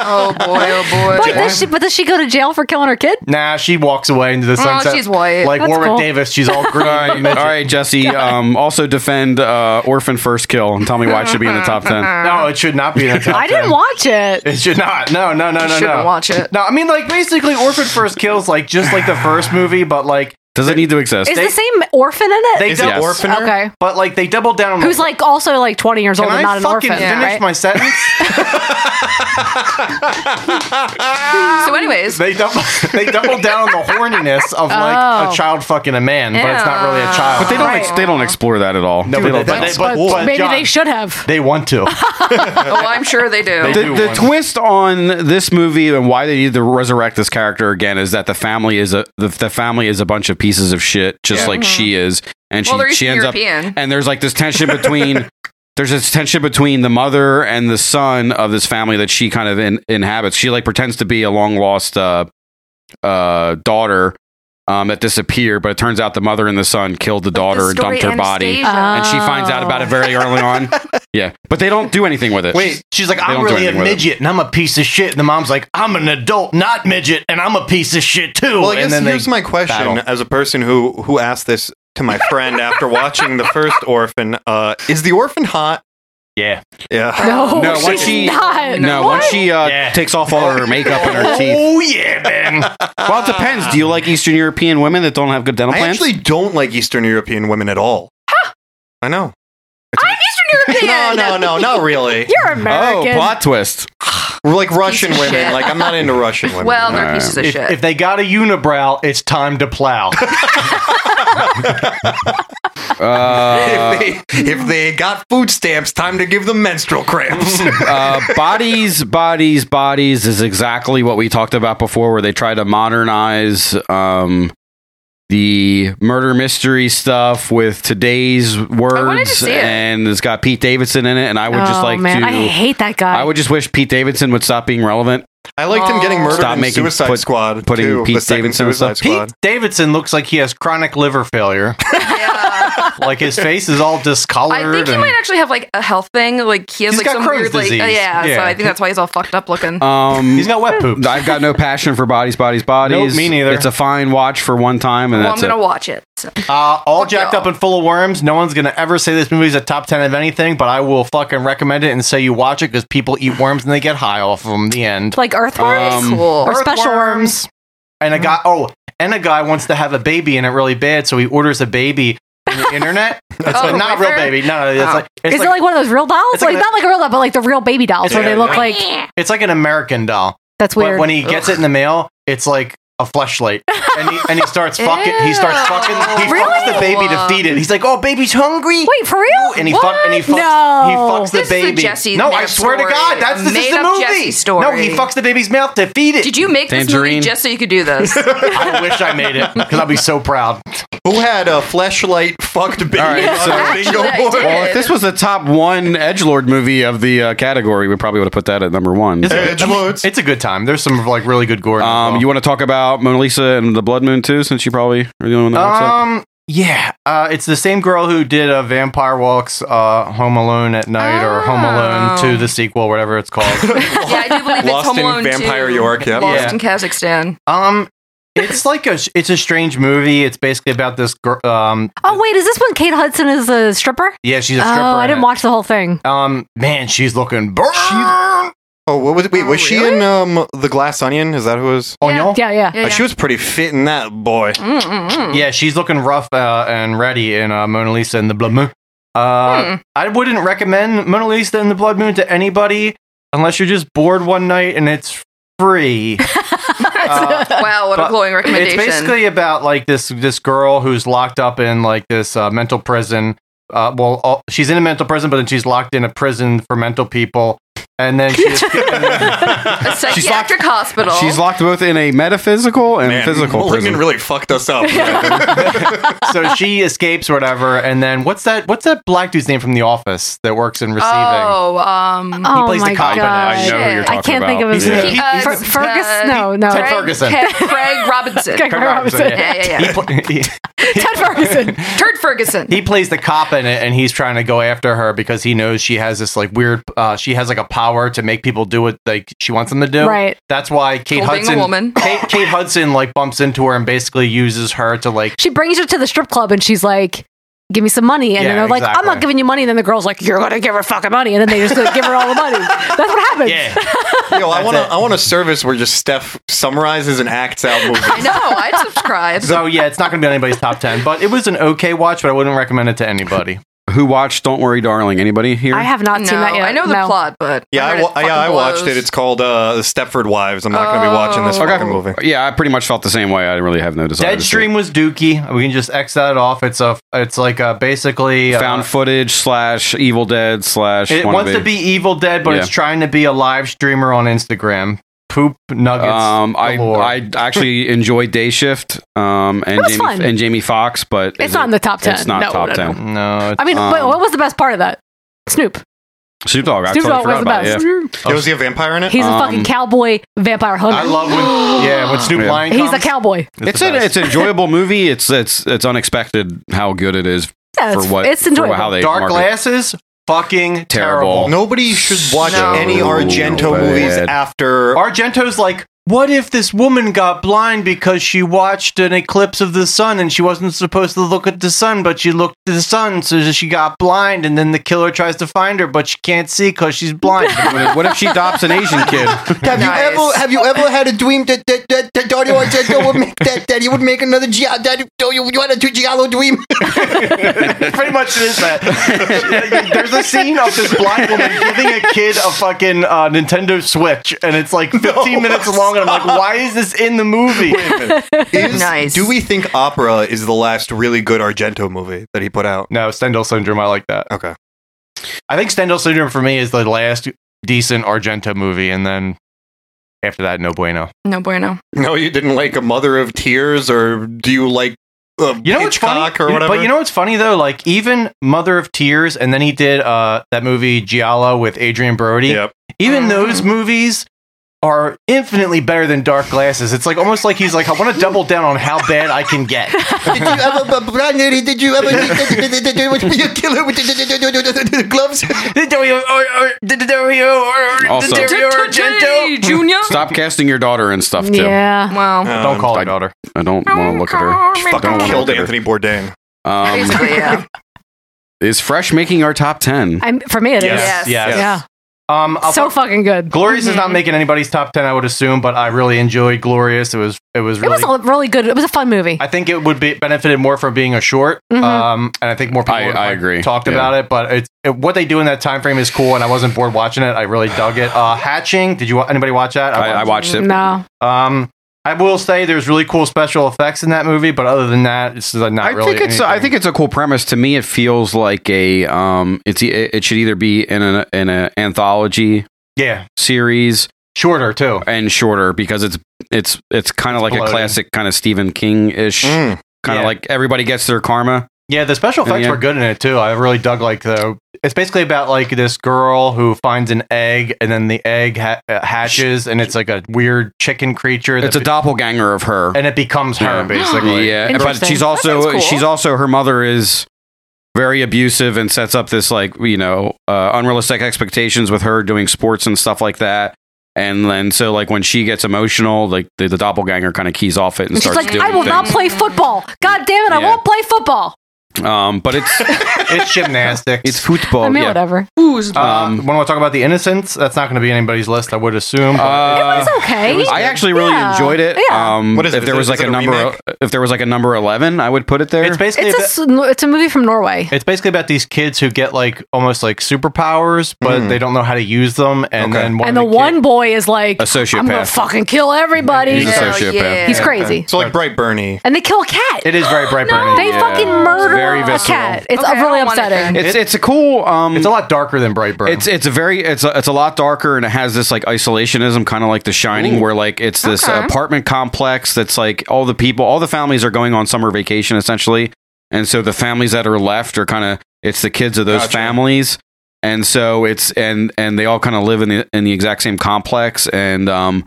[SPEAKER 4] Oh boy, oh
[SPEAKER 8] Wait, does she, but does she go to jail for killing her kid?
[SPEAKER 9] nah, she walks away into the sunset.
[SPEAKER 4] she's white.
[SPEAKER 9] like
[SPEAKER 8] Oh, That's
[SPEAKER 9] Warwick
[SPEAKER 8] cool.
[SPEAKER 9] Davis. She's
[SPEAKER 8] *laughs*
[SPEAKER 9] all
[SPEAKER 6] all
[SPEAKER 9] green.
[SPEAKER 6] right, all
[SPEAKER 4] *laughs*
[SPEAKER 6] right, Jesse. Um, also defend uh, Orphan First Kill and tell me why it should be in the top ten.
[SPEAKER 4] *laughs*
[SPEAKER 9] No, it should not be. In the top
[SPEAKER 8] I didn't
[SPEAKER 9] 10.
[SPEAKER 8] watch it.
[SPEAKER 9] It should not. No, no, no, no,
[SPEAKER 4] shouldn't
[SPEAKER 9] no.
[SPEAKER 4] watch it.
[SPEAKER 9] No, I mean, like basically, Orphan First Kills, like just like the first movie, but like
[SPEAKER 6] Does it need to exist?
[SPEAKER 8] Is the same orphan in it?
[SPEAKER 9] they
[SPEAKER 10] Is
[SPEAKER 9] dou-
[SPEAKER 10] it
[SPEAKER 6] Yes.
[SPEAKER 10] orphan?
[SPEAKER 8] okay.
[SPEAKER 9] but like they double down on
[SPEAKER 8] Who's like also like 20 years
[SPEAKER 9] Can
[SPEAKER 8] old and
[SPEAKER 9] I
[SPEAKER 8] not an
[SPEAKER 9] fucking
[SPEAKER 8] orphan,
[SPEAKER 9] finish
[SPEAKER 8] right?
[SPEAKER 9] my sentence?
[SPEAKER 4] So, anyways,
[SPEAKER 9] they double *laughs* they double down
[SPEAKER 8] *laughs*
[SPEAKER 9] on the horniness of like
[SPEAKER 8] Oh.
[SPEAKER 9] a child fucking a man, but it's not really a
[SPEAKER 4] Yeah.
[SPEAKER 9] child.
[SPEAKER 6] but they don't. Ex- they don't explore that at all.
[SPEAKER 9] No,
[SPEAKER 6] They
[SPEAKER 9] but
[SPEAKER 6] don't-
[SPEAKER 9] they- but-
[SPEAKER 8] But
[SPEAKER 9] but
[SPEAKER 8] maybe
[SPEAKER 9] John,
[SPEAKER 8] they should have.
[SPEAKER 9] They want
[SPEAKER 8] *laughs*
[SPEAKER 9] to.
[SPEAKER 4] oh, I'm sure they do.
[SPEAKER 9] They-
[SPEAKER 6] the,
[SPEAKER 9] do
[SPEAKER 6] the
[SPEAKER 9] one.
[SPEAKER 6] twist on this movie and why they need to resurrect this character again is that the family is a the, the family is a bunch of pieces of shit, just like she is, and
[SPEAKER 4] Mm-hmm. well, they're
[SPEAKER 6] she she
[SPEAKER 4] Eastern
[SPEAKER 6] ends up
[SPEAKER 4] European.
[SPEAKER 6] and there's like this tension between *laughs* there's this tension between the mother and the son of this family that she kind of in, inhabits. She like pretends to be a long lost uh, uh, daughter um, that disappeared, but it turns out the mother and the son killed the daughter and dumped her body,
[SPEAKER 8] Oh.
[SPEAKER 6] and she finds out about it very early
[SPEAKER 8] *laughs*
[SPEAKER 6] on. yeah, but they don't do anything with it.
[SPEAKER 9] Wait, she's like, I'm
[SPEAKER 6] don't do
[SPEAKER 9] really a
[SPEAKER 6] anything with it.
[SPEAKER 9] midget and I'm a piece of shit. And the mom's like, I'm an adult, not midget, and I'm a piece of shit too.
[SPEAKER 10] Well, I
[SPEAKER 9] and
[SPEAKER 10] guess here's my question
[SPEAKER 9] battle.
[SPEAKER 10] as a person who who asked this to my
[SPEAKER 9] *laughs*
[SPEAKER 10] friend after watching the first Orphan. Uh, is the Orphan hot?
[SPEAKER 9] yeah.
[SPEAKER 10] Yeah.
[SPEAKER 8] No,
[SPEAKER 6] No, once
[SPEAKER 8] Oh, she's
[SPEAKER 6] she-
[SPEAKER 8] not.
[SPEAKER 6] no, once she uh,
[SPEAKER 9] Yeah.
[SPEAKER 6] takes off all her makeup and
[SPEAKER 10] *laughs*
[SPEAKER 6] her teeth.
[SPEAKER 9] Oh yeah,
[SPEAKER 6] *laughs*
[SPEAKER 9] man.
[SPEAKER 6] Well, it depends. Do you like Eastern European women that don't have good dental
[SPEAKER 10] I
[SPEAKER 6] plans?
[SPEAKER 10] actually don't like Eastern European women at all. I know.
[SPEAKER 4] I'm Eastern European.
[SPEAKER 9] *laughs*
[SPEAKER 10] No, no, no, not really.
[SPEAKER 8] You're American.
[SPEAKER 6] Oh, plot twist.
[SPEAKER 10] like Russian
[SPEAKER 4] of
[SPEAKER 10] women.
[SPEAKER 4] shit.
[SPEAKER 10] Like I'm not into Russian women.
[SPEAKER 4] Well,
[SPEAKER 6] All
[SPEAKER 4] they're
[SPEAKER 6] right.
[SPEAKER 4] pieces of
[SPEAKER 9] If,
[SPEAKER 4] shit.
[SPEAKER 9] if they got a unibrow, it's time to plow.
[SPEAKER 8] *laughs*
[SPEAKER 6] Uh,
[SPEAKER 10] *laughs* if, they, if they got food stamps, time to give them menstrual cramps.
[SPEAKER 6] uh, bodies, bodies, bodies is exactly what we talked about before, where they try to modernize um, the murder mystery stuff with today's words,
[SPEAKER 4] see it.
[SPEAKER 6] and it's got Pete Davidson in it. And I would just
[SPEAKER 8] Oh,
[SPEAKER 6] like
[SPEAKER 8] man.
[SPEAKER 6] to.
[SPEAKER 8] I hate that guy.
[SPEAKER 6] I would just wish Pete Davidson would stop being relevant.
[SPEAKER 10] *laughs* I liked him getting murdered
[SPEAKER 6] Stop
[SPEAKER 10] in
[SPEAKER 6] making-
[SPEAKER 10] Suicide
[SPEAKER 6] put-
[SPEAKER 10] Squad.
[SPEAKER 6] putting
[SPEAKER 10] too,
[SPEAKER 6] Pete
[SPEAKER 10] the second
[SPEAKER 6] Davidson and
[SPEAKER 10] Suicide
[SPEAKER 6] stuff.
[SPEAKER 10] Squad.
[SPEAKER 9] Pete Davidson looks like he has chronic liver failure.
[SPEAKER 4] *laughs* yeah.
[SPEAKER 9] like his face is all discolored.
[SPEAKER 4] I think he
[SPEAKER 9] and-
[SPEAKER 4] might actually have like a health thing. Like he has
[SPEAKER 9] He's
[SPEAKER 4] like some
[SPEAKER 9] got Crohn's
[SPEAKER 4] weird like uh,
[SPEAKER 9] disease.
[SPEAKER 4] yeah, So
[SPEAKER 9] Yeah.
[SPEAKER 4] I think that's why he's all fucked up looking.
[SPEAKER 6] *laughs* Um,
[SPEAKER 9] He's got
[SPEAKER 4] *laughs*
[SPEAKER 9] wet poop.
[SPEAKER 6] I've got no passion for bodies, bodies, bodies.
[SPEAKER 9] Nope, me neither.
[SPEAKER 6] It's a fine watch for one time, and
[SPEAKER 4] well, I'm
[SPEAKER 6] that's
[SPEAKER 4] gonna
[SPEAKER 6] it.
[SPEAKER 4] watch it. So.
[SPEAKER 9] Uh, all
[SPEAKER 4] Fuck
[SPEAKER 9] jacked
[SPEAKER 4] y'all.
[SPEAKER 9] up and full of worms. No one's gonna ever say this movie's a top ten of anything, but I will fucking recommend it and say you watch it because people eat worms and they get high off of them. The end.
[SPEAKER 8] like earthworms
[SPEAKER 6] Um,
[SPEAKER 8] or special worms.
[SPEAKER 9] Earthworms. And a guy. Oh, and a guy wants to have a baby in it really bad, so he orders a baby
[SPEAKER 4] *laughs*
[SPEAKER 9] on the internet. It's
[SPEAKER 4] Oh,
[SPEAKER 9] like, not a real
[SPEAKER 4] Wayfair?
[SPEAKER 9] baby. No, it's
[SPEAKER 4] Oh.
[SPEAKER 9] like it's
[SPEAKER 8] Is
[SPEAKER 9] like,
[SPEAKER 8] it like one of those real dolls?
[SPEAKER 9] it's
[SPEAKER 8] Like,
[SPEAKER 9] like a-
[SPEAKER 8] not like a real doll, but like the real baby dolls where
[SPEAKER 10] Yeah,
[SPEAKER 8] they look
[SPEAKER 10] yeah.
[SPEAKER 8] like
[SPEAKER 9] it's like an American doll.
[SPEAKER 8] that's
[SPEAKER 9] But
[SPEAKER 8] weird.
[SPEAKER 9] when he gets it in the mail, it's like a fleshlight, and he and he
[SPEAKER 8] *laughs*
[SPEAKER 9] starts fucking. He starts fucking. He
[SPEAKER 4] Really?
[SPEAKER 9] fucks the baby to feed it. He's like, "Oh, baby's hungry."
[SPEAKER 8] Wait for real?
[SPEAKER 9] and he fuck and he fucks he
[SPEAKER 8] No.
[SPEAKER 9] fucks the
[SPEAKER 4] This is a
[SPEAKER 9] baby.
[SPEAKER 4] Jesse
[SPEAKER 9] no, I
[SPEAKER 4] made-up
[SPEAKER 9] swear to
[SPEAKER 4] story.
[SPEAKER 9] God, that's this is the
[SPEAKER 4] Made-up
[SPEAKER 9] movie.
[SPEAKER 4] Jesse story.
[SPEAKER 9] No, he fucks the baby's mouth to feed it.
[SPEAKER 4] Did you make this
[SPEAKER 6] Tangerine.
[SPEAKER 4] movie just so you could do this?
[SPEAKER 9] *laughs* I wish I made it because I'll be so proud.
[SPEAKER 10] Who had a flashlight fucked baby
[SPEAKER 6] right,
[SPEAKER 10] on
[SPEAKER 6] so-
[SPEAKER 10] a bingo
[SPEAKER 4] Actually, I
[SPEAKER 10] board?
[SPEAKER 4] did.
[SPEAKER 6] Well, if this was the top one Edgelord movie of the uh, category, we probably would have put that at number one.
[SPEAKER 9] It's, a, good- I mean,
[SPEAKER 10] Edgelords.
[SPEAKER 9] it's a good time. There's some like really good gore.
[SPEAKER 6] Um, you want to talk about Mona Lisa and the Blood Moon too, since you probably are the only one that looks up.
[SPEAKER 9] um yeah, uh, it's the same girl who did uh, Vampire Walks, uh, Home Alone at Night, or Home Alone
[SPEAKER 4] Oh.
[SPEAKER 9] to the sequel, whatever it's
[SPEAKER 8] *laughs*
[SPEAKER 9] called.
[SPEAKER 4] *laughs* yeah, I do believe it's
[SPEAKER 10] Lost
[SPEAKER 4] Home
[SPEAKER 10] in
[SPEAKER 4] Alone
[SPEAKER 10] Vampire
[SPEAKER 4] 2.
[SPEAKER 10] York, yep.
[SPEAKER 4] Lost
[SPEAKER 9] Yeah.
[SPEAKER 4] in
[SPEAKER 8] *laughs*
[SPEAKER 4] Kazakhstan.
[SPEAKER 9] um, it's like a it's a strange movie. It's basically about this girl. Um,
[SPEAKER 8] oh wait, is this when Kate Hudson is a stripper?
[SPEAKER 9] yeah, she's a
[SPEAKER 8] Oh,
[SPEAKER 9] stripper.
[SPEAKER 8] I
[SPEAKER 9] in
[SPEAKER 8] didn't
[SPEAKER 9] it.
[SPEAKER 8] watch the whole thing.
[SPEAKER 9] Um, man, she's looking burn.
[SPEAKER 10] Oh, what was? Wait,
[SPEAKER 4] Oh,
[SPEAKER 10] was she
[SPEAKER 4] really?
[SPEAKER 10] in um the Glass Onion? Is that who it was?
[SPEAKER 9] Onion?
[SPEAKER 8] Yeah, yeah.
[SPEAKER 4] Yeah,
[SPEAKER 10] Uh, she was pretty fit in that boy.
[SPEAKER 4] Mm, mm, *laughs*
[SPEAKER 8] *laughs*
[SPEAKER 4] mm.
[SPEAKER 9] Yeah, she's looking rough uh, and ready in uh, Mona Lisa and the Blood Moon.
[SPEAKER 8] Hmm.
[SPEAKER 9] Uh, I wouldn't recommend Mona Lisa and the Blood Moon to anybody unless you're just bored one night and it's free. Uh,
[SPEAKER 4] Wow, what a
[SPEAKER 9] But
[SPEAKER 4] glowing
[SPEAKER 9] it's
[SPEAKER 4] recommendation.
[SPEAKER 9] basically about like this this girl who's locked up in like this uh, mental prison. Uh, well, all, she's in a mental prison, but then she's locked in a prison for mental people, and then
[SPEAKER 4] *laughs*
[SPEAKER 9] she's
[SPEAKER 4] a psychiatric hospital.
[SPEAKER 6] She's locked both in a metaphysical and
[SPEAKER 10] Man,
[SPEAKER 6] physical
[SPEAKER 10] Mulligan
[SPEAKER 6] prison.
[SPEAKER 10] really fucked us
[SPEAKER 4] *laughs*
[SPEAKER 10] up.
[SPEAKER 9] so she escapes or whatever. And then what's that? What's that black dude's name from The Office that works in receiving?
[SPEAKER 4] Oh, um,
[SPEAKER 8] oh
[SPEAKER 9] plays the
[SPEAKER 8] my
[SPEAKER 9] cop
[SPEAKER 8] god.
[SPEAKER 9] in it. I
[SPEAKER 6] know who you're
[SPEAKER 8] I can't
[SPEAKER 6] talking
[SPEAKER 8] think of
[SPEAKER 6] about.
[SPEAKER 8] his
[SPEAKER 6] Yeah.
[SPEAKER 8] name.
[SPEAKER 9] He-
[SPEAKER 4] uh,
[SPEAKER 8] Fer-
[SPEAKER 4] uh,
[SPEAKER 8] Fergus? No, no.
[SPEAKER 4] Craig,
[SPEAKER 9] Ferguson.
[SPEAKER 8] *laughs*
[SPEAKER 4] Ke- Craig Robinson.
[SPEAKER 8] Craig
[SPEAKER 9] Craig
[SPEAKER 8] Robinson.
[SPEAKER 9] Robinson,
[SPEAKER 4] yeah, yeah, yeah.
[SPEAKER 9] He pla- he-
[SPEAKER 8] *laughs*
[SPEAKER 9] *laughs*
[SPEAKER 8] Ted Ferguson.
[SPEAKER 4] Turd Ferguson.
[SPEAKER 9] he plays the cop in it and he's trying to go after her because he knows she has this like weird uh she has like a power to make people do what like she wants them to do
[SPEAKER 8] Right.
[SPEAKER 9] that's why kate
[SPEAKER 4] Well, being a
[SPEAKER 9] hudson
[SPEAKER 4] woman.
[SPEAKER 9] Kate,
[SPEAKER 4] *laughs*
[SPEAKER 9] Kate hudson like bumps into her and basically uses her to like
[SPEAKER 8] She brings her to the strip club and she's like, give me some money. And then
[SPEAKER 9] Yeah,
[SPEAKER 8] they're like, I'm
[SPEAKER 9] exactly.
[SPEAKER 8] not giving you money. And then the girl's like, you're going to give her fucking money. And then they just like, give her all
[SPEAKER 9] *laughs*
[SPEAKER 8] the money. That's what happens.
[SPEAKER 9] yeah
[SPEAKER 10] *laughs* Yo, I
[SPEAKER 9] That's
[SPEAKER 10] want to.
[SPEAKER 9] it.
[SPEAKER 10] I want a service where just Steph summarizes and acts out
[SPEAKER 4] I
[SPEAKER 10] movies.
[SPEAKER 4] know. I'd subscribe.
[SPEAKER 9] so yeah it's not gonna be on anybody's top 10 but it was an okay watch but i wouldn't recommend it to anybody
[SPEAKER 6] Who watched Don't Worry Darling? Anybody here?
[SPEAKER 8] I have not
[SPEAKER 4] no,
[SPEAKER 8] seen that yet.
[SPEAKER 4] I know the
[SPEAKER 8] No.
[SPEAKER 4] plot, but
[SPEAKER 10] Yeah, I,
[SPEAKER 4] heard
[SPEAKER 10] wa- yeah,
[SPEAKER 4] fucking
[SPEAKER 10] I watched
[SPEAKER 4] blows.
[SPEAKER 10] it. It's called uh, The Stepford Wives. I'm not going to be watching this
[SPEAKER 4] Oh.
[SPEAKER 10] fucking movie.
[SPEAKER 6] Yeah, I pretty much felt the same way. I really have no desire. to see
[SPEAKER 9] deadstream was dookie we can just x that off it's a it's like uh basically
[SPEAKER 6] it.
[SPEAKER 9] uh,
[SPEAKER 6] found footage slash Evil Dead slash.
[SPEAKER 9] It
[SPEAKER 6] wannabe.
[SPEAKER 9] wants to be Evil Dead, but
[SPEAKER 6] Yeah.
[SPEAKER 9] it's trying to be a live streamer on Instagram. Poop nuggets.
[SPEAKER 6] Um, I
[SPEAKER 9] galore.
[SPEAKER 6] I actually
[SPEAKER 9] *laughs*
[SPEAKER 6] enjoyed Day Shift. Um, and
[SPEAKER 8] It was
[SPEAKER 6] Jamie
[SPEAKER 8] fun.
[SPEAKER 6] and Jamie Fox, but
[SPEAKER 8] It's not in the top 10.
[SPEAKER 6] It's not
[SPEAKER 8] No,
[SPEAKER 6] top
[SPEAKER 8] no, no.
[SPEAKER 6] ten.
[SPEAKER 9] no.
[SPEAKER 8] I mean,
[SPEAKER 6] Um,
[SPEAKER 8] wait, what was the best part of that? Snoop.
[SPEAKER 6] Snoop Dogg. I
[SPEAKER 8] Snoop
[SPEAKER 6] totally
[SPEAKER 8] Dogg was
[SPEAKER 6] forgot
[SPEAKER 8] the
[SPEAKER 6] about it.
[SPEAKER 8] best.
[SPEAKER 6] yeah.
[SPEAKER 10] Yo, was he a vampire in it?
[SPEAKER 8] He's
[SPEAKER 6] Um,
[SPEAKER 8] a fucking cowboy vampire hunter.
[SPEAKER 9] I love when yeah when Snoop
[SPEAKER 6] Yeah.
[SPEAKER 9] Lion
[SPEAKER 8] He's
[SPEAKER 9] comes.
[SPEAKER 8] a cowboy.
[SPEAKER 6] It's an, it's an
[SPEAKER 9] *laughs*
[SPEAKER 6] enjoyable movie. It's it's it's unexpected how good it is
[SPEAKER 8] Yeah,
[SPEAKER 6] for
[SPEAKER 8] it's,
[SPEAKER 6] what
[SPEAKER 8] it's
[SPEAKER 6] for
[SPEAKER 8] enjoyable.
[SPEAKER 6] how they
[SPEAKER 9] Dark
[SPEAKER 6] market-
[SPEAKER 9] glasses. Fucking
[SPEAKER 6] Terrible.
[SPEAKER 9] terrible.
[SPEAKER 10] Nobody should watch
[SPEAKER 4] No.
[SPEAKER 10] any Argento
[SPEAKER 6] Bad.
[SPEAKER 10] movies after.
[SPEAKER 9] Argento's like what if this woman got blind because she watched an eclipse of the sun and she wasn't supposed to look at the sun, but she looked at the sun, so she got blind, and then the killer tries to find her, but she can't see because she's blind.
[SPEAKER 6] What if, *laughs* what if she adopts an Asian kid?
[SPEAKER 7] Have
[SPEAKER 4] Nice.
[SPEAKER 7] you ever have you ever had a dream that that that, that Daddy always said that would make that that he would make another Giallo? Daddy, so you, you had a two Giallo dream?
[SPEAKER 9] *laughs* Pretty much it is
[SPEAKER 6] *laughs*
[SPEAKER 9] that. There's a scene of this blind woman giving a kid a fucking uh, Nintendo Switch, and it's
[SPEAKER 6] *laughs*
[SPEAKER 9] like 15 minutes long, and I'm like, why is this in the movie?
[SPEAKER 10] *laughs* Is-
[SPEAKER 4] Nice.
[SPEAKER 10] Do we think Opera is the last really good Argento movie that he put out?
[SPEAKER 9] No, Stendhal Syndrome, I like that.
[SPEAKER 10] Okay.
[SPEAKER 9] I think Stendhal Syndrome for me is the last decent Argento movie, and then after that, no bueno.
[SPEAKER 4] No bueno.
[SPEAKER 10] No, you didn't like A Mother of Tears, or do you like uh,
[SPEAKER 9] You know what's funny?
[SPEAKER 10] Hitchcock or whatever?
[SPEAKER 9] But you know what's funny though? Like even Mother of Tears, and then he did uh, that movie Giallo with Adrian
[SPEAKER 10] *laughs*
[SPEAKER 9] Brody.
[SPEAKER 10] Yep.
[SPEAKER 9] Even those movies are infinitely better than Dark Glasses. It's like almost like he's like, I want to double down on how bad I can
[SPEAKER 8] *laughs*
[SPEAKER 9] get.
[SPEAKER 7] Did you ever, but Daddy, did you
[SPEAKER 10] *laughs*
[SPEAKER 7] ever did, did, did, did, did, would be a killer with the, the, the, the, the, the, the gloves?
[SPEAKER 6] *laughs* Also-
[SPEAKER 4] Today, Junior.
[SPEAKER 6] Stop casting your daughter and stuff too.
[SPEAKER 8] Yeah.
[SPEAKER 4] Wow.
[SPEAKER 10] Um,
[SPEAKER 9] Don't call her
[SPEAKER 6] I-
[SPEAKER 9] daughter.
[SPEAKER 6] I don't want to look at her.
[SPEAKER 10] she
[SPEAKER 6] Don't
[SPEAKER 10] fucking
[SPEAKER 6] wanna
[SPEAKER 10] killed
[SPEAKER 6] look at her.
[SPEAKER 10] Anthony Bourdain.
[SPEAKER 6] Um,
[SPEAKER 4] Basically, yeah.
[SPEAKER 6] is Fresh making our top ten?
[SPEAKER 8] I'm, for me, it is.
[SPEAKER 4] Yes.
[SPEAKER 9] Yes.
[SPEAKER 8] Yeah.
[SPEAKER 9] Um, I'll
[SPEAKER 8] so Mm-hmm. fucking good.
[SPEAKER 9] Glorious is not making anybody's top ten, I would assume, but I really enjoyed Glorious. It was it was
[SPEAKER 8] It
[SPEAKER 9] really.
[SPEAKER 8] was a really good. It was a fun movie.
[SPEAKER 9] I think it would be benefited more from being a short,
[SPEAKER 6] Mm-hmm.
[SPEAKER 8] Mhm.
[SPEAKER 9] um, and I think more people
[SPEAKER 6] I-
[SPEAKER 9] would have,
[SPEAKER 6] I
[SPEAKER 9] like,
[SPEAKER 6] agree.
[SPEAKER 9] talked
[SPEAKER 6] Yeah.
[SPEAKER 9] about it. But it's it, what they do in that time frame is cool, and I wasn't bored watching it. I really dug it. Uh, Hatching, did you wa- anybody watch that?
[SPEAKER 6] I, I watched it.
[SPEAKER 8] no.
[SPEAKER 9] Um, I will say there's really cool special effects in that movie, but other than that, it's uh, not
[SPEAKER 6] I
[SPEAKER 9] really.
[SPEAKER 6] think it's a, I
[SPEAKER 9] anything.
[SPEAKER 6] think it's a cool premise. To me, it feels like a um, it's e- it should either be in an in an anthology
[SPEAKER 9] yeah,
[SPEAKER 6] series
[SPEAKER 9] shorter too.
[SPEAKER 6] and shorter because it's it's it's kind of like a
[SPEAKER 9] Bloated.
[SPEAKER 6] classic kind of Stephen King ish
[SPEAKER 10] Mm.
[SPEAKER 6] kind of
[SPEAKER 9] Yeah.
[SPEAKER 6] like everybody gets their karma.
[SPEAKER 9] Yeah, the special
[SPEAKER 6] In the
[SPEAKER 9] effects
[SPEAKER 6] end.
[SPEAKER 9] were good in it too. I really dug like the. It's basically about like this girl who finds an egg, and then the egg ha- uh, hatches, and it's like a weird chicken creature. that
[SPEAKER 6] It's a
[SPEAKER 9] be-
[SPEAKER 6] doppelganger of her.
[SPEAKER 9] and it becomes
[SPEAKER 6] Yeah.
[SPEAKER 9] her basically.
[SPEAKER 6] *gasps* yeah, but
[SPEAKER 8] Interesting.
[SPEAKER 6] she's
[SPEAKER 8] That
[SPEAKER 6] also
[SPEAKER 4] sounds cool.
[SPEAKER 6] she's also her mother is very abusive and sets up this like you know uh, unrealistic expectations with her doing sports and stuff like that. And then so like when she gets emotional, like the, the doppelganger kind of keys off it and,
[SPEAKER 8] And she's
[SPEAKER 6] starts
[SPEAKER 8] like,
[SPEAKER 6] doing
[SPEAKER 8] I will not
[SPEAKER 6] things.
[SPEAKER 8] play football. God damn it, I
[SPEAKER 6] Yeah.
[SPEAKER 8] won't play football.
[SPEAKER 6] Um, but
[SPEAKER 8] *laughs*
[SPEAKER 6] it's
[SPEAKER 9] it's gymnastics.
[SPEAKER 6] it's football.
[SPEAKER 8] I mean,
[SPEAKER 6] yeah.
[SPEAKER 8] whatever.
[SPEAKER 9] um,
[SPEAKER 6] Um,
[SPEAKER 9] when we talk about the innocents, that's not going to be anybody's list, I would assume. but-
[SPEAKER 6] uh,
[SPEAKER 8] It's okay.
[SPEAKER 6] I actually really
[SPEAKER 8] Yeah.
[SPEAKER 6] enjoyed it.
[SPEAKER 8] Yeah.
[SPEAKER 6] Um,
[SPEAKER 10] What is it?
[SPEAKER 6] if
[SPEAKER 10] Is
[SPEAKER 6] there
[SPEAKER 10] it-
[SPEAKER 6] was
[SPEAKER 10] is
[SPEAKER 6] like
[SPEAKER 10] it
[SPEAKER 6] a
[SPEAKER 10] a
[SPEAKER 6] number,
[SPEAKER 10] remake?
[SPEAKER 6] if there was like a number eleven, I would put it there.
[SPEAKER 9] it's basically
[SPEAKER 8] it's a
[SPEAKER 9] about,
[SPEAKER 8] s- it's a movie from Norway.
[SPEAKER 9] it's basically about these kids who get like almost like superpowers, but
[SPEAKER 10] Mm.
[SPEAKER 9] they don't know how to use them, and
[SPEAKER 10] Okay.
[SPEAKER 9] then one
[SPEAKER 8] And the
[SPEAKER 9] of
[SPEAKER 8] one
[SPEAKER 9] kid-
[SPEAKER 8] boy is like,
[SPEAKER 6] a sociopath.
[SPEAKER 8] I'm gonna fucking kill everybody.
[SPEAKER 6] He's
[SPEAKER 8] He's,
[SPEAKER 6] a
[SPEAKER 4] Yeah,
[SPEAKER 6] sociopath.
[SPEAKER 4] yeah.
[SPEAKER 8] crazy.
[SPEAKER 10] So like Bright Bernie.
[SPEAKER 8] And they kill a cat.
[SPEAKER 9] it is very bright. burning.
[SPEAKER 8] they
[SPEAKER 6] Yeah.
[SPEAKER 8] fucking murder
[SPEAKER 6] Very
[SPEAKER 8] a
[SPEAKER 6] visceral.
[SPEAKER 8] cat. It's
[SPEAKER 4] Okay, I
[SPEAKER 8] really
[SPEAKER 4] don't want it
[SPEAKER 8] upsetting.
[SPEAKER 4] then.
[SPEAKER 6] It's it's a cool. Um,
[SPEAKER 9] It's a lot darker than bright burning.
[SPEAKER 6] It's it's a very it's a, it's a lot darker and it has this like isolationism kind of like The Shining where like it's this
[SPEAKER 4] Okay.
[SPEAKER 6] apartment complex that's like all the people all the families are going on summer vacation essentially and so the families that are left are kind of it's the kids of those
[SPEAKER 10] Gotcha.
[SPEAKER 6] families and so it's and and they all kind of live in the in the exact same complex and um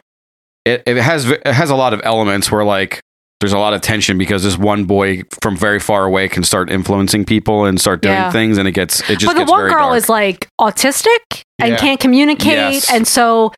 [SPEAKER 6] it, it has it has a lot of elements where like there's a lot of tension because this one boy from very far away can start influencing people and start doing
[SPEAKER 8] Yeah.
[SPEAKER 6] things and it gets it just
[SPEAKER 8] but the
[SPEAKER 6] gets
[SPEAKER 8] one
[SPEAKER 6] very
[SPEAKER 8] girl
[SPEAKER 6] dark.
[SPEAKER 8] is like autistic and
[SPEAKER 9] Yeah.
[SPEAKER 8] can't communicate,
[SPEAKER 6] Yes.
[SPEAKER 8] and so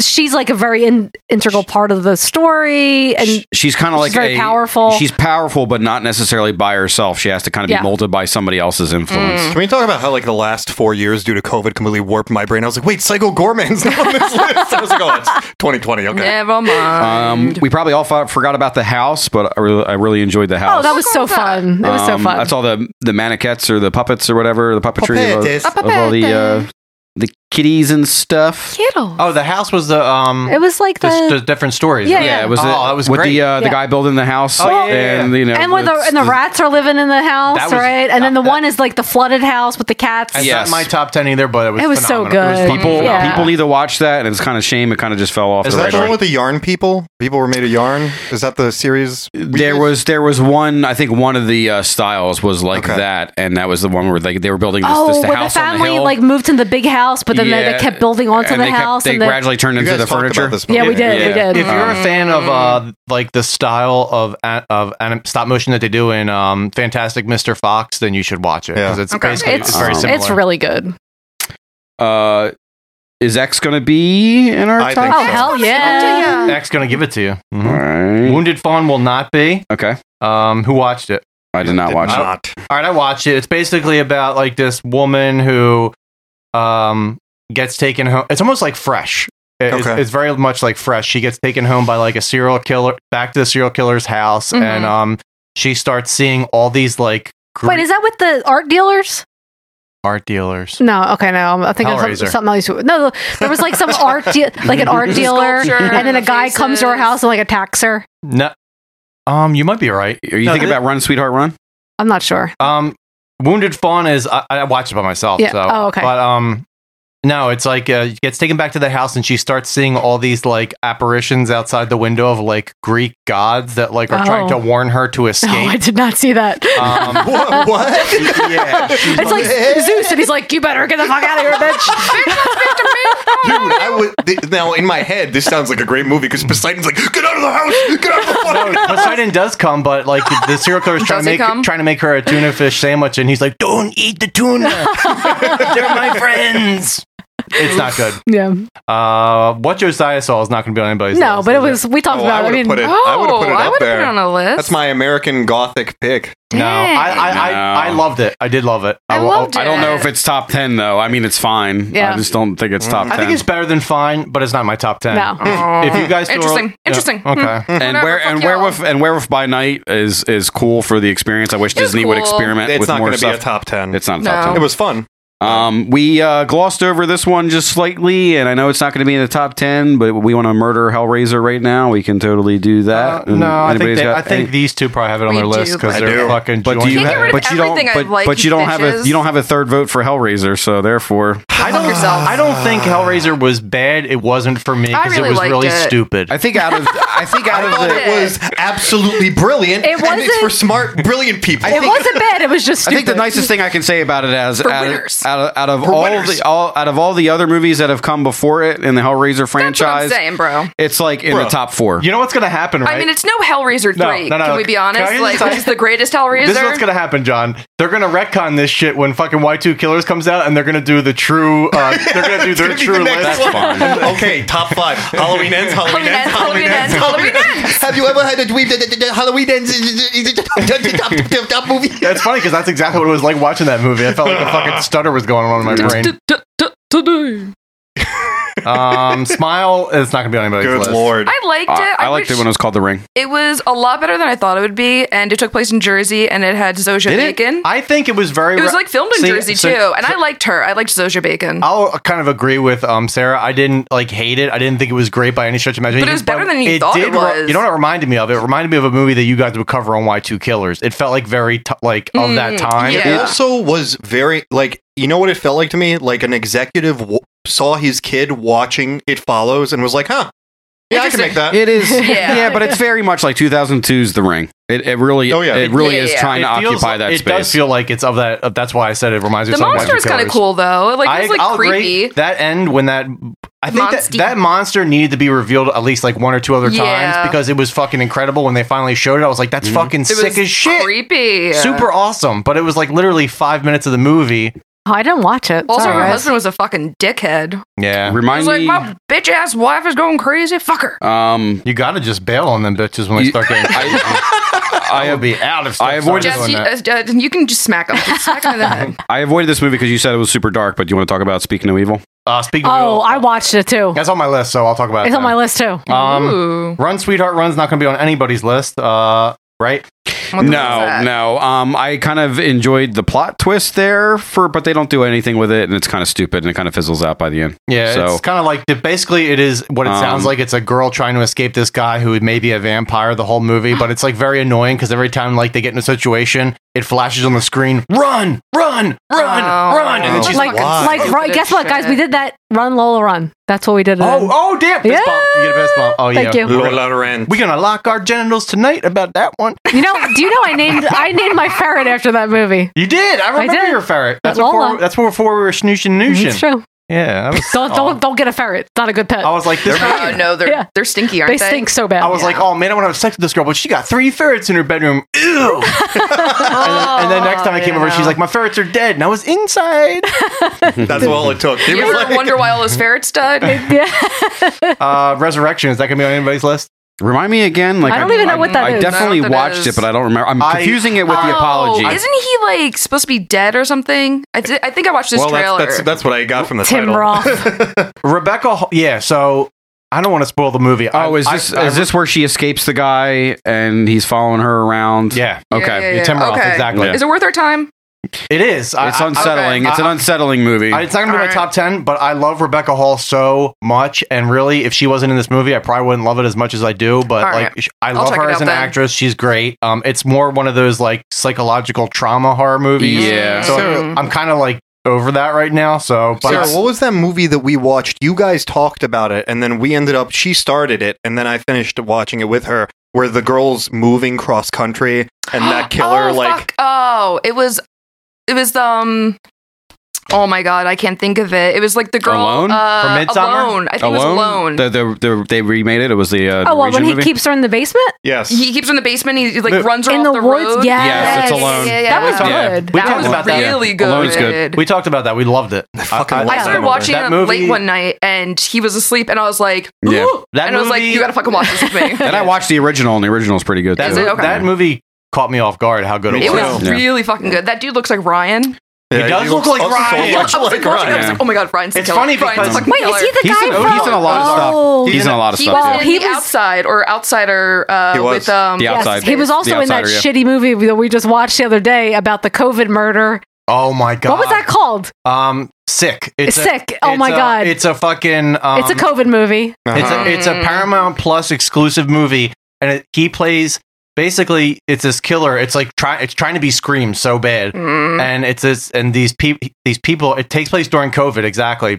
[SPEAKER 8] she's like a very in- integral part of the story. And
[SPEAKER 6] Sh- she's kind of like
[SPEAKER 8] very
[SPEAKER 6] a-
[SPEAKER 8] powerful.
[SPEAKER 6] She's powerful, but not necessarily by herself. She has to kind of
[SPEAKER 8] Yeah.
[SPEAKER 6] be molded by somebody else's influence.
[SPEAKER 10] Can we talk about how like the last four years due to COVID completely warped my brain? I was like, wait, Psycho Gorman's not on this list. *laughs* I was like, oh, it's 2020. Okay.
[SPEAKER 4] Never
[SPEAKER 8] Mm.
[SPEAKER 4] mind.
[SPEAKER 6] Um, we probably all fo- forgot about the house, but I really, I really enjoyed the house.
[SPEAKER 8] oh, that was so fun. It was so
[SPEAKER 6] Um,
[SPEAKER 8] fun.
[SPEAKER 6] That's all the the maniquettes or the puppets or whatever the puppetry of,
[SPEAKER 7] Puppetes.
[SPEAKER 6] of all the uh, the kitties and stuff.
[SPEAKER 8] Kittle.
[SPEAKER 9] oh, the house was the um.
[SPEAKER 8] it was like
[SPEAKER 9] the,
[SPEAKER 8] the,
[SPEAKER 9] the different stories.
[SPEAKER 8] Yeah,
[SPEAKER 6] Yeah,
[SPEAKER 8] yeah.
[SPEAKER 6] it was
[SPEAKER 9] Oh,
[SPEAKER 6] the-
[SPEAKER 9] that was
[SPEAKER 6] with
[SPEAKER 9] great.
[SPEAKER 6] the uh, the
[SPEAKER 8] Yeah.
[SPEAKER 6] guy building the house.
[SPEAKER 9] Oh, yeah, yeah, yeah.
[SPEAKER 6] and you know,
[SPEAKER 8] and when the
[SPEAKER 6] it's-
[SPEAKER 8] and the rats are living in the house,
[SPEAKER 9] That was-
[SPEAKER 8] right? And then the
[SPEAKER 9] that-
[SPEAKER 8] one is like the flooded house with the cats.
[SPEAKER 9] It's
[SPEAKER 6] Yeah.
[SPEAKER 9] not my top ten either, but it was
[SPEAKER 8] It was so
[SPEAKER 9] phenomenal. It was
[SPEAKER 8] good.
[SPEAKER 9] fucking
[SPEAKER 6] people
[SPEAKER 8] Yeah.
[SPEAKER 6] people need to watch that, and it's kind of shame. It kind of just fell off.
[SPEAKER 9] Is
[SPEAKER 6] the
[SPEAKER 10] Is that the
[SPEAKER 6] radar.
[SPEAKER 10] one with the yarn people? People were made of yarn. Is that the series?
[SPEAKER 6] there was there was one I think one of the uh, styles was like
[SPEAKER 10] Okay.
[SPEAKER 6] that, and that was the one where they they were building this,
[SPEAKER 8] Oh,
[SPEAKER 6] this
[SPEAKER 8] where the
[SPEAKER 6] house on the
[SPEAKER 8] family
[SPEAKER 6] hill.
[SPEAKER 8] like moved into the big house, but then they, they
[SPEAKER 6] Yeah,
[SPEAKER 8] kept building onto
[SPEAKER 6] and
[SPEAKER 8] the
[SPEAKER 6] they kept-
[SPEAKER 8] house.
[SPEAKER 6] they
[SPEAKER 8] and the,
[SPEAKER 6] gradually turned
[SPEAKER 10] You
[SPEAKER 6] into
[SPEAKER 10] guys
[SPEAKER 6] the
[SPEAKER 10] talked
[SPEAKER 6] furniture.
[SPEAKER 10] About this
[SPEAKER 8] yeah, we
[SPEAKER 10] before.
[SPEAKER 8] did, we
[SPEAKER 6] Yeah. Um,
[SPEAKER 8] did.
[SPEAKER 9] If you're a fan of
[SPEAKER 8] Mm-hmm.
[SPEAKER 9] uh, like the style of a- of anim- stop motion that they do in um, Fantastic Mr. Fox, then you should watch it because
[SPEAKER 10] Yeah.
[SPEAKER 9] it's
[SPEAKER 4] Okay.
[SPEAKER 9] basically
[SPEAKER 8] it's
[SPEAKER 9] it's, very
[SPEAKER 6] um,
[SPEAKER 9] similar.
[SPEAKER 8] it's really good.
[SPEAKER 6] Uh, Is X going to be in our
[SPEAKER 9] I
[SPEAKER 6] top?
[SPEAKER 9] think
[SPEAKER 8] Oh, hell yeah.
[SPEAKER 9] X gonna give it to you. Mhm.
[SPEAKER 6] All right.
[SPEAKER 9] Wounded Fawn will not be.
[SPEAKER 6] Okay.
[SPEAKER 9] Um, who watched it?
[SPEAKER 6] I did not watch
[SPEAKER 9] not.
[SPEAKER 6] it.
[SPEAKER 9] *laughs* All right, I watched it. It's basically about like this woman who um gets taken home. It's almost like Fresh. It- It's,
[SPEAKER 10] Okay.
[SPEAKER 9] it's very much like Fresh. She gets taken home by like a serial killer back to the serial killer's house,
[SPEAKER 8] Mm-hmm.
[SPEAKER 4] Mhm.
[SPEAKER 9] and um she starts seeing all these like gr-
[SPEAKER 8] Wait, is that with the art dealers?
[SPEAKER 9] art dealers.
[SPEAKER 8] No, okay, no. I think of some,
[SPEAKER 9] Hellraiser.
[SPEAKER 8] something else. No, there was *laughs* like some art, deal like an art dealer,
[SPEAKER 4] Sculpture
[SPEAKER 8] and then a
[SPEAKER 4] the
[SPEAKER 8] guy comes to her
[SPEAKER 4] faces.
[SPEAKER 8] house and like attacks her.
[SPEAKER 9] No, um, you might be right.
[SPEAKER 6] Are you
[SPEAKER 9] No,
[SPEAKER 6] thinking
[SPEAKER 9] thi-
[SPEAKER 6] about Run, Sweetheart, Run?
[SPEAKER 8] I'm not sure.
[SPEAKER 9] Um, Wounded Fawn is I, I watched it by myself.
[SPEAKER 8] Yeah.
[SPEAKER 9] So,
[SPEAKER 8] Oh, okay.
[SPEAKER 9] But um, no, it's like uh, gets taken back to the house, and she starts seeing all these like apparitions outside the window of like Greek gods that like are trying to
[SPEAKER 8] *laughs* Oh.
[SPEAKER 9] warn her to
[SPEAKER 8] No, I
[SPEAKER 9] escape.
[SPEAKER 8] did not see that.
[SPEAKER 9] um,
[SPEAKER 10] What? what?
[SPEAKER 9] yeah, she's
[SPEAKER 8] it's like Zeus, and he's like, "You better get the fuck out of here, bitch."
[SPEAKER 10] Dude, I would. Th- now in my head, this sounds like a great movie because Poseidon's like, "Get out of the house! Get out of the fucking
[SPEAKER 9] No, Poseidon does come, but like the, the serial killer is trying
[SPEAKER 4] Does
[SPEAKER 9] to
[SPEAKER 4] he
[SPEAKER 9] make
[SPEAKER 4] come?
[SPEAKER 9] trying to make her a tuna fish sandwich, and he's like, "Don't eat the
[SPEAKER 8] *laughs*
[SPEAKER 9] tuna. They're my friends." It's not good.
[SPEAKER 8] yeah.
[SPEAKER 9] Uh, what Josiah saw is not going to be on anybody's.
[SPEAKER 8] No,
[SPEAKER 9] list,
[SPEAKER 8] but it
[SPEAKER 9] is
[SPEAKER 8] was. We talked
[SPEAKER 10] Oh, I
[SPEAKER 8] about. it. I
[SPEAKER 10] would have
[SPEAKER 8] mean,
[SPEAKER 10] put it. I would have put it
[SPEAKER 4] I
[SPEAKER 10] up
[SPEAKER 4] would've
[SPEAKER 10] there.
[SPEAKER 4] put it on a list.
[SPEAKER 10] That's my American Gothic pick.
[SPEAKER 9] No, I, I,
[SPEAKER 6] No.
[SPEAKER 9] I, I loved it. I did love it.
[SPEAKER 4] I
[SPEAKER 9] will-
[SPEAKER 4] loved
[SPEAKER 6] I
[SPEAKER 4] it.
[SPEAKER 6] don't know if it's top 10, though. I mean, it's fine.
[SPEAKER 8] Yeah.
[SPEAKER 6] I just don't think it's top 10.
[SPEAKER 9] I think it's better than fine, but it's not my top ten.
[SPEAKER 8] No.
[SPEAKER 9] If you guys feel-
[SPEAKER 4] Interesting.
[SPEAKER 9] Yeah,
[SPEAKER 4] Interesting.
[SPEAKER 9] Okay.
[SPEAKER 6] and
[SPEAKER 4] Whatever,
[SPEAKER 6] where
[SPEAKER 4] fuck
[SPEAKER 6] and
[SPEAKER 4] y'all.
[SPEAKER 6] werewolf and werewolf by night is is cool for the experience. I wish
[SPEAKER 4] It's
[SPEAKER 6] Disney would
[SPEAKER 4] cool.
[SPEAKER 6] experiment
[SPEAKER 10] It's
[SPEAKER 6] with
[SPEAKER 10] not
[SPEAKER 6] more
[SPEAKER 10] going to be
[SPEAKER 6] stuff.
[SPEAKER 10] a top ten.
[SPEAKER 6] It's not a
[SPEAKER 4] No.
[SPEAKER 6] top
[SPEAKER 10] It
[SPEAKER 6] ten.
[SPEAKER 10] was fun.
[SPEAKER 6] Um, we uh, glossed over this one just slightly, and I know it's not going to be in the top ten, but we want to murder Hellraiser right now. We can totally do
[SPEAKER 9] Uh,
[SPEAKER 6] that. And
[SPEAKER 9] no, I think
[SPEAKER 6] anybody's
[SPEAKER 9] they,
[SPEAKER 6] got
[SPEAKER 9] I think
[SPEAKER 6] any-
[SPEAKER 9] these two probably have it on
[SPEAKER 4] We
[SPEAKER 9] their list
[SPEAKER 4] do,
[SPEAKER 9] because
[SPEAKER 10] I
[SPEAKER 9] they're
[SPEAKER 10] do.
[SPEAKER 9] fucking.
[SPEAKER 6] but do
[SPEAKER 9] joint
[SPEAKER 6] you
[SPEAKER 4] Can't get rid
[SPEAKER 9] ventures.
[SPEAKER 4] of
[SPEAKER 6] but you don't
[SPEAKER 4] everything I
[SPEAKER 6] but,
[SPEAKER 4] like,
[SPEAKER 6] but you don't have a
[SPEAKER 4] bitches.
[SPEAKER 6] you don't have a third vote for Hellraiser, so therefore
[SPEAKER 9] I don't.
[SPEAKER 4] yourself.
[SPEAKER 9] I don't think Hellraiser was bad. It wasn't for me
[SPEAKER 4] I
[SPEAKER 9] because
[SPEAKER 4] really
[SPEAKER 9] it was
[SPEAKER 4] liked
[SPEAKER 9] really
[SPEAKER 4] it.
[SPEAKER 9] stupid.
[SPEAKER 6] I think out of I think out
[SPEAKER 10] I
[SPEAKER 6] of
[SPEAKER 10] thought
[SPEAKER 6] the
[SPEAKER 10] it was absolutely brilliant.
[SPEAKER 8] It
[SPEAKER 10] And it's
[SPEAKER 8] wasn't-
[SPEAKER 10] for smart, brilliant people.
[SPEAKER 8] it wasn't bad. It
[SPEAKER 9] *laughs*
[SPEAKER 8] was just.
[SPEAKER 6] I
[SPEAKER 8] Stupid.
[SPEAKER 6] think the nicest thing I can say about it as
[SPEAKER 4] For
[SPEAKER 6] out
[SPEAKER 4] winners.
[SPEAKER 6] of, out of, out of all
[SPEAKER 10] winners.
[SPEAKER 6] the all out of all the other movies that have come before it in the Hellraiser
[SPEAKER 4] That's what I'm
[SPEAKER 6] franchise,
[SPEAKER 4] saying, bro.
[SPEAKER 6] it's like in the
[SPEAKER 10] Bruh.
[SPEAKER 6] top four.
[SPEAKER 9] you know what's going to happen, right?
[SPEAKER 4] I mean, it's no Hellraiser
[SPEAKER 9] No,
[SPEAKER 4] three.
[SPEAKER 9] no, no.
[SPEAKER 4] Can we be
[SPEAKER 9] Can I
[SPEAKER 4] honest?
[SPEAKER 9] just
[SPEAKER 4] like,
[SPEAKER 9] say-
[SPEAKER 4] which is the greatest Hellraiser?
[SPEAKER 9] *laughs* this is what's going to happen, John. They're going to retcon this shit when fucking Y two Killers comes out, and they're going to do the true. Uh, they're going to do their
[SPEAKER 10] It's gonna be
[SPEAKER 9] true
[SPEAKER 10] the next
[SPEAKER 9] list.
[SPEAKER 10] one. *laughs* okay, top five. Halloween ends. Halloween,
[SPEAKER 4] Halloween
[SPEAKER 10] ends.
[SPEAKER 4] ends, Halloween ends, Halloween ends.
[SPEAKER 7] Have you ever had a dream that that- that Halloween ends is is- is a top- top- top- top- top movie?
[SPEAKER 9] Yeah, it's funny because that's exactly what it was like watching that movie. I felt like a fucking stutter was going on
[SPEAKER 4] *laughs*
[SPEAKER 9] in my brain.
[SPEAKER 4] Today.
[SPEAKER 9] Um, Smile is not going to be on anybody's
[SPEAKER 10] Good
[SPEAKER 9] list.
[SPEAKER 10] lord.
[SPEAKER 4] I liked it.
[SPEAKER 6] I, I liked
[SPEAKER 4] wish-
[SPEAKER 6] it when it was called The Ring.
[SPEAKER 4] It was a lot better than I thought it would be, and it took place in Jersey, and it had Zosia
[SPEAKER 9] Did it?
[SPEAKER 4] Bacon.
[SPEAKER 9] I think it was very.
[SPEAKER 4] it was
[SPEAKER 9] re-
[SPEAKER 4] like filmed in
[SPEAKER 9] See,
[SPEAKER 4] Jersey
[SPEAKER 9] so-
[SPEAKER 4] too, and I liked her. I liked Zosia Bacon,
[SPEAKER 9] I'll kind of agree with um, Sarah. I didn't like hate it. I didn't think it was great by any stretch of imagination.
[SPEAKER 4] But it was better than you thought it
[SPEAKER 9] re-
[SPEAKER 4] was.
[SPEAKER 9] you know what it reminded me of? It reminded me of a movie that you guys would cover on Y Two Killers. It felt like very t- like of that
[SPEAKER 4] Mm,
[SPEAKER 9] time.
[SPEAKER 4] yeah.
[SPEAKER 10] It also was very like you know what it felt like to me like an executive w- saw his kid watching it follows and was like huh yeah i can
[SPEAKER 4] Interesting.
[SPEAKER 10] make that
[SPEAKER 6] It is,
[SPEAKER 4] Yeah.
[SPEAKER 6] *laughs* yeah. but it's very much like 2002's The Ring. It, it really,
[SPEAKER 10] Oh, yeah.
[SPEAKER 6] it really
[SPEAKER 4] Yeah,
[SPEAKER 6] is
[SPEAKER 4] yeah.
[SPEAKER 6] trying
[SPEAKER 9] It
[SPEAKER 6] to
[SPEAKER 9] feels
[SPEAKER 6] occupy
[SPEAKER 9] like-
[SPEAKER 6] that
[SPEAKER 9] it
[SPEAKER 6] space.
[SPEAKER 9] does feel like it's of that. Of, that's why I said it reminds me.
[SPEAKER 4] the
[SPEAKER 9] of something
[SPEAKER 4] monster
[SPEAKER 9] Y2
[SPEAKER 4] is kind of
[SPEAKER 9] Killers.
[SPEAKER 4] cool though. Like it was like
[SPEAKER 9] I'll
[SPEAKER 4] creepy.
[SPEAKER 9] Agree. That end when that I think that,
[SPEAKER 4] Monstie.
[SPEAKER 9] that monster needed to be revealed at least like one or two other
[SPEAKER 4] Yeah.
[SPEAKER 9] times because it was fucking incredible when they finally showed it. I was like,
[SPEAKER 6] Mm-hmm.
[SPEAKER 9] that's fucking
[SPEAKER 4] It
[SPEAKER 9] sick
[SPEAKER 4] was
[SPEAKER 9] as shit.
[SPEAKER 4] creepy.
[SPEAKER 9] Super awesome, but it was like literally five minutes of the movie.
[SPEAKER 8] Oh, I didn't watch it.
[SPEAKER 4] Also,
[SPEAKER 8] Sorry,
[SPEAKER 4] her
[SPEAKER 8] guys.
[SPEAKER 4] husband was a fucking dickhead.
[SPEAKER 9] Yeah,
[SPEAKER 4] I
[SPEAKER 6] Remind
[SPEAKER 4] was like,
[SPEAKER 6] me,
[SPEAKER 4] my bitch ass wife is going crazy. Fuck her.
[SPEAKER 6] *laughs* um,
[SPEAKER 9] you got to just bail on them bitches when they
[SPEAKER 6] You-
[SPEAKER 9] start getting.
[SPEAKER 6] *laughs* I, I,
[SPEAKER 9] will
[SPEAKER 6] have,
[SPEAKER 9] be out of.
[SPEAKER 6] I avoided-
[SPEAKER 4] Jess,
[SPEAKER 6] doing
[SPEAKER 4] you, uh, uh, you can just smack him. Just smack
[SPEAKER 9] *laughs*
[SPEAKER 4] him in the head.
[SPEAKER 6] I avoided this movie because you said it was super dark. But do you want to talk about Speaking of Evil?
[SPEAKER 9] Uh, speaking.
[SPEAKER 8] Oh,
[SPEAKER 9] of
[SPEAKER 8] I watched it too.
[SPEAKER 9] that's on my list, so I'll talk about it.
[SPEAKER 8] It's on
[SPEAKER 9] then.
[SPEAKER 8] my list too.
[SPEAKER 9] Um,
[SPEAKER 4] Ooh.
[SPEAKER 9] Run, sweetheart, run's not going to be on anybody's list. Uh, right?
[SPEAKER 4] What the fuck is
[SPEAKER 6] No,
[SPEAKER 4] that?
[SPEAKER 6] no. Um, I kind of enjoyed the plot twist there for, but they don't do anything with it, and it's kind of stupid, and it kind of fizzles out by the end.
[SPEAKER 9] Yeah,
[SPEAKER 6] So-
[SPEAKER 9] it's kind of like basically it is what it sounds
[SPEAKER 6] Um,
[SPEAKER 9] like. It's a girl trying to escape this guy who may be a vampire the whole movie, but it's like very annoying because every time like they get in a situation, it flashes on the screen, run, run, run,
[SPEAKER 4] Oh.
[SPEAKER 9] run, and then she's
[SPEAKER 8] like,
[SPEAKER 9] like,
[SPEAKER 10] wild.
[SPEAKER 8] like,
[SPEAKER 4] Stupid
[SPEAKER 8] right,
[SPEAKER 4] as
[SPEAKER 8] guess what, guys?
[SPEAKER 4] shit.
[SPEAKER 8] We did that. Run, Lola, run. That's what we did.
[SPEAKER 9] oh, oh, damn, fist
[SPEAKER 8] Yeah.
[SPEAKER 9] bump. You get a fist bump. Oh
[SPEAKER 8] Thank
[SPEAKER 9] yeah,
[SPEAKER 8] you.
[SPEAKER 10] Lola Ren.
[SPEAKER 9] we're gonna lock our genitals tonight about that one.
[SPEAKER 8] You know? Do you know? I named I named my ferret after that movie.
[SPEAKER 9] You did. I remember
[SPEAKER 8] did.
[SPEAKER 9] your ferret. That's
[SPEAKER 8] Lola.
[SPEAKER 9] before. That's before we were snooshin' nooshin'.
[SPEAKER 8] It's true.
[SPEAKER 9] Yeah. that was-
[SPEAKER 8] Don't
[SPEAKER 9] oh.
[SPEAKER 8] don't don't get a ferret. It's not a good pet.
[SPEAKER 9] I was like, this
[SPEAKER 4] Oh no, they're
[SPEAKER 8] Yeah.
[SPEAKER 4] they're stinky, aren't
[SPEAKER 8] they
[SPEAKER 4] they?
[SPEAKER 8] stink so bad.
[SPEAKER 9] I was
[SPEAKER 8] *laughs*
[SPEAKER 9] like, oh man, I want to have sex with this girl, but she got three ferrets in her bedroom. Ew. and, then, and then next time I came over, she's like, my ferrets are dead. And I was inside.
[SPEAKER 10] *laughs* That's all it took. It
[SPEAKER 4] You
[SPEAKER 10] was
[SPEAKER 4] ever
[SPEAKER 10] like,
[SPEAKER 4] wonder why all those ferrets
[SPEAKER 8] *laughs*
[SPEAKER 4] died?
[SPEAKER 9] Uh, Resurrection, is that going to be on anybody's list?
[SPEAKER 6] Remind me again. Like
[SPEAKER 8] I don't even know what that
[SPEAKER 6] I
[SPEAKER 8] is.
[SPEAKER 6] definitely
[SPEAKER 4] I don't know what that
[SPEAKER 6] watched it,
[SPEAKER 4] is.
[SPEAKER 6] but I don't remember. I'm
[SPEAKER 9] I-
[SPEAKER 6] confusing it with the
[SPEAKER 4] Oh,
[SPEAKER 6] apology.
[SPEAKER 4] Isn't he like supposed to be dead or something? I, thi- I think I watched this
[SPEAKER 10] well, that's,
[SPEAKER 4] trailer.
[SPEAKER 10] that's that's what I got from the
[SPEAKER 8] Tim
[SPEAKER 10] title.
[SPEAKER 8] Roth.
[SPEAKER 10] *laughs*
[SPEAKER 9] Rebecca, Hall- yeah, so I don't want to spoil the movie.
[SPEAKER 6] oh,
[SPEAKER 9] I-
[SPEAKER 6] is this
[SPEAKER 9] I- I-
[SPEAKER 6] is this where she escapes the guy and he's following her around?
[SPEAKER 9] Yeah,
[SPEAKER 6] Okay.
[SPEAKER 4] Yeah, yeah, yeah.
[SPEAKER 9] Tim Roth,
[SPEAKER 4] Okay.
[SPEAKER 9] exactly.
[SPEAKER 6] Yeah.
[SPEAKER 4] Is it worth our time?
[SPEAKER 9] It is. I-
[SPEAKER 6] It's
[SPEAKER 9] I-
[SPEAKER 6] unsettling.
[SPEAKER 9] okay.
[SPEAKER 6] It's an
[SPEAKER 9] I-
[SPEAKER 6] unsettling movie.
[SPEAKER 9] I- it's not going to be my
[SPEAKER 4] Alright.
[SPEAKER 9] top 10, but I love Rebecca Hall so much. And really, if she wasn't in this movie, I probably wouldn't love it as much as I do. But
[SPEAKER 4] Alright.
[SPEAKER 9] like, sh- I
[SPEAKER 4] I'll
[SPEAKER 9] love
[SPEAKER 4] check
[SPEAKER 9] her
[SPEAKER 4] it
[SPEAKER 9] as
[SPEAKER 4] out
[SPEAKER 9] an
[SPEAKER 4] then.
[SPEAKER 9] actress. She's great. Um, It's more one of those like psychological trauma horror movies.
[SPEAKER 6] Yeah.
[SPEAKER 9] So
[SPEAKER 4] Mm.
[SPEAKER 9] I'm kind of like over that right now. So, but
[SPEAKER 10] Sarah, what was that movie that we watched? You guys talked about it, and then we ended up. She started it, and then I finished watching it with her. Where the girls moving cross country, and
[SPEAKER 4] *gasps*
[SPEAKER 10] that killer
[SPEAKER 4] oh,
[SPEAKER 10] like
[SPEAKER 4] fuck. oh, it was, it was um. Oh my god, I can't think of it. It was like the girl
[SPEAKER 6] Alone?
[SPEAKER 4] uh,
[SPEAKER 9] From Midsommar?
[SPEAKER 4] Alone. I think it was
[SPEAKER 6] alone.
[SPEAKER 4] alone.
[SPEAKER 6] The, the, the, they remade it. It was the uh,
[SPEAKER 8] oh, well, when
[SPEAKER 6] Norwegian
[SPEAKER 8] he
[SPEAKER 6] movie?
[SPEAKER 8] keeps her in the basement
[SPEAKER 10] yes.
[SPEAKER 4] he keeps her in the basement. He like
[SPEAKER 9] Look,
[SPEAKER 4] runs her
[SPEAKER 8] in
[SPEAKER 4] off
[SPEAKER 8] the,
[SPEAKER 4] the,
[SPEAKER 8] woods.
[SPEAKER 4] road.
[SPEAKER 8] Yes.
[SPEAKER 6] Yes, it's alone.
[SPEAKER 4] Yeah, yeah,
[SPEAKER 8] That was
[SPEAKER 6] yeah.
[SPEAKER 8] good.
[SPEAKER 9] We
[SPEAKER 4] That
[SPEAKER 9] talked
[SPEAKER 4] was
[SPEAKER 9] about
[SPEAKER 4] *laughs*
[SPEAKER 9] that.
[SPEAKER 4] really good.
[SPEAKER 6] Alone's good.
[SPEAKER 9] we talked about that. We loved it. I
[SPEAKER 10] fucking
[SPEAKER 9] I-
[SPEAKER 10] loved
[SPEAKER 4] I
[SPEAKER 10] Yeah.
[SPEAKER 4] started
[SPEAKER 10] That
[SPEAKER 4] watching
[SPEAKER 9] That
[SPEAKER 4] it
[SPEAKER 9] movie-
[SPEAKER 4] late one night, and he was asleep, and I was like,
[SPEAKER 6] Yeah.
[SPEAKER 4] "Ooh,"
[SPEAKER 9] That
[SPEAKER 4] and I was like,
[SPEAKER 9] movie-
[SPEAKER 4] "You gotta
[SPEAKER 9] *laughs*
[SPEAKER 4] fucking watch this with
[SPEAKER 8] *laughs*
[SPEAKER 4] me."
[SPEAKER 6] And I watched the original, and the original's pretty good.
[SPEAKER 9] That,
[SPEAKER 4] Is
[SPEAKER 6] too.
[SPEAKER 4] it? Okay.
[SPEAKER 9] that movie caught me off guard how good it,
[SPEAKER 10] Me
[SPEAKER 4] It
[SPEAKER 10] too.
[SPEAKER 9] was.
[SPEAKER 4] was
[SPEAKER 6] Yeah.
[SPEAKER 4] really fucking good. That dude looks like Ryan.
[SPEAKER 10] Yeah,
[SPEAKER 9] He does
[SPEAKER 10] he
[SPEAKER 9] look
[SPEAKER 10] looks
[SPEAKER 9] like
[SPEAKER 10] so
[SPEAKER 9] Ryan.
[SPEAKER 10] much
[SPEAKER 4] I was
[SPEAKER 10] like
[SPEAKER 4] watching it, I was
[SPEAKER 10] Ryan.
[SPEAKER 4] like, oh my god, Ryan's the
[SPEAKER 9] It's
[SPEAKER 4] killer.
[SPEAKER 9] funny
[SPEAKER 4] Ryan's
[SPEAKER 9] because-
[SPEAKER 4] the fucking
[SPEAKER 8] Wait, is
[SPEAKER 4] killer.
[SPEAKER 8] he the
[SPEAKER 6] He's
[SPEAKER 8] guy
[SPEAKER 6] in,
[SPEAKER 8] from?
[SPEAKER 6] he's in a lot of stuff.
[SPEAKER 8] Oh.
[SPEAKER 6] He's in a lot of
[SPEAKER 4] He
[SPEAKER 6] stuff.
[SPEAKER 4] was
[SPEAKER 6] yeah.
[SPEAKER 8] Well,
[SPEAKER 4] in
[SPEAKER 8] he
[SPEAKER 4] the
[SPEAKER 8] was-
[SPEAKER 4] outside or outsider uh,
[SPEAKER 10] He was.
[SPEAKER 4] with um.
[SPEAKER 6] The
[SPEAKER 8] Yes,
[SPEAKER 6] Outside.
[SPEAKER 8] he was also
[SPEAKER 6] The
[SPEAKER 8] in that
[SPEAKER 6] Outsider,
[SPEAKER 8] shitty movie that we just watched the other day about the COVID murder.
[SPEAKER 9] Oh my god!
[SPEAKER 8] What was that called?
[SPEAKER 9] Um, sick. It's a-
[SPEAKER 8] Sick. Oh
[SPEAKER 9] it's
[SPEAKER 8] my
[SPEAKER 9] a-
[SPEAKER 8] God.
[SPEAKER 9] It's a fucking. Um,
[SPEAKER 8] it's a COVID movie.
[SPEAKER 9] It's
[SPEAKER 10] Uh-huh.
[SPEAKER 9] a it's a Paramount Plus exclusive movie, and it, he plays basically it's this killer. It's like try it's trying to be Scream so bad,
[SPEAKER 8] Mm-hmm.
[SPEAKER 9] and it's this and these people these people. It takes place during COVID exactly,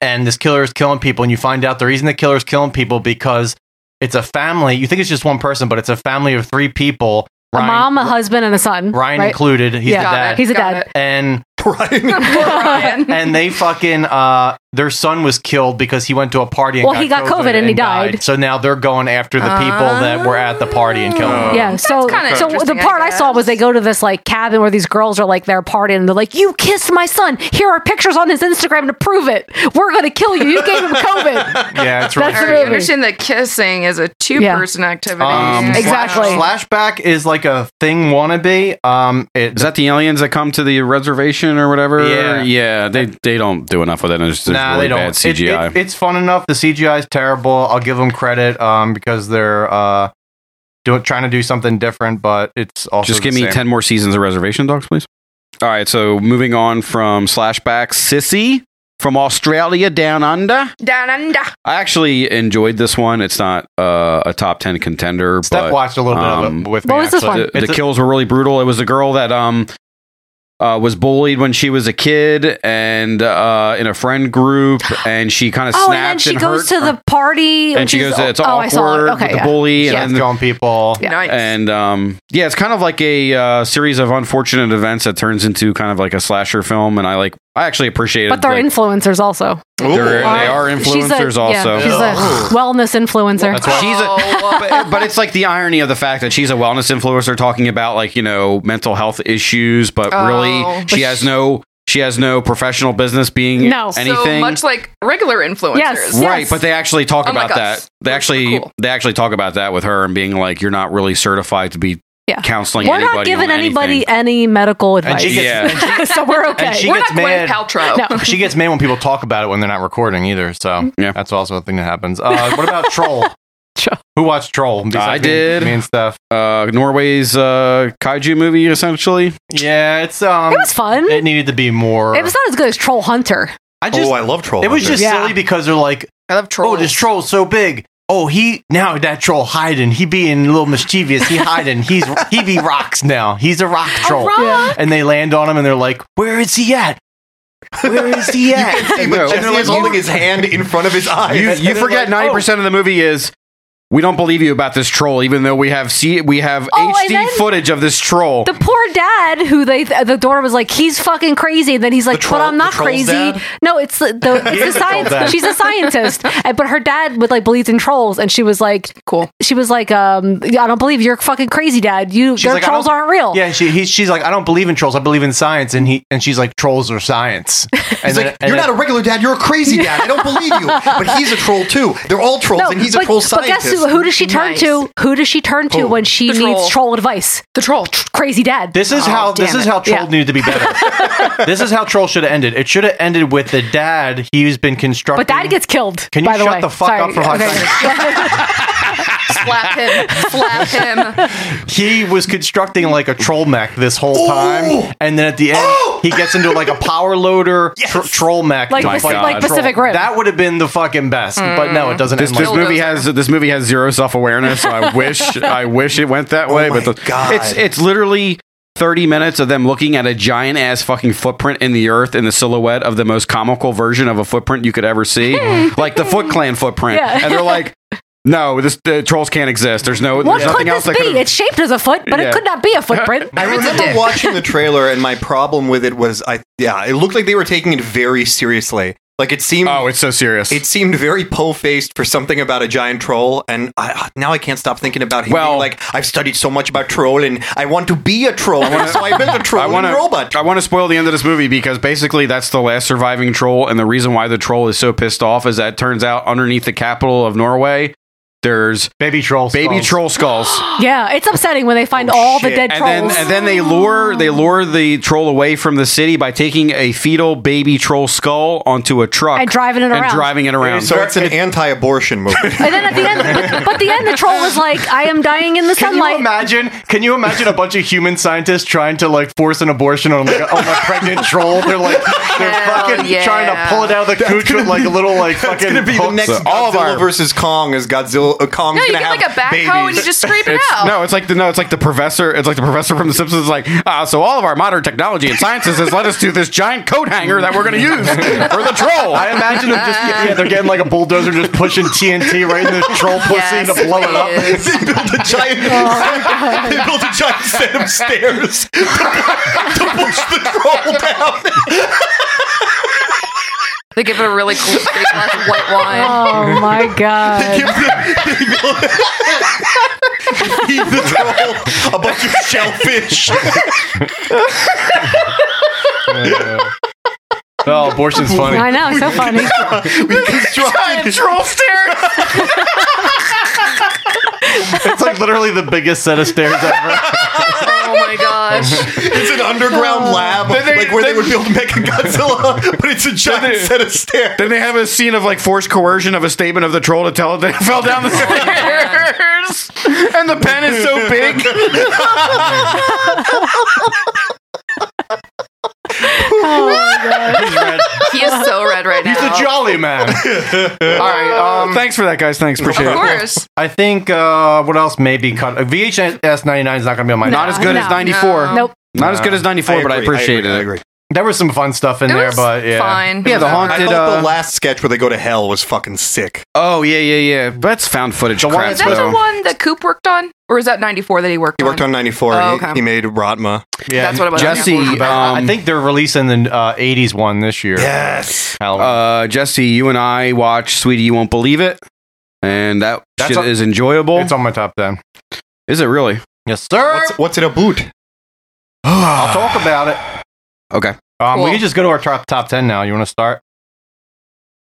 [SPEAKER 9] and this killer is killing people, and you find out the reason the killer is killing people because it's a family. You think it's just one person, but it's a family of three people.
[SPEAKER 8] a mom, a husband, and a son.
[SPEAKER 9] Ryan
[SPEAKER 8] right?
[SPEAKER 9] included. He's
[SPEAKER 8] Yeah.
[SPEAKER 9] the
[SPEAKER 4] Got
[SPEAKER 9] dad,
[SPEAKER 4] it,
[SPEAKER 8] He's a
[SPEAKER 4] got
[SPEAKER 8] dad.
[SPEAKER 4] it. *laughs*
[SPEAKER 9] and
[SPEAKER 10] Ryan.
[SPEAKER 4] Poor Ryan.
[SPEAKER 9] and they fucking uh their son was killed because he went to a party and
[SPEAKER 8] Well, he got COVID and he died.
[SPEAKER 9] so now they're going after the people that were at the party and killing them
[SPEAKER 8] Yeah, so
[SPEAKER 4] kinda
[SPEAKER 8] so the
[SPEAKER 4] interesting, I
[SPEAKER 8] part I, saw
[SPEAKER 4] guess.
[SPEAKER 8] was they go to this like cabin where these girls are like their party and they're like, "You kissed my son. Here are pictures on his Instagram to prove it. We're gonna kill you. You gave
[SPEAKER 6] *laughs*
[SPEAKER 8] him COVID."
[SPEAKER 9] yeah it's really
[SPEAKER 8] *laughs*
[SPEAKER 4] I
[SPEAKER 8] That's really-
[SPEAKER 4] already understand that kissing is a two-person activity.
[SPEAKER 9] Um,
[SPEAKER 4] Yeah.
[SPEAKER 9] slash-
[SPEAKER 8] Exactly.
[SPEAKER 9] flashback is like a thing wannabe um it,
[SPEAKER 6] Is that the aliens that come to the reservation or whatever?
[SPEAKER 9] Yeah.
[SPEAKER 6] yeah. They they don't do enough with it. It's just
[SPEAKER 9] nah,
[SPEAKER 6] really
[SPEAKER 9] they don't.
[SPEAKER 6] bad
[SPEAKER 9] It- it-
[SPEAKER 6] CGI.
[SPEAKER 9] it's fun enough. The CGI is terrible. I'll give them credit um, because they're uh, doing trying to do something different, but it's also
[SPEAKER 6] just
[SPEAKER 9] the
[SPEAKER 6] give me
[SPEAKER 9] same.
[SPEAKER 6] ten more seasons of Reservation Dogs, please. All right. So moving on from Slashback, Sissy from Australia Down Under.
[SPEAKER 4] Down under.
[SPEAKER 6] I actually enjoyed this one. It's not uh, a top ten contender,
[SPEAKER 9] Steph
[SPEAKER 6] but
[SPEAKER 9] watched a little bit
[SPEAKER 6] um,
[SPEAKER 9] of it with
[SPEAKER 8] What
[SPEAKER 9] me.
[SPEAKER 8] was this
[SPEAKER 9] actually.
[SPEAKER 8] one?
[SPEAKER 6] the, the
[SPEAKER 9] It's a-
[SPEAKER 6] kills were really brutal. It was a girl that um uh, was bullied when she was a kid and uh, in a friend group,
[SPEAKER 8] *gasps*
[SPEAKER 6] and she kind of
[SPEAKER 8] oh,
[SPEAKER 6] snapped
[SPEAKER 8] and then she goes
[SPEAKER 6] hurt
[SPEAKER 8] to the party
[SPEAKER 6] and she
[SPEAKER 8] which is-
[SPEAKER 6] goes, "It's
[SPEAKER 8] oh, I saw it.
[SPEAKER 6] awkward
[SPEAKER 8] Okay,
[SPEAKER 6] with the
[SPEAKER 8] yeah.
[SPEAKER 6] bully,"
[SPEAKER 9] Yeah,
[SPEAKER 6] and
[SPEAKER 9] killing people.
[SPEAKER 8] Yeah.
[SPEAKER 4] Nice.
[SPEAKER 6] and um, yeah, it's kind of like a uh, series of unfortunate events that turns into kind of like a slasher film, and I like I actually appreciate it.
[SPEAKER 8] But they're
[SPEAKER 6] like,
[SPEAKER 8] influencers also.
[SPEAKER 6] they're- they are
[SPEAKER 8] She's a-
[SPEAKER 6] influencers
[SPEAKER 8] yeah,
[SPEAKER 6] also.
[SPEAKER 8] she's a wellness influencer.
[SPEAKER 9] That's why
[SPEAKER 6] She's
[SPEAKER 4] Oh,
[SPEAKER 6] a, *laughs*
[SPEAKER 9] *laughs*
[SPEAKER 6] but, but it's like the irony of the fact that she's a wellness influencer talking about like you know mental health issues, but
[SPEAKER 4] Oh.
[SPEAKER 6] really
[SPEAKER 4] But
[SPEAKER 6] she has no she has no professional business being
[SPEAKER 8] No. So
[SPEAKER 6] anything.
[SPEAKER 4] So much like regular influencers.
[SPEAKER 8] Yes.
[SPEAKER 6] Right,
[SPEAKER 8] Yes.
[SPEAKER 6] but they actually talk
[SPEAKER 4] Unlike
[SPEAKER 6] about
[SPEAKER 4] us,
[SPEAKER 6] that. They
[SPEAKER 4] which is
[SPEAKER 6] actually
[SPEAKER 4] cool.
[SPEAKER 6] they actually talk about that with her and being like, "You're not really certified to be
[SPEAKER 8] Yeah.
[SPEAKER 6] counseling
[SPEAKER 8] We're
[SPEAKER 6] anybody."
[SPEAKER 8] not giving
[SPEAKER 6] on
[SPEAKER 8] anybody
[SPEAKER 6] anything."
[SPEAKER 8] any medical
[SPEAKER 9] And
[SPEAKER 8] advice,
[SPEAKER 9] she gets,
[SPEAKER 6] Yeah.
[SPEAKER 9] *laughs* and she-
[SPEAKER 8] *laughs* so we're okay.
[SPEAKER 9] and she
[SPEAKER 4] We're
[SPEAKER 9] gets
[SPEAKER 4] not Gwyneth
[SPEAKER 9] mad.
[SPEAKER 4] Paltrow.
[SPEAKER 8] No.
[SPEAKER 9] *laughs* she gets mad when people talk about it when they're not recording either. So
[SPEAKER 6] Yeah.
[SPEAKER 9] that's also a thing that happens. Uh, what about *laughs* Troll?
[SPEAKER 8] Troll.
[SPEAKER 9] Who watched Troll? Besides
[SPEAKER 6] I
[SPEAKER 9] me-
[SPEAKER 6] did.
[SPEAKER 9] Me and Steph.
[SPEAKER 6] Uh, Norway's uh, kaiju movie, essentially.
[SPEAKER 9] Yeah, it's um.
[SPEAKER 8] it was fun.
[SPEAKER 9] It needed to be more.
[SPEAKER 8] It was not as good as Troll Hunter.
[SPEAKER 9] I just.
[SPEAKER 10] Oh, I love troll.
[SPEAKER 9] it was
[SPEAKER 10] Hunter.
[SPEAKER 9] just
[SPEAKER 8] Yeah.
[SPEAKER 9] silly because they're like,
[SPEAKER 4] I love trolls.
[SPEAKER 9] oh, this troll's so big. Oh, he now that troll hiding. He being a little mischievous. He hiding. He's he be rocks now. He's a rock troll. And they land on him and they're like, where is he at? Where is
[SPEAKER 8] *laughs*
[SPEAKER 9] he at?
[SPEAKER 10] Hey, but
[SPEAKER 6] No.
[SPEAKER 10] Jesse
[SPEAKER 6] And they're like,
[SPEAKER 10] is holding his hand in front of his eyes.
[SPEAKER 6] You,
[SPEAKER 10] And
[SPEAKER 6] you
[SPEAKER 10] they're
[SPEAKER 6] forget
[SPEAKER 10] like,
[SPEAKER 6] ninety percent of the movie is we don't believe you about this troll, even though we have see we have
[SPEAKER 8] Oh, and
[SPEAKER 6] HD
[SPEAKER 8] then-
[SPEAKER 6] footage of this troll.
[SPEAKER 8] The poor dad who they the daughter was like he's fucking crazy and then he's like but I'm not
[SPEAKER 6] the troll's
[SPEAKER 8] crazy.
[SPEAKER 6] dad?
[SPEAKER 8] No, it's
[SPEAKER 6] *laughs*
[SPEAKER 8] the, the it's the
[SPEAKER 6] dad.
[SPEAKER 8] science. She's
[SPEAKER 6] *laughs*
[SPEAKER 8] a scientist, and, but her dad would like believes in trolls, and she was like cool. She was like um I don't believe you're fucking crazy, dad. You
[SPEAKER 9] She's
[SPEAKER 8] their
[SPEAKER 9] like, I
[SPEAKER 8] trolls
[SPEAKER 9] don't-
[SPEAKER 8] aren't real.
[SPEAKER 9] Yeah, she, he, she's like, I don't believe in trolls. I believe in science. And he and she's like, trolls are
[SPEAKER 8] *laughs*
[SPEAKER 9] science. And then- and
[SPEAKER 10] You're
[SPEAKER 9] then-
[SPEAKER 10] not a regular dad. You're a crazy dad. I don't believe you. But he's a troll too. They're all trolls,
[SPEAKER 8] No,
[SPEAKER 10] and he's
[SPEAKER 8] but,
[SPEAKER 10] a troll
[SPEAKER 8] but
[SPEAKER 10] scientist.
[SPEAKER 8] guess who, who does she turn
[SPEAKER 4] Nice.
[SPEAKER 8] to? Who does she turn to
[SPEAKER 10] Who?
[SPEAKER 8] when she
[SPEAKER 4] The
[SPEAKER 8] needs
[SPEAKER 4] troll.
[SPEAKER 8] troll advice?
[SPEAKER 4] The troll.
[SPEAKER 8] Crazy dad.
[SPEAKER 9] This is
[SPEAKER 8] Oh,
[SPEAKER 9] how this
[SPEAKER 8] damn
[SPEAKER 9] is
[SPEAKER 8] it.
[SPEAKER 9] how troll
[SPEAKER 8] Yeah.
[SPEAKER 9] needed to be
[SPEAKER 8] *laughs*
[SPEAKER 9] better. this is how troll should have ended. It should have ended with the dad. He's been constructing.
[SPEAKER 8] But dad gets killed.
[SPEAKER 9] Can you
[SPEAKER 8] by the
[SPEAKER 9] shut
[SPEAKER 8] way.
[SPEAKER 9] the fuck
[SPEAKER 8] Sorry.
[SPEAKER 9] up for five
[SPEAKER 8] Okay.
[SPEAKER 4] Slap him.
[SPEAKER 9] *laughs*
[SPEAKER 4] Slap him.
[SPEAKER 9] he was constructing like a troll mech this whole time, and then at the end he gets into like a power
[SPEAKER 8] *laughs*
[SPEAKER 9] loader tr- troll mech,
[SPEAKER 8] *laughs* Oh! Like
[SPEAKER 9] to
[SPEAKER 8] Paci-
[SPEAKER 9] fight
[SPEAKER 8] like
[SPEAKER 9] the troll.
[SPEAKER 8] Pacific Rim. Mm.
[SPEAKER 9] That would have been the fucking best, but no, it doesn't.
[SPEAKER 6] This,
[SPEAKER 9] end
[SPEAKER 6] this
[SPEAKER 9] like that.
[SPEAKER 6] movie has this movie has zero self awareness. So
[SPEAKER 10] *laughs*
[SPEAKER 6] I wish I wish it went that way. but the,
[SPEAKER 10] Oh God.
[SPEAKER 6] it's it's literally thirty minutes of them looking at a giant ass fucking footprint in the earth in the silhouette of the most comical version of a footprint you could ever
[SPEAKER 8] *laughs*
[SPEAKER 6] see, like the Foot Clan footprint,
[SPEAKER 8] Yeah.
[SPEAKER 6] and they're like. No, this uh, trolls can't exist. There's no.
[SPEAKER 8] What
[SPEAKER 6] there's
[SPEAKER 8] could
[SPEAKER 6] nothing else that
[SPEAKER 8] this
[SPEAKER 6] could've-
[SPEAKER 8] be? It's shaped as a foot, but
[SPEAKER 6] Yeah.
[SPEAKER 8] it could not be a footprint.
[SPEAKER 10] I remember watching the trailer, and my problem with it was, I yeah, it looked like they were taking it very seriously. Like it seemed,
[SPEAKER 6] Oh, it's so serious.
[SPEAKER 10] it seemed very po faced for something about a giant troll, and I, now I can't stop thinking about him.
[SPEAKER 6] Well-
[SPEAKER 10] being like I've studied so much about troll, and I want to be a troll, so I
[SPEAKER 6] *laughs*
[SPEAKER 10] built a troll
[SPEAKER 6] wanna,
[SPEAKER 10] robot.
[SPEAKER 6] I want to spoil the end of this movie because basically that's the last surviving troll, and the reason why the troll is so pissed off is that it turns out underneath the capital of Norway, there's
[SPEAKER 9] baby trolls.
[SPEAKER 6] baby
[SPEAKER 9] trolls.
[SPEAKER 6] troll skulls,
[SPEAKER 8] *gasps* yeah, it's upsetting when they find all the
[SPEAKER 10] shit.
[SPEAKER 8] dead
[SPEAKER 6] and then
[SPEAKER 8] trolls.
[SPEAKER 6] and then they lure they lure the troll away from the city by taking a fetal baby troll skull onto a truck
[SPEAKER 8] And driving
[SPEAKER 6] and
[SPEAKER 8] it around.
[SPEAKER 6] driving it around.
[SPEAKER 10] So it's an anti-abortion
[SPEAKER 6] *laughs*
[SPEAKER 10] movie.
[SPEAKER 8] And then at the end, but, but the end, the troll was like, "I am dying in the
[SPEAKER 9] Can you
[SPEAKER 8] sunlight."
[SPEAKER 9] imagine? Can you imagine a bunch of human scientists trying to like force an abortion on like a, on a pregnant troll? They're like they're
[SPEAKER 4] Hell
[SPEAKER 9] fucking
[SPEAKER 4] yeah.
[SPEAKER 9] trying to pull it out of the cooch with like a little like fucking.
[SPEAKER 10] It's gonna be the
[SPEAKER 9] hooks.
[SPEAKER 10] next
[SPEAKER 6] So all of
[SPEAKER 10] Godzilla
[SPEAKER 6] our-
[SPEAKER 10] versus Kong is Godzilla. Uh, Kong's
[SPEAKER 4] No, you
[SPEAKER 10] gonna
[SPEAKER 4] get
[SPEAKER 10] have
[SPEAKER 4] like a backhoe
[SPEAKER 10] babies.
[SPEAKER 4] and you just *laughs* scrape it
[SPEAKER 6] It's-
[SPEAKER 4] out.
[SPEAKER 6] no, it's like the no, it's like the professor. It's like the professor from The Simpsons. is Like, ah, so all of our modern technology and sciences has led us to this giant coat hanger that we're going to use for the troll.
[SPEAKER 9] I imagine them just yeah, they're getting like a bulldozer just pushing TNT right in the troll pussy
[SPEAKER 4] *laughs* Yes,
[SPEAKER 9] to blow it up.
[SPEAKER 4] please.
[SPEAKER 9] *laughs*
[SPEAKER 10] they built a giant. *laughs* they built a giant set of stairs to, to push the troll down.
[SPEAKER 4] They give it a really cool fake glass of white wine.
[SPEAKER 8] Oh my god!
[SPEAKER 10] Feed the troll *laughs* a bunch of shellfish.
[SPEAKER 9] Oh, abortion's funny.
[SPEAKER 8] I know, so funny.
[SPEAKER 10] We constructed
[SPEAKER 6] troll stare.
[SPEAKER 9] It's like literally the biggest set of stairs ever.
[SPEAKER 4] Oh my gosh.
[SPEAKER 10] it's an underground lab, like where they would build Mecha Godzilla, *laughs* but it's a giant set of
[SPEAKER 6] *laughs*
[SPEAKER 10] stairs.
[SPEAKER 6] Then they have a scene of like forced coercion of a statement of the troll to tell it that it *laughs* fell down the stairs, and the pen is so big.
[SPEAKER 9] He's red.
[SPEAKER 4] He is so red right now.
[SPEAKER 9] He's a jolly man. All right. Um,
[SPEAKER 6] Thanks for that, guys. Thanks, appreciate
[SPEAKER 4] Of
[SPEAKER 6] it.
[SPEAKER 4] course.
[SPEAKER 9] I think uh, what else may be cut? VHS 99 is not going to be on my
[SPEAKER 6] Not as good as
[SPEAKER 8] No,
[SPEAKER 6] ninety four.
[SPEAKER 4] no.
[SPEAKER 8] Nope.
[SPEAKER 6] Not as good as ninety four, but I appreciated
[SPEAKER 10] I
[SPEAKER 6] it.
[SPEAKER 10] agree.
[SPEAKER 9] There was some fun stuff in
[SPEAKER 4] It
[SPEAKER 9] there,
[SPEAKER 4] was
[SPEAKER 9] but yeah.
[SPEAKER 4] fine.
[SPEAKER 6] Yeah, the
[SPEAKER 4] It was
[SPEAKER 6] honk
[SPEAKER 10] I
[SPEAKER 6] Did,
[SPEAKER 10] thought
[SPEAKER 6] uh,
[SPEAKER 10] the last sketch where they go to hell was fucking sick.
[SPEAKER 6] Oh yeah, yeah, yeah. That's found footage
[SPEAKER 9] The one
[SPEAKER 6] crap
[SPEAKER 4] Is that
[SPEAKER 9] So-
[SPEAKER 4] the
[SPEAKER 6] though.
[SPEAKER 4] one that Coop worked on? Or is that 94 that he worked
[SPEAKER 10] He
[SPEAKER 4] on?
[SPEAKER 10] worked on 94.
[SPEAKER 4] Oh,
[SPEAKER 10] he,
[SPEAKER 4] okay.
[SPEAKER 10] he made Ratma.
[SPEAKER 9] Yeah.
[SPEAKER 4] That's what it was.
[SPEAKER 6] Jesse,
[SPEAKER 4] Yeah.
[SPEAKER 9] Uh, I
[SPEAKER 6] um,
[SPEAKER 9] think they're releasing the uh, 80s one this year.
[SPEAKER 10] Yes.
[SPEAKER 9] Halloween.
[SPEAKER 6] uh, Jesse, you and I watched "Sweetie, You Won't Believe It," and that
[SPEAKER 9] That's
[SPEAKER 6] shit
[SPEAKER 9] on-
[SPEAKER 6] is
[SPEAKER 10] Uh,
[SPEAKER 6] enjoyable.
[SPEAKER 9] it's on my top 10.
[SPEAKER 6] is it really?
[SPEAKER 9] Yes, sir.
[SPEAKER 10] What's, what's it *gasps* about?
[SPEAKER 9] I'll talk about it.
[SPEAKER 6] Okay.
[SPEAKER 9] Um, We
[SPEAKER 4] Cool.
[SPEAKER 9] can just go to our top, top 10 now. You want to start?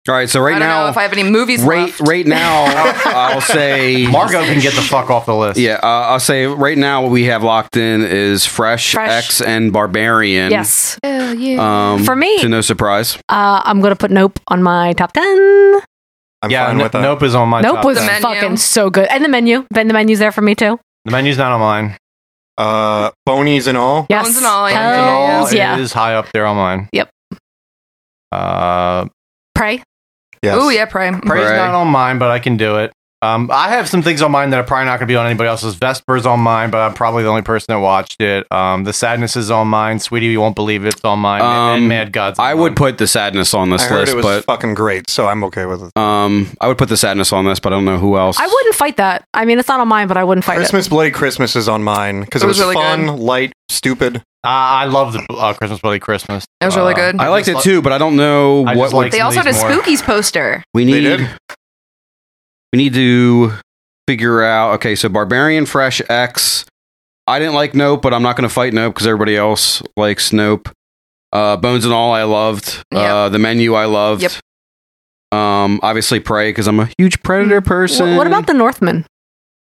[SPEAKER 6] All right. So
[SPEAKER 4] I
[SPEAKER 6] right
[SPEAKER 4] don't
[SPEAKER 6] now,
[SPEAKER 4] know if I have any movies
[SPEAKER 6] right,
[SPEAKER 4] left.
[SPEAKER 6] right now, I'll say
[SPEAKER 9] Margo can get the fuck off the
[SPEAKER 6] *laughs*
[SPEAKER 9] list.
[SPEAKER 6] Yeah, uh, I'll say right now what we have locked in is Fresh,
[SPEAKER 8] Fresh.
[SPEAKER 6] X, and Barbarian.
[SPEAKER 8] Yes,
[SPEAKER 4] Oh, yeah.
[SPEAKER 6] Um,
[SPEAKER 8] For me-
[SPEAKER 6] to no surprise.
[SPEAKER 8] uh, I'm gonna put Nope on my top ten.
[SPEAKER 10] I'm
[SPEAKER 9] yeah,
[SPEAKER 10] fine
[SPEAKER 9] no-
[SPEAKER 10] with that.
[SPEAKER 9] Nope is on my
[SPEAKER 8] nope
[SPEAKER 9] top
[SPEAKER 8] was
[SPEAKER 9] 10.
[SPEAKER 4] The menu.
[SPEAKER 8] fucking so good, and the menu. Then the menu's there for me too.
[SPEAKER 9] The menu's not on mine.
[SPEAKER 10] Uh, bonies and all.
[SPEAKER 8] Yes,
[SPEAKER 4] Bones and all, yeah.
[SPEAKER 9] Bones and all,
[SPEAKER 8] Hells yeah.
[SPEAKER 9] It is high up there on mine.
[SPEAKER 8] Yep.
[SPEAKER 9] Uh,
[SPEAKER 8] Pray.
[SPEAKER 10] Yes.
[SPEAKER 4] Oh, yeah, Prime.
[SPEAKER 9] Prey's
[SPEAKER 6] Prey.
[SPEAKER 9] not on mine, but I can do it. Um, I have some things on mine that are probably not going to be on anybody else's. Vesper's on mine, but I'm probably the only person that watched it. Um, the Sadness is on mine. Sweetie, you won't believe it's on mine. and
[SPEAKER 6] Um,
[SPEAKER 9] Mad Gods.
[SPEAKER 6] I would put the sadness on this
[SPEAKER 10] I heard
[SPEAKER 6] list,
[SPEAKER 10] it was
[SPEAKER 6] but
[SPEAKER 10] fucking great, so I'm okay with it.
[SPEAKER 6] um, I would put the sadness on this, but I don't know who else.
[SPEAKER 8] I wouldn't fight that. I mean, it's not on mine, but I wouldn't fight
[SPEAKER 10] Christmas Bloody Christmas is on mine because it,
[SPEAKER 4] It
[SPEAKER 10] was,
[SPEAKER 4] was really
[SPEAKER 10] fun,
[SPEAKER 4] good.
[SPEAKER 10] light, stupid.
[SPEAKER 9] I I love the uh, Christmas Bloody Christmas.
[SPEAKER 4] It was really
[SPEAKER 9] Uh,
[SPEAKER 4] good.
[SPEAKER 6] I liked it
[SPEAKER 9] just
[SPEAKER 6] too, but I don't know what
[SPEAKER 9] I just
[SPEAKER 6] would-
[SPEAKER 9] like
[SPEAKER 4] they
[SPEAKER 9] some of
[SPEAKER 4] also had a
[SPEAKER 9] these more.
[SPEAKER 4] Spookies poster.
[SPEAKER 6] we
[SPEAKER 10] They
[SPEAKER 6] need.
[SPEAKER 10] did?
[SPEAKER 6] We need to figure out. Okay, so Barbarian Fresh X. I didn't like Nope, but I'm not going to fight Nope because everybody else likes Nope. Uh, Bones and All, I loved. Uh, the menu, I loved.
[SPEAKER 4] Yep.
[SPEAKER 6] Um, obviously, Prey because I'm a huge Predator
[SPEAKER 8] it.
[SPEAKER 6] person.
[SPEAKER 8] Mm. Wh- What about the Northmen?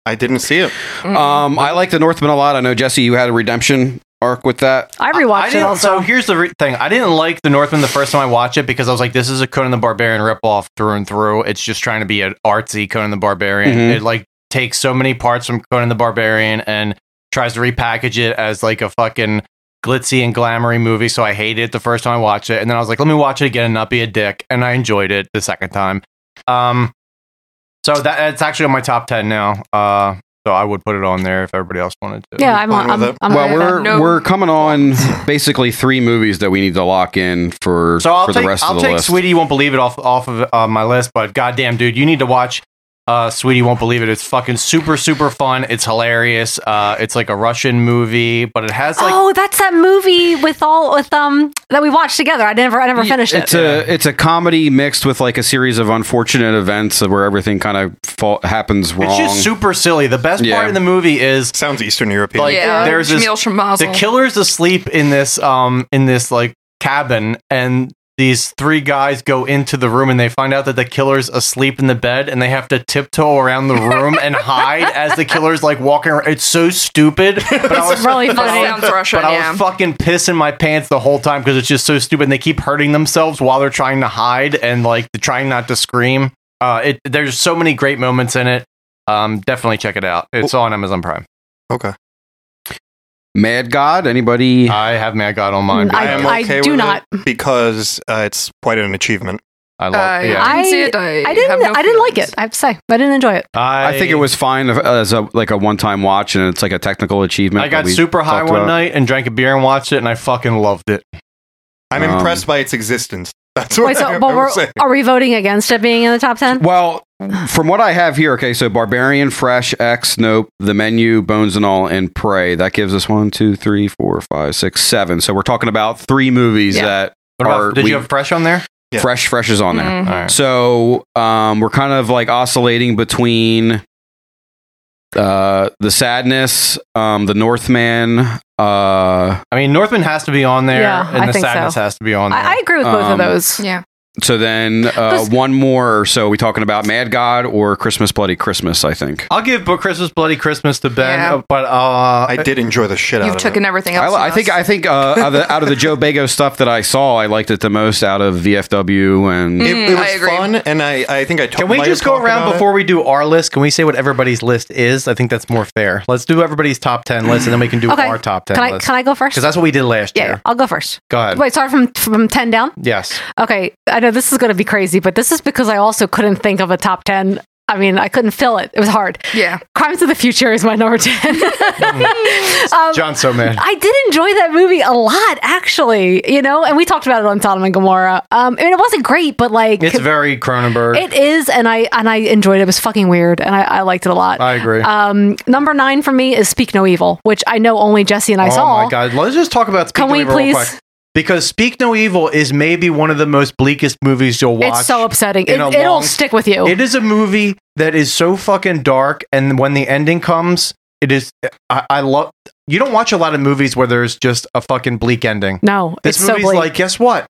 [SPEAKER 10] I didn't see it.
[SPEAKER 4] Mm.
[SPEAKER 6] Um, I like the Northman a lot. I know Jesse, you had a redemption arc with that.
[SPEAKER 8] I rewatched
[SPEAKER 9] I
[SPEAKER 8] it
[SPEAKER 9] didn't-
[SPEAKER 8] also.
[SPEAKER 9] So here's the re- thing: I didn't like the Northman the first time I watched it because I was like, "This is a Conan the Barbarian ripoff through and through. It's just trying to be an artsy Conan the Barbarian.
[SPEAKER 6] Mhm.
[SPEAKER 9] It like takes so many parts from Conan the Barbarian and tries to repackage it as like a fucking glitzy and glamory movie." So I hated it the first time I watched it, and then I was like, "Let me watch it again and not be a dick." And I enjoyed it the second time. Um, so that it's actually on my top ten now. Uh, so I would put it on there if everybody else wanted to.
[SPEAKER 8] yeah, I'm.
[SPEAKER 10] fine
[SPEAKER 8] I'm,
[SPEAKER 10] with
[SPEAKER 8] I'm,
[SPEAKER 10] it.
[SPEAKER 8] I'm
[SPEAKER 6] well,
[SPEAKER 8] okay with
[SPEAKER 6] we're
[SPEAKER 8] that.
[SPEAKER 4] No.
[SPEAKER 6] we're coming on basically three movies that we need to lock in for
[SPEAKER 9] So I'll
[SPEAKER 6] for
[SPEAKER 9] take
[SPEAKER 6] the rest
[SPEAKER 9] I'll
[SPEAKER 6] of the
[SPEAKER 9] take
[SPEAKER 6] list.
[SPEAKER 9] Sweetie You Won't Believe It off off of uh, my list, but goddamn, dude, you need to watch uh, Sweetie You Won't Believe It. It's fucking super super fun. It's hilarious. Uh, it's like a Russian movie, but it has like
[SPEAKER 8] oh, that's that movie with all with um that we watched together. I never I never finished
[SPEAKER 6] It's
[SPEAKER 8] it.
[SPEAKER 6] a it's a comedy mixed with like a series of unfortunate events where everything kind of fa- happens wrong.
[SPEAKER 9] it's just super silly. The best
[SPEAKER 6] Yeah.
[SPEAKER 9] part in the movie is
[SPEAKER 10] Sounds Eastern European.
[SPEAKER 9] like
[SPEAKER 4] yeah,
[SPEAKER 9] Uh, there's this
[SPEAKER 4] Shmuel
[SPEAKER 9] the
[SPEAKER 8] Oh.
[SPEAKER 4] Shemazel.
[SPEAKER 9] killer's asleep in this um in this like cabin and these three guys go into the room and they find out that the killer's asleep in the bed and they have to tiptoe around the room
[SPEAKER 8] *laughs*
[SPEAKER 9] and hide as the killer's like walking around. It's so stupid. *laughs* But I was,
[SPEAKER 8] really
[SPEAKER 4] That
[SPEAKER 8] funny.
[SPEAKER 4] sounds Russian,
[SPEAKER 9] but I
[SPEAKER 4] yeah.
[SPEAKER 9] was fucking pissing my pants the whole time because it's just so stupid. And they keep hurting themselves while they're trying to hide and like trying not to scream. Uh, it, there's so many great moments in it. Um, definitely check it out. It's
[SPEAKER 8] Oh.
[SPEAKER 9] on Amazon Prime.
[SPEAKER 10] okay.
[SPEAKER 6] Mad God. Anybody?
[SPEAKER 9] I have Mad God on mine.
[SPEAKER 8] Mm, I-
[SPEAKER 10] I am
[SPEAKER 8] I
[SPEAKER 10] okay
[SPEAKER 8] do
[SPEAKER 10] with
[SPEAKER 8] not.
[SPEAKER 10] it because uh, it's quite an achievement.
[SPEAKER 9] I love.
[SPEAKER 8] Uh,
[SPEAKER 4] I,
[SPEAKER 9] yeah.
[SPEAKER 4] I, didn't see it.
[SPEAKER 8] I didn't.
[SPEAKER 4] have no
[SPEAKER 8] I didn't like
[SPEAKER 4] feelings.
[SPEAKER 8] it. I have to say, I
[SPEAKER 10] *laughs*
[SPEAKER 8] didn't enjoy it.
[SPEAKER 6] I think it was fine as a like a one time watch, and it's like a technical achievement.
[SPEAKER 9] I
[SPEAKER 6] that
[SPEAKER 9] got
[SPEAKER 6] we
[SPEAKER 9] super high
[SPEAKER 6] talked
[SPEAKER 9] one
[SPEAKER 6] about.
[SPEAKER 9] night and drank a beer and watched it, and I fucking loved it.
[SPEAKER 10] I'm
[SPEAKER 6] Um,
[SPEAKER 10] impressed by its existence. *laughs* That's what
[SPEAKER 8] Wait,
[SPEAKER 10] I,
[SPEAKER 8] so
[SPEAKER 10] I
[SPEAKER 8] but
[SPEAKER 10] will
[SPEAKER 8] we're,
[SPEAKER 10] say.
[SPEAKER 8] are we voting against it being in the top ten?
[SPEAKER 6] Well, from what I have here, okay, so Barbarian, Fresh, X, Nope, The Menu, Bones and All, and Prey. That gives us one, two, three, four, five, six, seven. So we're talking about three movies
[SPEAKER 4] Yeah.
[SPEAKER 6] that
[SPEAKER 9] What about,
[SPEAKER 6] Are
[SPEAKER 9] did
[SPEAKER 6] we-
[SPEAKER 9] you have fresh on there?
[SPEAKER 10] Yeah.
[SPEAKER 6] Fresh, Fresh is on there.
[SPEAKER 8] Mm-hmm.
[SPEAKER 4] Mhm.
[SPEAKER 9] All right.
[SPEAKER 6] So um, we're kind of like oscillating between uh, The Sadness, um, The Northman, uh,
[SPEAKER 9] I mean, Northman has to be on there,
[SPEAKER 8] Yeah,
[SPEAKER 9] and
[SPEAKER 8] I
[SPEAKER 9] the
[SPEAKER 8] think so.
[SPEAKER 9] sadness has to be on there.
[SPEAKER 8] I, I agree with both
[SPEAKER 6] Um,
[SPEAKER 8] of those.
[SPEAKER 4] Yeah.
[SPEAKER 6] so then uh,
[SPEAKER 8] Does-
[SPEAKER 6] one more. So we talking about Mad God or Christmas Bloody Christmas, I think.
[SPEAKER 9] will give Bo- Christmas Bloody Christmas to Ben,
[SPEAKER 4] Yeah.
[SPEAKER 9] uh, but uh,
[SPEAKER 10] I did enjoy the shit
[SPEAKER 4] You've
[SPEAKER 10] out of
[SPEAKER 4] taken
[SPEAKER 10] it.
[SPEAKER 4] everything
[SPEAKER 6] I,
[SPEAKER 4] else.
[SPEAKER 6] li- I think I think uh, out, of the, out of
[SPEAKER 4] *laughs*
[SPEAKER 6] the Joe Bago stuff that I saw, I liked it the most out of VFW and
[SPEAKER 10] It, it
[SPEAKER 4] Mm, I
[SPEAKER 10] was
[SPEAKER 4] agree.
[SPEAKER 10] fun, and I, I think I talked
[SPEAKER 9] can we just go around before we do our list? Can we say what everybody's list is? I think that's more fair. Let's do everybody's top ten list, and then we can do
[SPEAKER 8] Okay.
[SPEAKER 9] our top ten
[SPEAKER 8] Can I?
[SPEAKER 9] list
[SPEAKER 8] Can I go first?
[SPEAKER 9] because that's what we did last
[SPEAKER 8] yeah,
[SPEAKER 9] year.
[SPEAKER 8] I'll go first.
[SPEAKER 9] Go ahead.
[SPEAKER 8] Wait, start from from ten down.
[SPEAKER 9] Yes.
[SPEAKER 8] Okay, I know this is going to be crazy, but this is because I also couldn't think of a top ten. I mean, I couldn't fill it. It was hard.
[SPEAKER 4] Yeah.
[SPEAKER 8] Crimes of the Future is my
[SPEAKER 9] *laughs*
[SPEAKER 8] number ten. *laughs* um,
[SPEAKER 9] John's so mad.
[SPEAKER 8] *laughs* I did enjoy that movie a lot, actually. You know, and we talked about it on Sodom and Gomorrah. Um, I mean, it wasn't great, but like
[SPEAKER 9] It's very Cronenberg.
[SPEAKER 8] it is, and I and I enjoyed it. It was fucking weird, and I, I liked it a lot.
[SPEAKER 9] I agree.
[SPEAKER 8] Um, number nine for me is Speak No Evil, which I know only Jesse and I
[SPEAKER 9] oh
[SPEAKER 8] saw.
[SPEAKER 9] my god. Let's just talk about Speak
[SPEAKER 8] Can
[SPEAKER 9] No
[SPEAKER 8] we
[SPEAKER 9] Evil real
[SPEAKER 8] please?
[SPEAKER 9] quick. Because Speak No Evil is maybe one of the most bleakest movies you'll watch.
[SPEAKER 8] It's so upsetting. It,
[SPEAKER 9] in a
[SPEAKER 8] it'll
[SPEAKER 9] long-
[SPEAKER 8] stick with you.
[SPEAKER 9] It is a movie that is so fucking dark, and when the ending comes, it is. I, I love. You don't watch a lot of movies where there's just a fucking bleak ending.
[SPEAKER 8] no,
[SPEAKER 9] This
[SPEAKER 8] it's so
[SPEAKER 9] movie's
[SPEAKER 8] bleak.
[SPEAKER 9] like, guess what?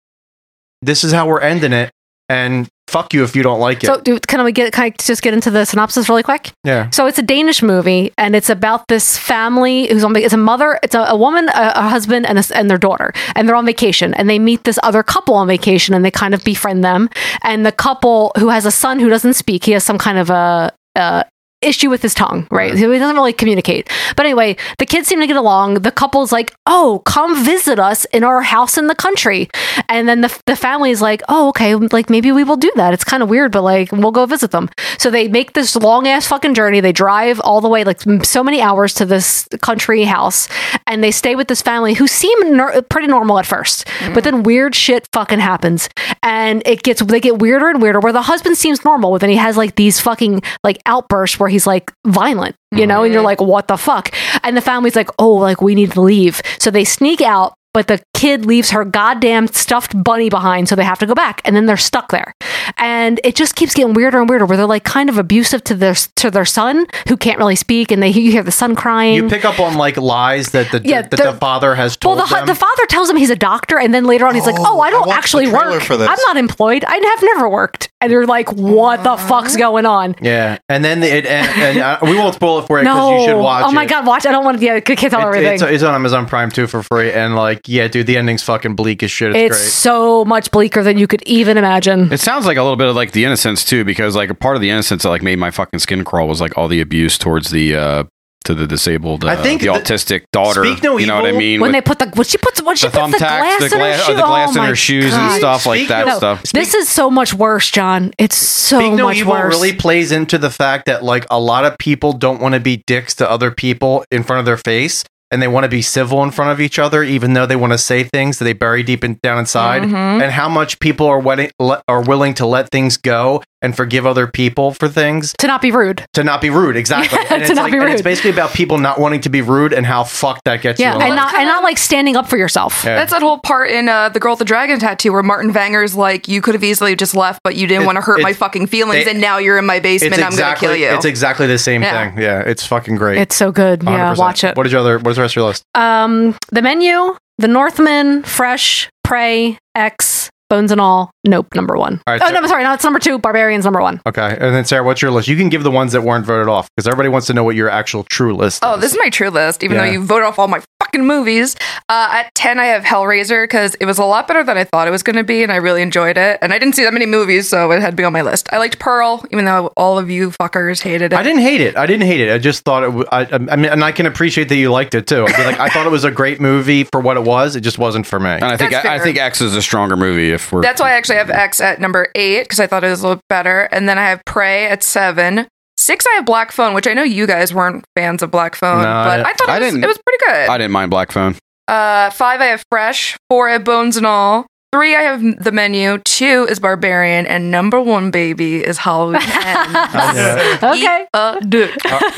[SPEAKER 9] This is how we're ending it, and fuck you if you don't like it.
[SPEAKER 8] so, dude, can we get? Can I just get into the synopsis really quick?
[SPEAKER 9] yeah.
[SPEAKER 8] So it's a Danish movie, and it's about this family who's on. vac- It's a mother, it's a, a woman, a, a husband, and a s and their daughter, and they're on vacation, and they meet this other couple on vacation, and they kind of befriend them. And the couple who has a son who doesn't speak, he has some kind of a. Uh, issue with his tongue, right? So He doesn't really communicate. But anyway, the kids seem to get along. The couple's like, "Oh, come visit us in our house in the country," and then the the family's like, "Oh, okay, like maybe we will do that. It's kind of weird, but like we'll go visit them." So they make this long ass fucking journey. They drive all the way like m- so many hours to this country house, and they stay with this family who seem nor- pretty normal at 1st but then weird shit fucking happens, and it gets they get weirder and weirder. Where the husband seems normal, but then he has like these fucking like outbursts where he's like violent, you know, and you're like, what the fuck? And the family's like, oh, like we need to leave, so they sneak out. But the kid leaves her goddamn stuffed bunny behind, so they have to go back, and then they're stuck there. And it just keeps getting weirder and weirder, where they're like kind of abusive to their to their son, who can't really speak, and they you hear the son crying.
[SPEAKER 9] You pick up on like lies that the
[SPEAKER 8] Yeah,
[SPEAKER 9] that
[SPEAKER 8] the-
[SPEAKER 9] the father has
[SPEAKER 8] Well,
[SPEAKER 9] told
[SPEAKER 8] the, hu-
[SPEAKER 9] them.
[SPEAKER 8] the father tells him he's a doctor, and then later on he's like, "Oh, I don't actually
[SPEAKER 9] trailer
[SPEAKER 8] work.
[SPEAKER 9] for this."
[SPEAKER 8] I'm not employed. I have never worked." And you're like, "What the fuck's going on?"
[SPEAKER 9] yeah, and then it and, and uh, we won't spoil it
[SPEAKER 8] *laughs*
[SPEAKER 9] for you because
[SPEAKER 8] no,
[SPEAKER 9] you should watch.
[SPEAKER 8] oh my
[SPEAKER 9] it.
[SPEAKER 8] god, watch! I don't want to. Yeah, I can't tell everything.
[SPEAKER 9] It's, it's on Amazon Prime too for free, and like, yeah, dude, the ending's fucking bleak as shit.
[SPEAKER 8] It's
[SPEAKER 9] It's,
[SPEAKER 8] so much bleaker than you could even imagine.
[SPEAKER 6] It sounds like a little bit of like the innocence too, because like a part of the innocence that like made my fucking skin crawl was like all the abuse towards the uh to the disabled, uh,
[SPEAKER 9] I think
[SPEAKER 6] the,
[SPEAKER 9] the-
[SPEAKER 6] autistic daughter.
[SPEAKER 9] Speak No
[SPEAKER 6] you know what I
[SPEAKER 9] Evil,
[SPEAKER 6] mean?
[SPEAKER 8] when
[SPEAKER 6] With
[SPEAKER 8] they put the when she puts when she
[SPEAKER 6] the
[SPEAKER 8] puts the glass,
[SPEAKER 6] thumbtacks, the,
[SPEAKER 8] in her
[SPEAKER 6] gla-
[SPEAKER 8] shoe,
[SPEAKER 6] oh, the glass
[SPEAKER 8] oh
[SPEAKER 6] in
[SPEAKER 8] my
[SPEAKER 6] her shoes
[SPEAKER 8] God.
[SPEAKER 6] and stuff like that
[SPEAKER 8] No,
[SPEAKER 6] stuff.
[SPEAKER 8] This is so much worse, John. It's so
[SPEAKER 9] great. Speak No
[SPEAKER 8] much
[SPEAKER 9] Evil
[SPEAKER 8] worse.
[SPEAKER 9] really plays into the fact that like a lot of people don't want to be dicks to other people in front of their face, and they want to be civil in front of each other, even though they want to say things that they bury deep in, down inside.
[SPEAKER 8] Mm-hmm.
[SPEAKER 5] Mhm.
[SPEAKER 9] And how much people are wedding, le- are willing to let things go and forgive other people for things
[SPEAKER 8] to not be rude.
[SPEAKER 9] to not be rude, exactly.
[SPEAKER 8] Yeah,
[SPEAKER 9] and
[SPEAKER 8] *laughs* to
[SPEAKER 9] it's
[SPEAKER 8] not
[SPEAKER 9] like,
[SPEAKER 8] be
[SPEAKER 9] and it's
[SPEAKER 8] rude.
[SPEAKER 9] basically about people not wanting to be rude and how fucked that gets
[SPEAKER 8] Yeah,
[SPEAKER 9] you. in
[SPEAKER 8] and
[SPEAKER 9] life.
[SPEAKER 8] not and not like standing up for yourself.
[SPEAKER 9] Yeah.
[SPEAKER 4] That's that whole part in uh, The Girl with the Dragon Tattoo where Martin Vanger's like, you could have easily just left, but you didn't
[SPEAKER 9] It-
[SPEAKER 4] want to hurt my
[SPEAKER 9] it's-
[SPEAKER 4] fucking feelings,
[SPEAKER 9] they-
[SPEAKER 4] and now you're in my basement, I'm going to kill you.
[SPEAKER 9] It's exactly the same
[SPEAKER 4] Yeah.
[SPEAKER 9] thing. Yeah, it's fucking great.
[SPEAKER 8] It's so good. Yeah,
[SPEAKER 9] 100%.
[SPEAKER 8] watch it.
[SPEAKER 9] What is your other? What's the rest of your list?
[SPEAKER 8] Um, the menu, The Northman, Fresh, Prey, X, Bones and All. Nope, number one.
[SPEAKER 9] All right,
[SPEAKER 8] oh
[SPEAKER 9] so-
[SPEAKER 8] no, I'm sorry. No, it's number two. Barbarians, number
[SPEAKER 4] *laughs*
[SPEAKER 8] one.
[SPEAKER 9] Okay, and then Sarah, what's your list? You can give the ones that weren't voted off because everybody wants to know what your actual true list.
[SPEAKER 4] Oh, this is my true list, even though
[SPEAKER 9] Yeah.
[SPEAKER 4] you voted off all my fucking movies. Uh, at 10, I have Hellraiser because it was a lot better than I thought it was going to be, and I really enjoyed it. And I didn't see that many movies, so it had to be on my list. I liked Pearl, even though all of you fuckers hated it.
[SPEAKER 9] I didn't hate it. I didn't hate it. I just thought it. W- I, I mean, and I can appreciate that you liked it too. I mean, like I thought it was a great movie for what it was. It just wasn't
[SPEAKER 4] *laughs*
[SPEAKER 9] for me.
[SPEAKER 6] and I think
[SPEAKER 4] That's
[SPEAKER 6] I, I
[SPEAKER 4] fair.
[SPEAKER 6] think X is a stronger movie if we're
[SPEAKER 4] That's why I actually have X at number eight because I thought it was a little better. And then I have Prey at seven. Six, I have Black Phone, which I know you guys weren't fans of Black Phone,
[SPEAKER 6] No,
[SPEAKER 4] Oh, but
[SPEAKER 6] I-
[SPEAKER 4] I thought
[SPEAKER 6] I
[SPEAKER 4] it, was,
[SPEAKER 6] didn't-
[SPEAKER 4] it was pretty good.
[SPEAKER 6] I didn't mind Black Phone.
[SPEAKER 4] Uh, five, I have Fresh. Four, I have Bones and All. Three, I have The Menu. Two is Barbarian. And number one, baby, is Halloween
[SPEAKER 8] *laughs*
[SPEAKER 4] Ends. okay.
[SPEAKER 9] All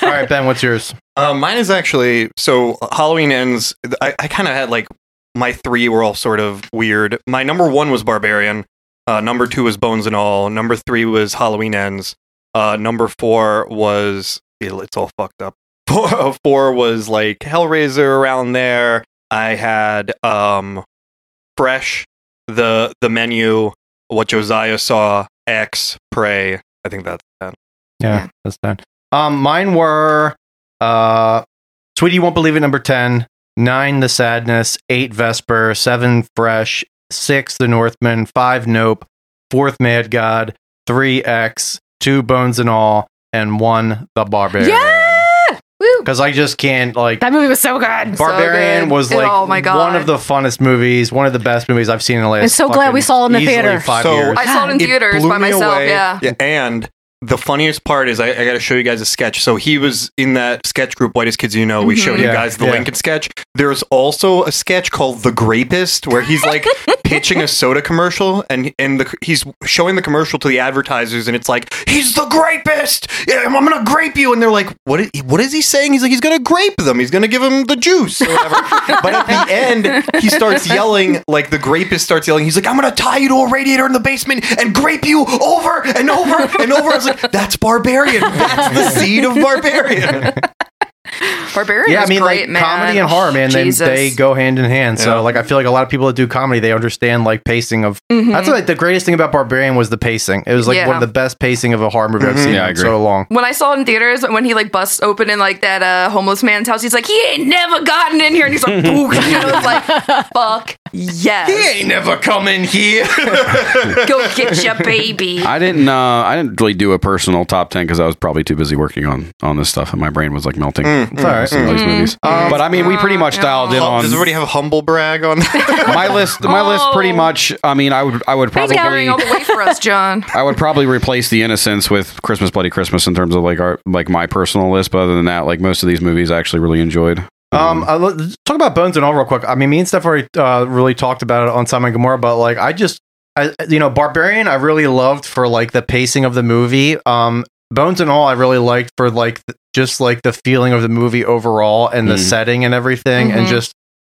[SPEAKER 9] right, Ben, what's yours?
[SPEAKER 10] Uh, mine is actually so Halloween ends. I, I kind of had like my three were all sort of weird. My number one was Barbarian. Uh, number two was Bones and All. Number three was Halloween ends. Uh, number four was it's all fucked up. *laughs* Four, uh, four was like Hellraiser around there. I had um, Fresh, the the menu, what Josiah saw, X, Prey. I think that's that.
[SPEAKER 9] Yeah, that's done. Um, mine were uh, Sweetie You Won't Believe It, number 10, 9, The Sadness, 8, Vesper, 7, Fresh, 6, The Northman, 5, Nope, 4th, Mad God, 3, X, 2, Bones and All, and 1, The Barbarian.
[SPEAKER 8] Yeah! Woo!
[SPEAKER 9] Because I just can't, like,
[SPEAKER 8] That movie was so good.
[SPEAKER 9] Barbarian was like
[SPEAKER 4] oh my god.
[SPEAKER 9] one of the funnest movies, one of the best movies I've seen in the last.
[SPEAKER 8] I'm so glad we
[SPEAKER 9] fucking
[SPEAKER 8] saw it in the
[SPEAKER 9] easily
[SPEAKER 8] theater.
[SPEAKER 9] Five
[SPEAKER 10] So-
[SPEAKER 9] years.
[SPEAKER 4] I saw it in
[SPEAKER 10] It
[SPEAKER 4] theaters
[SPEAKER 10] blew
[SPEAKER 4] by
[SPEAKER 10] me
[SPEAKER 4] myself.
[SPEAKER 10] away.
[SPEAKER 4] Yeah.
[SPEAKER 10] And the funniest part is I, I got to show you guys a sketch. So he was in that sketch group, Whitest Kids You Know. We
[SPEAKER 4] Mhm.
[SPEAKER 10] showed you
[SPEAKER 9] Yeah,
[SPEAKER 10] guys the
[SPEAKER 9] yeah.
[SPEAKER 10] Lincoln sketch. There's also a sketch called The Grapist where he's like pitching a soda commercial and and the, he's showing the commercial to the advertisers and it's like, he's the grapist. Yeah, I'm going to grape you. And they're like, what is, what is he saying? He's like, he's going to grape them. He's going to give them the juice or whatever. but at the end, he starts yelling, like the grapist starts yelling. He's like, I'm going to tie you to a radiator in the basement and grape you over and over and over. I was like, that's barbarian. That's the seed of barbarian.
[SPEAKER 4] Barbarian
[SPEAKER 9] yeah, I
[SPEAKER 4] was
[SPEAKER 9] mean,
[SPEAKER 4] great,
[SPEAKER 9] like
[SPEAKER 4] man.
[SPEAKER 9] comedy and horror, man, they,
[SPEAKER 4] Jesus.
[SPEAKER 9] they go hand in hand.
[SPEAKER 10] Yeah.
[SPEAKER 9] So, like, I feel like a lot of people that do comedy, they understand like pacing of.
[SPEAKER 4] Mhm.
[SPEAKER 9] That's like the greatest thing about Barbarian was the pacing. It was like one
[SPEAKER 4] Yeah.
[SPEAKER 9] of the best pacing of a horror movie I've
[SPEAKER 10] Mhm.
[SPEAKER 9] seen
[SPEAKER 6] Mm-hmm. Yeah, I
[SPEAKER 9] in
[SPEAKER 6] agree.
[SPEAKER 9] so long.
[SPEAKER 4] when I saw it in theaters, when he like busts open in like *laughs* that uh, homeless man's house, he's like, he ain't never gotten in here, and he's like, "Boo," you know, it's like, fuck Yes.
[SPEAKER 9] ain't never come in here.
[SPEAKER 4] *laughs* Go get your baby.
[SPEAKER 6] I didn't. Uh, I didn't really do a personal top ten because I was probably too busy working on on this stuff, and my brain was like melting.
[SPEAKER 10] Mm,
[SPEAKER 6] It's all right.
[SPEAKER 9] mm,
[SPEAKER 6] Those movies.
[SPEAKER 9] mm.
[SPEAKER 6] but I mean, we pretty much dialed in
[SPEAKER 10] Hum-
[SPEAKER 6] on
[SPEAKER 10] Does everybody have a humble brag on
[SPEAKER 6] my list. My list pretty
[SPEAKER 4] Oh.
[SPEAKER 6] much. I mean, I would. I would
[SPEAKER 4] Thanks
[SPEAKER 6] probably.
[SPEAKER 4] carrying all the way for us, John.
[SPEAKER 6] *laughs* I would probably replace The Innocents with Christmas Bloody Christmas in terms of like our like my personal list. But other than that, like most of these movies, I actually really enjoyed.
[SPEAKER 9] Um, I lo- talk about Bones and all real quick. I mean, me and Steph already uh, really talked about it on Simon Gomorrah, but like, I just, I, you know, Barbarian, I really loved for like the pacing of the movie. Um, Bones and all, I really liked for like th- just like the feeling of the movie overall and the
[SPEAKER 6] Mm.
[SPEAKER 9] setting and everything,
[SPEAKER 4] Mhm.
[SPEAKER 9] and just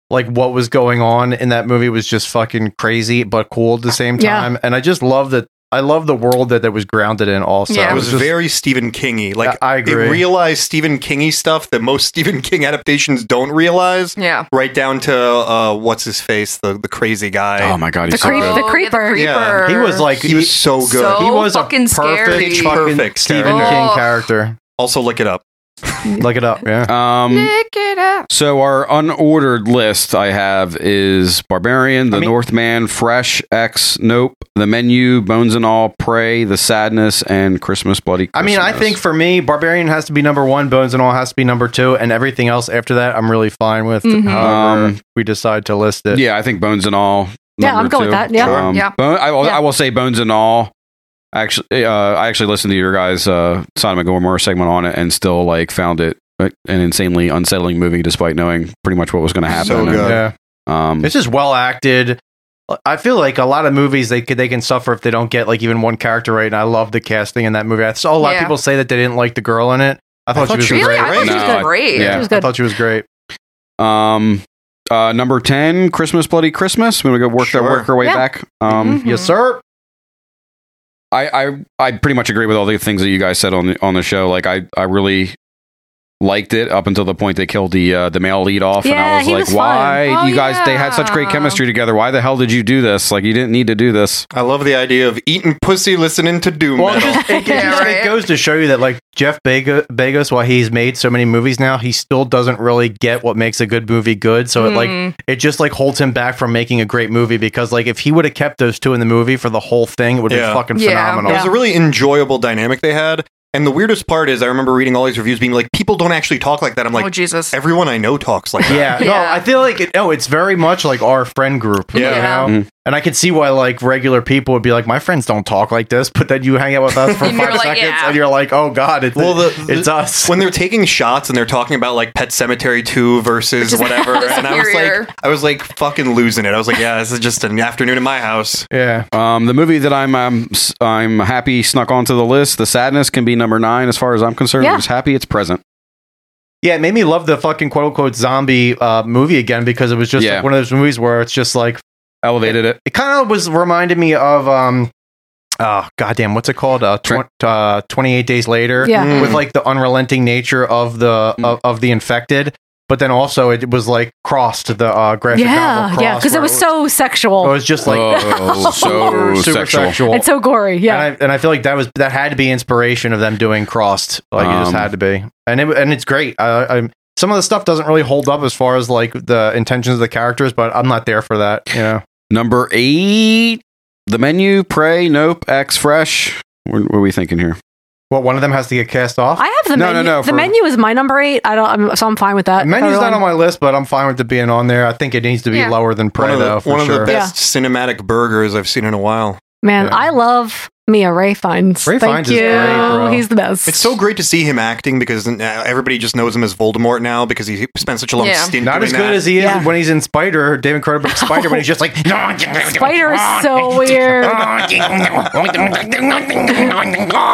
[SPEAKER 9] like what was going on in that movie was just fucking crazy but cool at the same
[SPEAKER 8] Yeah.
[SPEAKER 9] time. And I just love that. I love the world that that was grounded in. Also,
[SPEAKER 4] Yeah.
[SPEAKER 10] It
[SPEAKER 9] It
[SPEAKER 10] was
[SPEAKER 9] just-
[SPEAKER 10] very Stephen Kingy. Like
[SPEAKER 9] I I
[SPEAKER 10] it
[SPEAKER 9] agree.
[SPEAKER 10] realized Stephen Kingy stuff that most *laughs* Stephen King adaptations don't realize.
[SPEAKER 4] Yeah.
[SPEAKER 10] Right down to uh, what's his face, the the crazy guy.
[SPEAKER 6] oh my god,
[SPEAKER 8] The
[SPEAKER 6] he's so
[SPEAKER 8] creep-
[SPEAKER 6] good.
[SPEAKER 4] Oh, yeah,
[SPEAKER 8] creeper.
[SPEAKER 10] Yeah,
[SPEAKER 9] he was like
[SPEAKER 10] he was so good.
[SPEAKER 4] So-
[SPEAKER 9] he was
[SPEAKER 4] fucking
[SPEAKER 9] a perfect,
[SPEAKER 4] scary.
[SPEAKER 9] fucking
[SPEAKER 10] Perfect
[SPEAKER 9] Stephen
[SPEAKER 4] character.
[SPEAKER 9] King
[SPEAKER 4] Oh.
[SPEAKER 9] character.
[SPEAKER 10] also, look it up.
[SPEAKER 9] Look it up, yeah.
[SPEAKER 6] Um,
[SPEAKER 4] Pick it up.
[SPEAKER 6] So our unordered list I have is Barbarian, The
[SPEAKER 9] I mean-
[SPEAKER 6] Northman, Fresh X, Nope, The Menu, Bones and All, Prey, The Sadness, and Christmas Bloody.
[SPEAKER 9] I
[SPEAKER 6] Christmas.
[SPEAKER 9] mean, I think for me, Barbarian has to be number one, Bones and All has to be number two, and everything else after that, I'm really fine with.
[SPEAKER 4] Mhm.
[SPEAKER 9] However,
[SPEAKER 6] Um,
[SPEAKER 9] we decide to list it.
[SPEAKER 6] yeah, I think Bones and All.
[SPEAKER 8] Yeah,
[SPEAKER 6] number
[SPEAKER 8] I'm going
[SPEAKER 6] two.
[SPEAKER 8] with that, yeah.
[SPEAKER 4] Sure. Yeah.
[SPEAKER 6] Bone- I, will,
[SPEAKER 8] Yeah.
[SPEAKER 6] I will say Bones and All. Actually, uh, I actually listened to your guys' uh, Simon Gilmore segment on it, and still like found it uh, an insanely unsettling movie, despite knowing pretty much what was going to happen.
[SPEAKER 10] So
[SPEAKER 6] And,
[SPEAKER 10] good.
[SPEAKER 9] yeah.
[SPEAKER 6] Um,
[SPEAKER 9] It's just well acted. I feel like a lot of movies they could, they can suffer if they don't get like even one character right. And I love the casting in that movie. I saw a lot
[SPEAKER 4] Yeah.
[SPEAKER 9] of people say that they didn't like the girl in it. I thought,
[SPEAKER 10] thought
[SPEAKER 9] she was
[SPEAKER 10] she was
[SPEAKER 9] great.
[SPEAKER 4] Really? I thought she
[SPEAKER 6] No, I-
[SPEAKER 4] was great.
[SPEAKER 6] yeah.
[SPEAKER 8] It was
[SPEAKER 9] I
[SPEAKER 8] good.
[SPEAKER 9] thought she was great.
[SPEAKER 6] Um, uh, number ten, Christmas Bloody Christmas. We're gonna go work
[SPEAKER 10] Sure.
[SPEAKER 6] our work our way
[SPEAKER 8] Yeah. Mm-hmm.
[SPEAKER 6] back. Um,
[SPEAKER 4] Mhm.
[SPEAKER 9] Yes, sir.
[SPEAKER 6] I, I I pretty much agree with all the things that you guys said on the on the show. Like I I really liked it up until the point they killed the uh, the male lead off, and
[SPEAKER 8] Yeah,
[SPEAKER 6] I was
[SPEAKER 8] he
[SPEAKER 6] like,
[SPEAKER 8] was fun.
[SPEAKER 6] why
[SPEAKER 4] Oh,
[SPEAKER 6] you guys? They had such great
[SPEAKER 4] yeah.
[SPEAKER 6] chemistry together. Why the hell did you do this? Like you didn't need to do this.
[SPEAKER 10] I love the idea of eating pussy, listening to doom
[SPEAKER 9] Well, it,
[SPEAKER 10] metal.
[SPEAKER 9] just, it,
[SPEAKER 4] Yeah,
[SPEAKER 9] just- it
[SPEAKER 4] right.
[SPEAKER 9] goes to show you that like Jeff Bego- Bezos, while he's made so many movies now, he still doesn't really get what makes a good movie good. So it
[SPEAKER 4] Hmm.
[SPEAKER 9] like it just like holds him back from making a great movie because like if he would have kept those two in the movie for the whole thing, it would have
[SPEAKER 10] Yeah.
[SPEAKER 9] been fucking
[SPEAKER 4] Yeah.
[SPEAKER 9] phenomenal.
[SPEAKER 10] It was a really enjoyable dynamic they had. And the weirdest part is, I remember reading all these reviews being like, people don't actually talk like that. I'm like,
[SPEAKER 4] oh Jesus.
[SPEAKER 10] everyone I know talks like that.
[SPEAKER 9] Yeah, no,
[SPEAKER 4] Yeah.
[SPEAKER 9] I feel like it, no, it's very much like our friend group. you
[SPEAKER 10] Yeah. Mm-hmm.
[SPEAKER 9] know?
[SPEAKER 6] Mhm.
[SPEAKER 9] and I could see why like regular people would be like, my friends don't talk like this, but then you hang out with us
[SPEAKER 4] *laughs*
[SPEAKER 9] for
[SPEAKER 4] And you're
[SPEAKER 9] five
[SPEAKER 4] like,
[SPEAKER 9] seconds
[SPEAKER 4] yeah.
[SPEAKER 9] and you're like, oh god, it's
[SPEAKER 10] Well, the-
[SPEAKER 9] it's us. *laughs*
[SPEAKER 10] when they're taking shots and they're talking about like Pet Cemetery 2
[SPEAKER 4] Which
[SPEAKER 10] versus
[SPEAKER 4] is
[SPEAKER 10] whatever
[SPEAKER 4] *laughs*
[SPEAKER 10] and I was
[SPEAKER 4] superior.
[SPEAKER 10] like I was like fucking losing it. I was like, yeah, this is just an afternoon in my house.
[SPEAKER 9] yeah,
[SPEAKER 6] Um, the movie that I'm um, s- I'm happy snuck onto the list. The sadness can be number nine as far as I'm concerned.
[SPEAKER 8] Yeah.
[SPEAKER 6] I'm just happy it's present.
[SPEAKER 9] Yeah, it made me love the fucking quote unquote zombie uh, movie again because it was just
[SPEAKER 6] Yeah.
[SPEAKER 9] like one of those movies where it's just like
[SPEAKER 6] Elevated it.
[SPEAKER 9] it kind of was reminded me of um oh goddamn what's it called uh, tw- uh 28 days later
[SPEAKER 8] Yeah.
[SPEAKER 9] with like the unrelenting nature of the of, of the infected but then also it was like crossed the uh graphic
[SPEAKER 8] Yeah,
[SPEAKER 9] novel
[SPEAKER 8] yeah,
[SPEAKER 9] cross,
[SPEAKER 8] because it
[SPEAKER 9] where
[SPEAKER 8] was so
[SPEAKER 9] it
[SPEAKER 8] sexual
[SPEAKER 9] was just
[SPEAKER 8] *laughs*
[SPEAKER 9] like
[SPEAKER 6] oh, so
[SPEAKER 9] super, super
[SPEAKER 6] sexual.
[SPEAKER 9] sexual,
[SPEAKER 8] and so gory. Yeah,
[SPEAKER 9] and I, and I feel like that was that had to be inspiration of them doing crossed. Like it just
[SPEAKER 6] Um,
[SPEAKER 9] had to be, and it, and it's great. I, I, some of the stuff doesn't really hold up as far as like the intentions of the characters, but I'm not there for that. You know,
[SPEAKER 6] Number eight, the menu, pray, nope, X fresh. What, what are we thinking here?
[SPEAKER 9] what one of them has to get cast off.
[SPEAKER 8] I have the
[SPEAKER 6] No, no,
[SPEAKER 8] menu.
[SPEAKER 6] no,
[SPEAKER 8] the
[SPEAKER 6] for-
[SPEAKER 8] menu is my number eight. I don't, I'm, so I'm fine with that.
[SPEAKER 9] Menu's
[SPEAKER 8] Everyone-
[SPEAKER 9] not on my list, but I'm fine with it being on there. I think it needs to be
[SPEAKER 4] Yeah.
[SPEAKER 9] lower than
[SPEAKER 10] One
[SPEAKER 9] Prey,
[SPEAKER 10] of the,
[SPEAKER 9] though. For
[SPEAKER 10] one of
[SPEAKER 9] sure.
[SPEAKER 10] the best cinematic burgers I've seen in a while.
[SPEAKER 8] Man,
[SPEAKER 9] Yeah.
[SPEAKER 8] I love Mia Ray Fiennes.
[SPEAKER 9] Ray
[SPEAKER 8] Thank
[SPEAKER 9] Fiennes is
[SPEAKER 8] you.
[SPEAKER 9] great, bro.
[SPEAKER 8] He's the best.
[SPEAKER 10] It's so great to see him acting because now everybody just knows him as Voldemort now because he spent such a long
[SPEAKER 4] Yeah.
[SPEAKER 10] stint
[SPEAKER 9] Not
[SPEAKER 10] doing
[SPEAKER 9] as good
[SPEAKER 10] that.
[SPEAKER 9] as he is
[SPEAKER 8] Yeah.
[SPEAKER 9] when he's in Spider, David Cronenberg's Spider, when he's just like,
[SPEAKER 8] Spider is
[SPEAKER 9] *laughs*
[SPEAKER 8] so weird.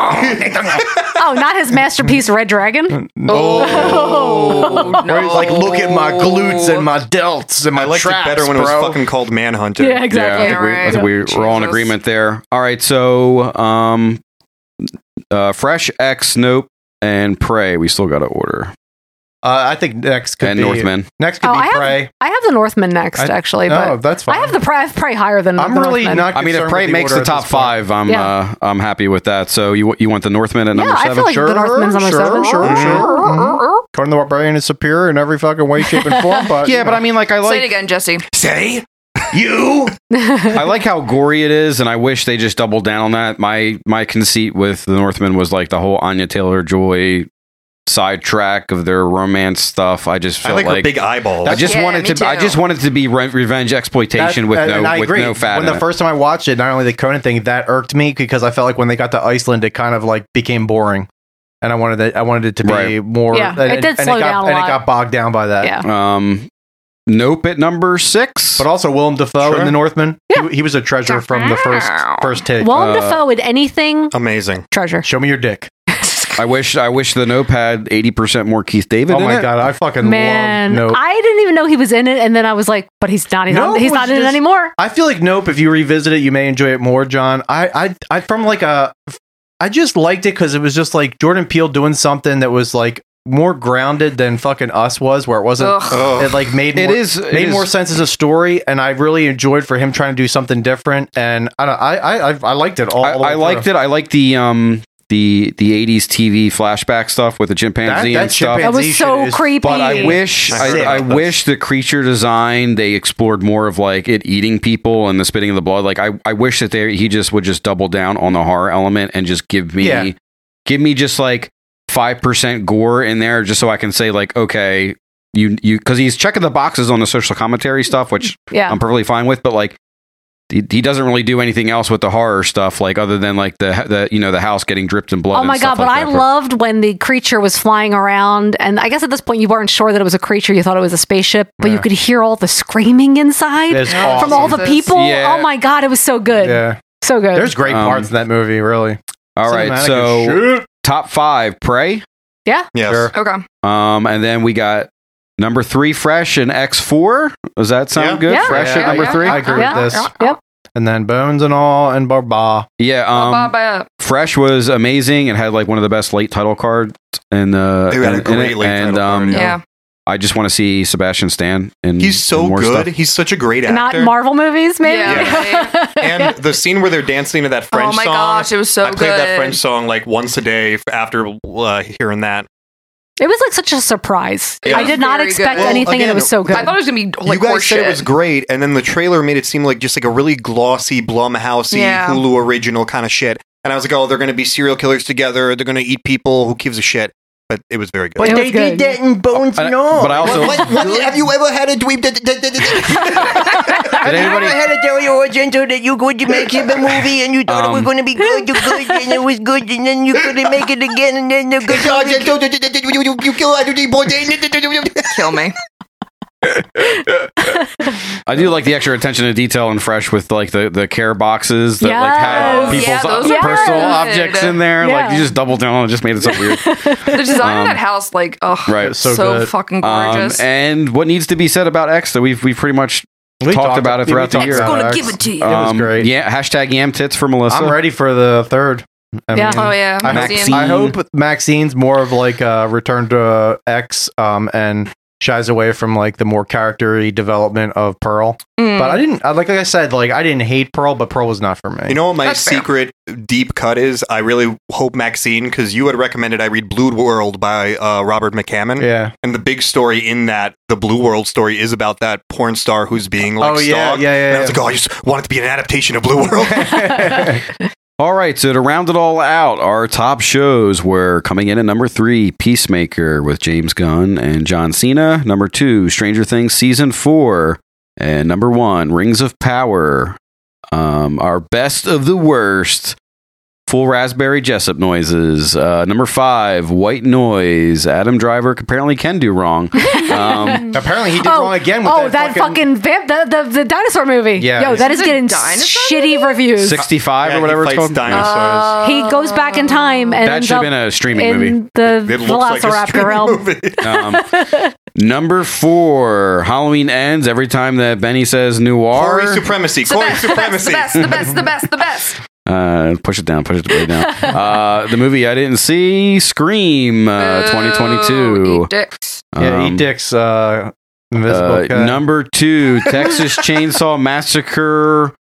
[SPEAKER 8] oh,
[SPEAKER 9] *laughs*
[SPEAKER 8] not his masterpiece, Red Dragon.
[SPEAKER 4] Oh, no.
[SPEAKER 8] *laughs*
[SPEAKER 9] Where he's like, look at my glutes and my delts and my
[SPEAKER 10] I liked
[SPEAKER 9] traps,
[SPEAKER 10] it better when
[SPEAKER 9] bro.
[SPEAKER 10] it was fucking called Manhunter.
[SPEAKER 8] Yeah, exactly.
[SPEAKER 6] Yeah, I think, we, I
[SPEAKER 4] right.
[SPEAKER 6] think we we're all in
[SPEAKER 4] Jesus.
[SPEAKER 6] agreement there. All right, so um, uh, Fresh X, Nope, and Prey. We still got to order
[SPEAKER 9] Uh, I think next could
[SPEAKER 6] and
[SPEAKER 9] be
[SPEAKER 6] Northman.
[SPEAKER 9] Next could
[SPEAKER 8] Oh,
[SPEAKER 9] be
[SPEAKER 8] I have-
[SPEAKER 9] Prey.
[SPEAKER 8] I have the Northman next,
[SPEAKER 9] I-
[SPEAKER 8] actually.
[SPEAKER 9] No,
[SPEAKER 8] But
[SPEAKER 9] that's fine.
[SPEAKER 8] I have the Prey. I have Prey higher than.
[SPEAKER 9] I'm
[SPEAKER 8] the
[SPEAKER 9] really
[SPEAKER 8] Northman.
[SPEAKER 9] not.
[SPEAKER 6] I mean, if
[SPEAKER 9] concerned
[SPEAKER 6] Prey
[SPEAKER 9] with the
[SPEAKER 6] makes
[SPEAKER 9] order
[SPEAKER 6] the
[SPEAKER 9] at
[SPEAKER 6] top
[SPEAKER 9] this point.
[SPEAKER 6] five, I'm
[SPEAKER 8] Yeah.
[SPEAKER 6] uh, I'm happy with that. So you you want the Northman at number
[SPEAKER 8] Yeah, I
[SPEAKER 6] seven?
[SPEAKER 8] feel like the Northman's on my
[SPEAKER 9] sure,
[SPEAKER 8] seven.
[SPEAKER 9] sure, sure.
[SPEAKER 6] *laughs*
[SPEAKER 9] Conan the Barbarian is superior in every fucking way, shape, and form. But
[SPEAKER 6] yeah, but I mean, like I
[SPEAKER 4] Say it
[SPEAKER 6] like
[SPEAKER 4] again, Jesse.
[SPEAKER 10] Say You?
[SPEAKER 6] I like how gory it is, and I wish they just doubled down on that. My my conceit with the Northmen was like the whole Anya Taylor Joy sidetrack of their romance stuff. I just
[SPEAKER 10] I
[SPEAKER 6] felt
[SPEAKER 10] like,
[SPEAKER 6] like,
[SPEAKER 10] her big eyeballs.
[SPEAKER 6] I just
[SPEAKER 4] Yeah,
[SPEAKER 6] wanted
[SPEAKER 4] me
[SPEAKER 6] to. I
[SPEAKER 4] too.
[SPEAKER 6] just wanted to be re- revenge exploitation
[SPEAKER 9] That-
[SPEAKER 6] with
[SPEAKER 9] and-
[SPEAKER 6] no
[SPEAKER 9] and I
[SPEAKER 6] with
[SPEAKER 9] agree.
[SPEAKER 6] no fat.
[SPEAKER 9] When
[SPEAKER 6] in
[SPEAKER 9] the
[SPEAKER 6] it.
[SPEAKER 9] first time I watched it, not only the Conan thing that irked me because I felt like when they got to Iceland, it kind of like became boring, and I wanted that I wanted it to be
[SPEAKER 6] Right.
[SPEAKER 9] more.
[SPEAKER 8] Yeah,
[SPEAKER 9] and,
[SPEAKER 8] it did
[SPEAKER 9] and
[SPEAKER 8] slow
[SPEAKER 9] got,
[SPEAKER 8] down a
[SPEAKER 9] and
[SPEAKER 8] lot.
[SPEAKER 9] it got bogged down by that.
[SPEAKER 8] Yeah.
[SPEAKER 6] um, Nope at number six.
[SPEAKER 9] But also Willem Dafoe
[SPEAKER 6] Sure.
[SPEAKER 9] in The Northman.
[SPEAKER 8] Yeah.
[SPEAKER 9] He, he was a treasure from the first first
[SPEAKER 8] *laughs*
[SPEAKER 9] take.
[SPEAKER 8] Willem
[SPEAKER 6] uh,
[SPEAKER 8] Dafoe in anything
[SPEAKER 10] Amazing.
[SPEAKER 8] treasure.
[SPEAKER 9] Show me your dick.
[SPEAKER 6] I wish I wish the Nope had eighty percent more Keith David.
[SPEAKER 9] Oh
[SPEAKER 6] in
[SPEAKER 9] my
[SPEAKER 6] it.
[SPEAKER 9] god, I fucking
[SPEAKER 8] Man,
[SPEAKER 9] love Nope.
[SPEAKER 8] I didn't even know he was in it, and then I was like, "But he's not. He's
[SPEAKER 9] Nope
[SPEAKER 8] not. He's
[SPEAKER 9] was
[SPEAKER 8] not in it
[SPEAKER 9] just-
[SPEAKER 8] anymore."
[SPEAKER 9] I feel like Nope. If you revisit it, you may enjoy it more, John. I, I, I from like a, I just liked it because it was just like Jordan Peele doing something that was like more grounded than fucking Us was, where it wasn't.
[SPEAKER 10] Ugh.
[SPEAKER 9] It like made
[SPEAKER 6] It
[SPEAKER 9] more,
[SPEAKER 6] is- it
[SPEAKER 9] made
[SPEAKER 6] is-
[SPEAKER 9] more sense as a story, and I really enjoyed for him trying to do something different. And I don't, I, I, I, I liked it all.
[SPEAKER 6] I, I liked it. I liked the um the the eighties TV flashback stuff with the chimpanzee
[SPEAKER 9] that
[SPEAKER 6] and stuff.
[SPEAKER 9] chimpanzee-
[SPEAKER 8] That was so
[SPEAKER 9] is-
[SPEAKER 8] creepy.
[SPEAKER 6] But I wish
[SPEAKER 9] That's
[SPEAKER 6] I,
[SPEAKER 9] sick.
[SPEAKER 6] I wish the creature design they explored more of like it eating people and the spitting of the blood. Like I, I wish that they he just would just double down on the horror element and just give me
[SPEAKER 9] Yeah.
[SPEAKER 6] give me just like five percent gore in there just so I can say like okay you you because he's checking the boxes on the social commentary stuff which
[SPEAKER 8] Yeah,
[SPEAKER 6] I'm perfectly fine with, but like he, he doesn't really do anything else with the horror stuff, like other than like the the you know the house getting dripped in blood.
[SPEAKER 8] Oh my
[SPEAKER 6] and stuff
[SPEAKER 8] god! But
[SPEAKER 6] like
[SPEAKER 8] I
[SPEAKER 6] that.
[SPEAKER 8] loved when the creature was flying around, and I guess at this point you weren't sure that it was a creature; you thought it was a spaceship. But you
[SPEAKER 9] Yeah.
[SPEAKER 8] could hear all the screaming inside
[SPEAKER 9] It's
[SPEAKER 4] Yeah.
[SPEAKER 9] awesome.
[SPEAKER 8] from all the
[SPEAKER 4] Jesus.
[SPEAKER 8] people.
[SPEAKER 6] Yeah.
[SPEAKER 8] Oh my god! It was so good,
[SPEAKER 9] yeah,
[SPEAKER 8] so good.
[SPEAKER 9] there's great
[SPEAKER 6] Um,
[SPEAKER 9] parts in that movie. Really.
[SPEAKER 6] All right,
[SPEAKER 9] Cinematic
[SPEAKER 6] so
[SPEAKER 9] as shit.
[SPEAKER 6] top five, Prey,
[SPEAKER 10] Yes.
[SPEAKER 9] Sure.
[SPEAKER 4] Okay.
[SPEAKER 6] um, and then we got number three, Fresh and X four. Does that sound
[SPEAKER 10] Yeah.
[SPEAKER 6] good?
[SPEAKER 8] Yeah.
[SPEAKER 6] Fresh
[SPEAKER 9] Yeah,
[SPEAKER 6] at number
[SPEAKER 9] I-
[SPEAKER 6] three.
[SPEAKER 9] I agree
[SPEAKER 8] Yeah.
[SPEAKER 9] with this.
[SPEAKER 8] Yep.
[SPEAKER 9] And then Bones and all and Barba.
[SPEAKER 6] Yeah, um,
[SPEAKER 4] Ba- ba-
[SPEAKER 6] Fresh was amazing. It had like one of the best late title cards, and uh,
[SPEAKER 10] They had a
[SPEAKER 6] in- in
[SPEAKER 10] great
[SPEAKER 6] it.
[SPEAKER 10] late title
[SPEAKER 6] and
[SPEAKER 10] card,
[SPEAKER 6] um,
[SPEAKER 4] yeah.
[SPEAKER 6] I just want to see Sebastian Stan. In,
[SPEAKER 10] He's so
[SPEAKER 6] in more
[SPEAKER 10] good.
[SPEAKER 6] stuff.
[SPEAKER 10] He's such a great actor.
[SPEAKER 8] Not Marvel movies, maybe.
[SPEAKER 4] Yeah. *laughs*
[SPEAKER 8] *laughs*
[SPEAKER 10] and the scene where they're dancing to that French
[SPEAKER 4] oh my
[SPEAKER 10] song.
[SPEAKER 4] gosh, it was so
[SPEAKER 10] I played
[SPEAKER 4] good.
[SPEAKER 10] that French song like once a day f- after uh, hearing that.
[SPEAKER 8] It was like such a surprise.
[SPEAKER 10] Yeah.
[SPEAKER 8] I did not
[SPEAKER 4] Very
[SPEAKER 8] expect
[SPEAKER 4] good. Well,
[SPEAKER 8] anything, and
[SPEAKER 10] again,
[SPEAKER 8] it was so good.
[SPEAKER 4] *laughs*
[SPEAKER 8] *laughs*
[SPEAKER 4] I thought it was gonna be like
[SPEAKER 10] you guys
[SPEAKER 4] horse
[SPEAKER 10] said
[SPEAKER 4] shit.
[SPEAKER 10] it was great, and then the trailer made it seem like just like a really glossy Blumhousey
[SPEAKER 4] Yeah.
[SPEAKER 10] Hulu original kind of shit. And I was like, oh, they're going to be serial killers together. They're going to eat people. Who gives a shit? But it was very good.
[SPEAKER 8] It was good.
[SPEAKER 7] in Bones
[SPEAKER 6] And I- but I also-
[SPEAKER 7] What- what- what- have you ever had a dream that... that- that- that- Have
[SPEAKER 6] Did
[SPEAKER 7] you
[SPEAKER 6] anybody-
[SPEAKER 7] ever had a Dario Argento that you going to make him a movie and you thought it was
[SPEAKER 6] Um,
[SPEAKER 7] going to be good, you good, and it was good, and then you couldn't make it again, and then
[SPEAKER 6] *laughs*
[SPEAKER 7] the good... You, you kill Anthony Bourdain.
[SPEAKER 4] kill me.
[SPEAKER 6] I do like the extra attention to detail and fresh with like the, the care boxes that like had people's
[SPEAKER 8] Yes. Yeah,
[SPEAKER 4] those
[SPEAKER 8] are
[SPEAKER 6] personal
[SPEAKER 8] good.
[SPEAKER 6] objects in there. Like
[SPEAKER 8] Yeah.
[SPEAKER 6] you just double down on it, just made it so weird.
[SPEAKER 10] *laughs*
[SPEAKER 4] The design
[SPEAKER 6] Um,
[SPEAKER 4] of that house, like, oh,
[SPEAKER 6] right.
[SPEAKER 9] So
[SPEAKER 4] so,
[SPEAKER 9] good.
[SPEAKER 4] fucking
[SPEAKER 6] Um,
[SPEAKER 4] gorgeous.
[SPEAKER 6] and what needs to be said about X that we've we've pretty much
[SPEAKER 9] We
[SPEAKER 6] talked about it
[SPEAKER 9] yeah, we
[SPEAKER 6] throughout the
[SPEAKER 9] talked
[SPEAKER 6] year.
[SPEAKER 9] about it.
[SPEAKER 4] to you.
[SPEAKER 9] Uh, was
[SPEAKER 6] um,
[SPEAKER 9] great.
[SPEAKER 6] Yeah, hashtag yam tits for Melissa.
[SPEAKER 9] I'm ready for the third. I
[SPEAKER 8] Yeah.
[SPEAKER 4] oh yeah,
[SPEAKER 9] I hope,
[SPEAKER 4] Museum.
[SPEAKER 9] I hope Maxine's more of like a return to uh, X um, and shies away from like the more character development of Pearl.
[SPEAKER 4] Mm.
[SPEAKER 9] But I didn't, I- like I said, like I didn't hate Pearl, but Pearl was not for me.
[SPEAKER 10] *laughs* You know what my
[SPEAKER 4] That's fair.
[SPEAKER 10] secret deep cut is? I really hope Maxine, because you had recommended I read Blue World by uh, Robert McCammon.
[SPEAKER 9] yeah.
[SPEAKER 10] And the big story in that, the Blue World story, is about that porn star who's being like
[SPEAKER 9] Oh, yeah,
[SPEAKER 10] stalked.
[SPEAKER 9] yeah, yeah,
[SPEAKER 10] And I was
[SPEAKER 9] yeah.
[SPEAKER 10] like, oh, I just want it to be an adaptation of Blue World.
[SPEAKER 8] *laughs*
[SPEAKER 6] All right, so to round it all out, our top shows were coming in at number three, Peacemaker with James Gunn and John Cena. Number two, Stranger Things season four, and number one, Rings of Power. Um, our best of the worst, full raspberry Jessup noises. Uh, number five, White Noise. Adam Driver apparently can do wrong. Um,
[SPEAKER 9] Apparently he did
[SPEAKER 8] Oh,
[SPEAKER 9] wrong again with
[SPEAKER 8] oh, that, fucking, vamp, the, the, the dinosaur movie.
[SPEAKER 9] Yeah.
[SPEAKER 8] Yo, that is
[SPEAKER 4] Is it
[SPEAKER 8] getting
[SPEAKER 4] dinosaur
[SPEAKER 8] shitty reviews.
[SPEAKER 10] *laughs*
[SPEAKER 6] sixty-five
[SPEAKER 10] Yeah,
[SPEAKER 6] or
[SPEAKER 10] he
[SPEAKER 6] whatever it's
[SPEAKER 10] fights
[SPEAKER 6] called.
[SPEAKER 10] Dinosaurs.
[SPEAKER 4] Uh,
[SPEAKER 8] he goes back in time and
[SPEAKER 6] that
[SPEAKER 8] ends
[SPEAKER 6] should have
[SPEAKER 8] up
[SPEAKER 6] been a streaming
[SPEAKER 4] *laughs*
[SPEAKER 8] in
[SPEAKER 6] movie.
[SPEAKER 8] the
[SPEAKER 10] it looks like a
[SPEAKER 8] Velociraptor
[SPEAKER 10] streaming *laughs*
[SPEAKER 8] realm.
[SPEAKER 10] movie.
[SPEAKER 6] Um, number four, Halloween ends every time that Benny says noir.
[SPEAKER 10] Corey supremacy.
[SPEAKER 4] It's the
[SPEAKER 10] Corey
[SPEAKER 4] best, the best, the
[SPEAKER 10] supremacy.
[SPEAKER 4] best, the best, the best, the best.
[SPEAKER 9] *laughs*
[SPEAKER 6] Uh, push it down, push it
[SPEAKER 4] *laughs*
[SPEAKER 6] way down. Uh, the movie I didn't see, Scream, uh,
[SPEAKER 4] Ooh,
[SPEAKER 6] 2022.
[SPEAKER 4] eat dicks.
[SPEAKER 9] Yeah,
[SPEAKER 6] Um,
[SPEAKER 9] eat dicks. Uh, invisible
[SPEAKER 6] uh,
[SPEAKER 4] *laughs*
[SPEAKER 9] cut.
[SPEAKER 6] number two, Texas Chainsaw Massacre.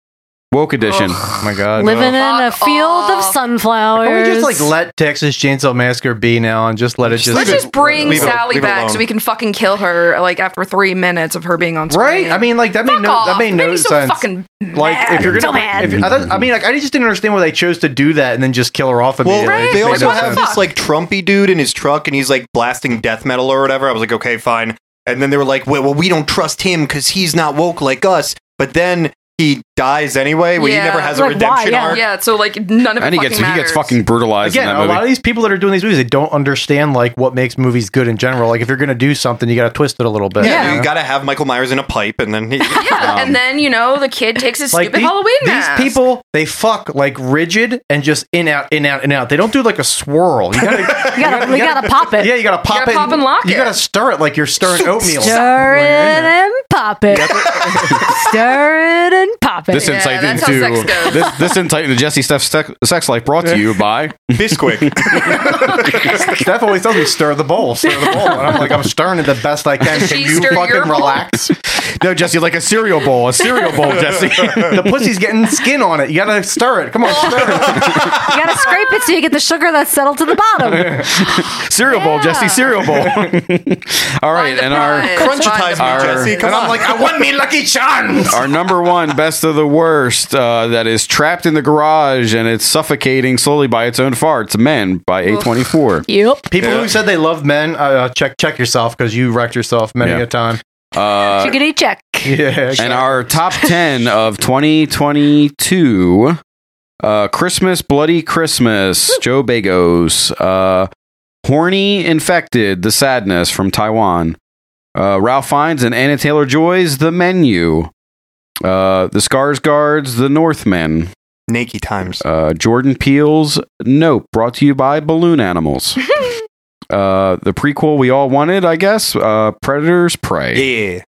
[SPEAKER 6] Woke edition.
[SPEAKER 9] Oh my god.
[SPEAKER 8] Living in a field of sunflowers.
[SPEAKER 9] Can we just like let Texas Chainsaw Massacre be now and just let it just
[SPEAKER 4] Let's just bring
[SPEAKER 9] leave it-
[SPEAKER 4] Sally
[SPEAKER 9] leave it
[SPEAKER 4] back
[SPEAKER 9] alone.
[SPEAKER 4] so we can fucking kill her like after three minutes of her being on screen.
[SPEAKER 9] Right? I mean, like that made
[SPEAKER 4] Fuck
[SPEAKER 9] no
[SPEAKER 4] off.
[SPEAKER 9] that made no
[SPEAKER 4] Made me so
[SPEAKER 9] sense.
[SPEAKER 4] fucking
[SPEAKER 9] like if you're
[SPEAKER 4] so
[SPEAKER 9] gonna,
[SPEAKER 4] mad.
[SPEAKER 9] if, I, thought- I mean, like I just didn't understand why they chose to do that and then just kill her off
[SPEAKER 10] Well,
[SPEAKER 9] immediately. It
[SPEAKER 10] they
[SPEAKER 9] made
[SPEAKER 10] also
[SPEAKER 9] no
[SPEAKER 10] have
[SPEAKER 9] sense.
[SPEAKER 10] this like Trumpy dude in his truck, and he's like blasting death metal or whatever. I was like, okay, fine. And then they were like, well, well we don't trust him because he's not woke like us. But then he dies anyway. When
[SPEAKER 4] Yeah.
[SPEAKER 10] he never has a redemption
[SPEAKER 4] yeah.
[SPEAKER 10] arc.
[SPEAKER 4] Yeah, so like none of it
[SPEAKER 6] And he
[SPEAKER 4] fucking
[SPEAKER 6] gets
[SPEAKER 4] matters.
[SPEAKER 6] he gets fucking brutalized
[SPEAKER 9] Again,
[SPEAKER 6] in
[SPEAKER 9] a
[SPEAKER 6] that
[SPEAKER 9] lot of
[SPEAKER 6] movie.
[SPEAKER 9] these people that are doing these movies, they don't understand like what makes movies good in general. Like if you're gonna do something, you gotta twist it a little bit.
[SPEAKER 10] Yeah,
[SPEAKER 9] you
[SPEAKER 10] you
[SPEAKER 9] know?
[SPEAKER 10] got to have Michael Myers in a pipe, and then he,
[SPEAKER 4] *laughs* yeah, and then you know the kid takes his stupid
[SPEAKER 9] the-
[SPEAKER 4] Halloween
[SPEAKER 9] these
[SPEAKER 4] mask.
[SPEAKER 9] people they fuck like rigid and just in out in out in out they don't do like a swirl you gotta,
[SPEAKER 4] *laughs*
[SPEAKER 8] you gotta, we gotta pop it.
[SPEAKER 9] yeah you gotta pop
[SPEAKER 4] gotta
[SPEAKER 9] it
[SPEAKER 4] pop and lock
[SPEAKER 9] you
[SPEAKER 4] it.
[SPEAKER 9] gotta stir it like you're stirring oatmeal *laughs*
[SPEAKER 8] Stir it and pop it. Stir it and pop it.
[SPEAKER 6] This
[SPEAKER 4] Yeah,
[SPEAKER 6] insight
[SPEAKER 4] that's how sex
[SPEAKER 6] into
[SPEAKER 4] goes.
[SPEAKER 6] this, this insight into Jesse Steph's sex, sex life brought
[SPEAKER 9] *laughs*
[SPEAKER 6] to you by
[SPEAKER 10] Bisquick. *laughs*
[SPEAKER 9] Steph always tells me stir the bowl stir the bowl and I'm like I'm stirring it the best I can
[SPEAKER 4] Does
[SPEAKER 9] can
[SPEAKER 4] she
[SPEAKER 9] you
[SPEAKER 4] stir your
[SPEAKER 9] fucking
[SPEAKER 4] bowl? *laughs*
[SPEAKER 9] relax
[SPEAKER 6] no Jesse like a cereal bowl a cereal bowl Jesse
[SPEAKER 9] the pussy's getting skin on it you gotta stir it come on stir it
[SPEAKER 8] You gotta scrape it so you get the sugar that's settled to
[SPEAKER 10] *laughs*
[SPEAKER 8] the
[SPEAKER 10] Uh,
[SPEAKER 8] bottom.
[SPEAKER 6] cereal bowl Jesse cereal bowl. *laughs* All right,
[SPEAKER 4] the
[SPEAKER 6] and our
[SPEAKER 4] prize.
[SPEAKER 10] Crunchitize
[SPEAKER 6] Our-
[SPEAKER 10] me, Jesse. Come
[SPEAKER 9] and I'm
[SPEAKER 10] on.
[SPEAKER 9] like I want me lucky chance
[SPEAKER 6] our number one best of the worst uh, that is trapped in the garage and it's suffocating slowly by its own farts. Men by A twenty four.
[SPEAKER 8] Yep.
[SPEAKER 9] people who said they love men uh, uh, check check yourself because you wrecked yourself many
[SPEAKER 6] Yeah.
[SPEAKER 9] a time *laughs*
[SPEAKER 6] Uh,
[SPEAKER 8] Chickadee check.
[SPEAKER 9] yeah
[SPEAKER 6] and our top *laughs* ten of twenty twenty two. Uh, Christmas, Bloody Christmas, Joe Bagos, uh, Horny Infected, The Sadness from Taiwan, uh, Ralph Fiennes and Anna Taylor Joy's The Menu, uh, The Scars Guards, The Northmen,
[SPEAKER 10] Naked times.
[SPEAKER 6] Uh, Jordan Peele's Nope, brought to you by Balloon Animals. uh, the prequel we all wanted, I guess. Uh, Predators Prey.
[SPEAKER 10] Yeah.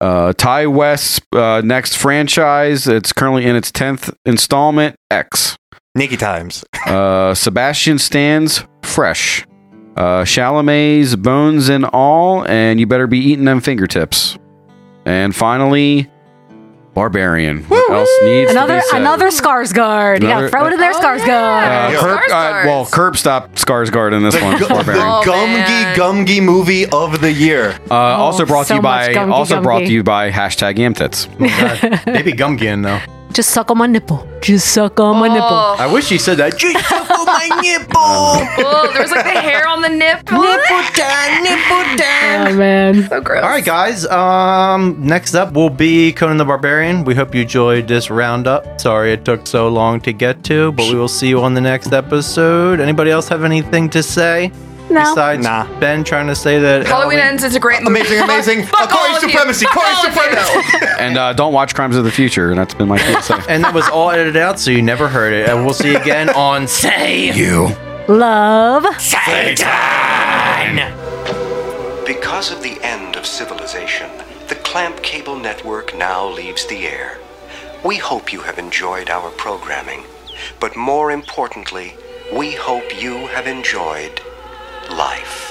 [SPEAKER 6] Uh, Ty West's uh, next franchise. It's currently in its 10th installment, X.
[SPEAKER 10] Naked times.
[SPEAKER 6] Uh, *laughs* Sebastian Stan's Fresh. Uh, Chalamet's Bones and All, and You Better Be Eating Them Fingertips. And finally, Barbarian. What else needs to be
[SPEAKER 8] Another
[SPEAKER 6] said?
[SPEAKER 8] another Skarsgård. you
[SPEAKER 6] Another-
[SPEAKER 8] gotta throw it in there,
[SPEAKER 4] Oh,
[SPEAKER 8] Skarsgård.
[SPEAKER 4] yeah.
[SPEAKER 6] Uh,
[SPEAKER 10] Yeah.
[SPEAKER 6] curb, uh,
[SPEAKER 4] Skarsgård.
[SPEAKER 6] well, curb stop Skarsgård in this
[SPEAKER 10] *laughs*
[SPEAKER 6] one.
[SPEAKER 10] Gu-
[SPEAKER 6] Barbarian.
[SPEAKER 4] Oh,
[SPEAKER 10] the Gumgi
[SPEAKER 4] man.
[SPEAKER 10] Gumgi movie of the year.
[SPEAKER 6] Uh, also brought
[SPEAKER 8] oh,
[SPEAKER 6] to
[SPEAKER 8] so
[SPEAKER 6] you
[SPEAKER 8] much
[SPEAKER 6] by
[SPEAKER 8] Gumby
[SPEAKER 6] also brought
[SPEAKER 8] Gumby.
[SPEAKER 6] to you by hashtag Yamtits.
[SPEAKER 4] *laughs*
[SPEAKER 9] maybe Gumgin though
[SPEAKER 8] Just suck on my nipple. Just suck on my nipple.
[SPEAKER 4] Oh,
[SPEAKER 9] I wish he said that Gee,
[SPEAKER 7] Oh, my nipple!
[SPEAKER 4] oh, there's like the hair on the nip.
[SPEAKER 7] nipple time, nipple time!
[SPEAKER 8] Oh man.
[SPEAKER 4] so gross.
[SPEAKER 9] All right, guys. Um, next up will be Conan the Barbarian. We hope you enjoyed this roundup. Sorry it took so long to get to, but we will see you on the next episode. Anybody else have anything to say
[SPEAKER 8] No.
[SPEAKER 9] besides
[SPEAKER 10] Nah.
[SPEAKER 9] Ben trying to say that
[SPEAKER 4] Halloween ends is a great movie.
[SPEAKER 10] Amazing, amazing.
[SPEAKER 4] Fuck
[SPEAKER 10] Akari's
[SPEAKER 4] all of you.
[SPEAKER 10] supremacy.
[SPEAKER 4] Fuck
[SPEAKER 10] Akari's
[SPEAKER 4] all of you.
[SPEAKER 10] supremacy.
[SPEAKER 6] And uh, don't watch Crimes of the Future. And that's been
[SPEAKER 8] *laughs*
[SPEAKER 6] my PSA.
[SPEAKER 9] and that was all edited out, so you never heard it. And we'll see you again on Say.
[SPEAKER 6] you.
[SPEAKER 8] Love.
[SPEAKER 11] Because of the end of civilization, the Clamp Cable Network now leaves the air. We hope you have enjoyed our programming, but more importantly, we hope you have enjoyed life.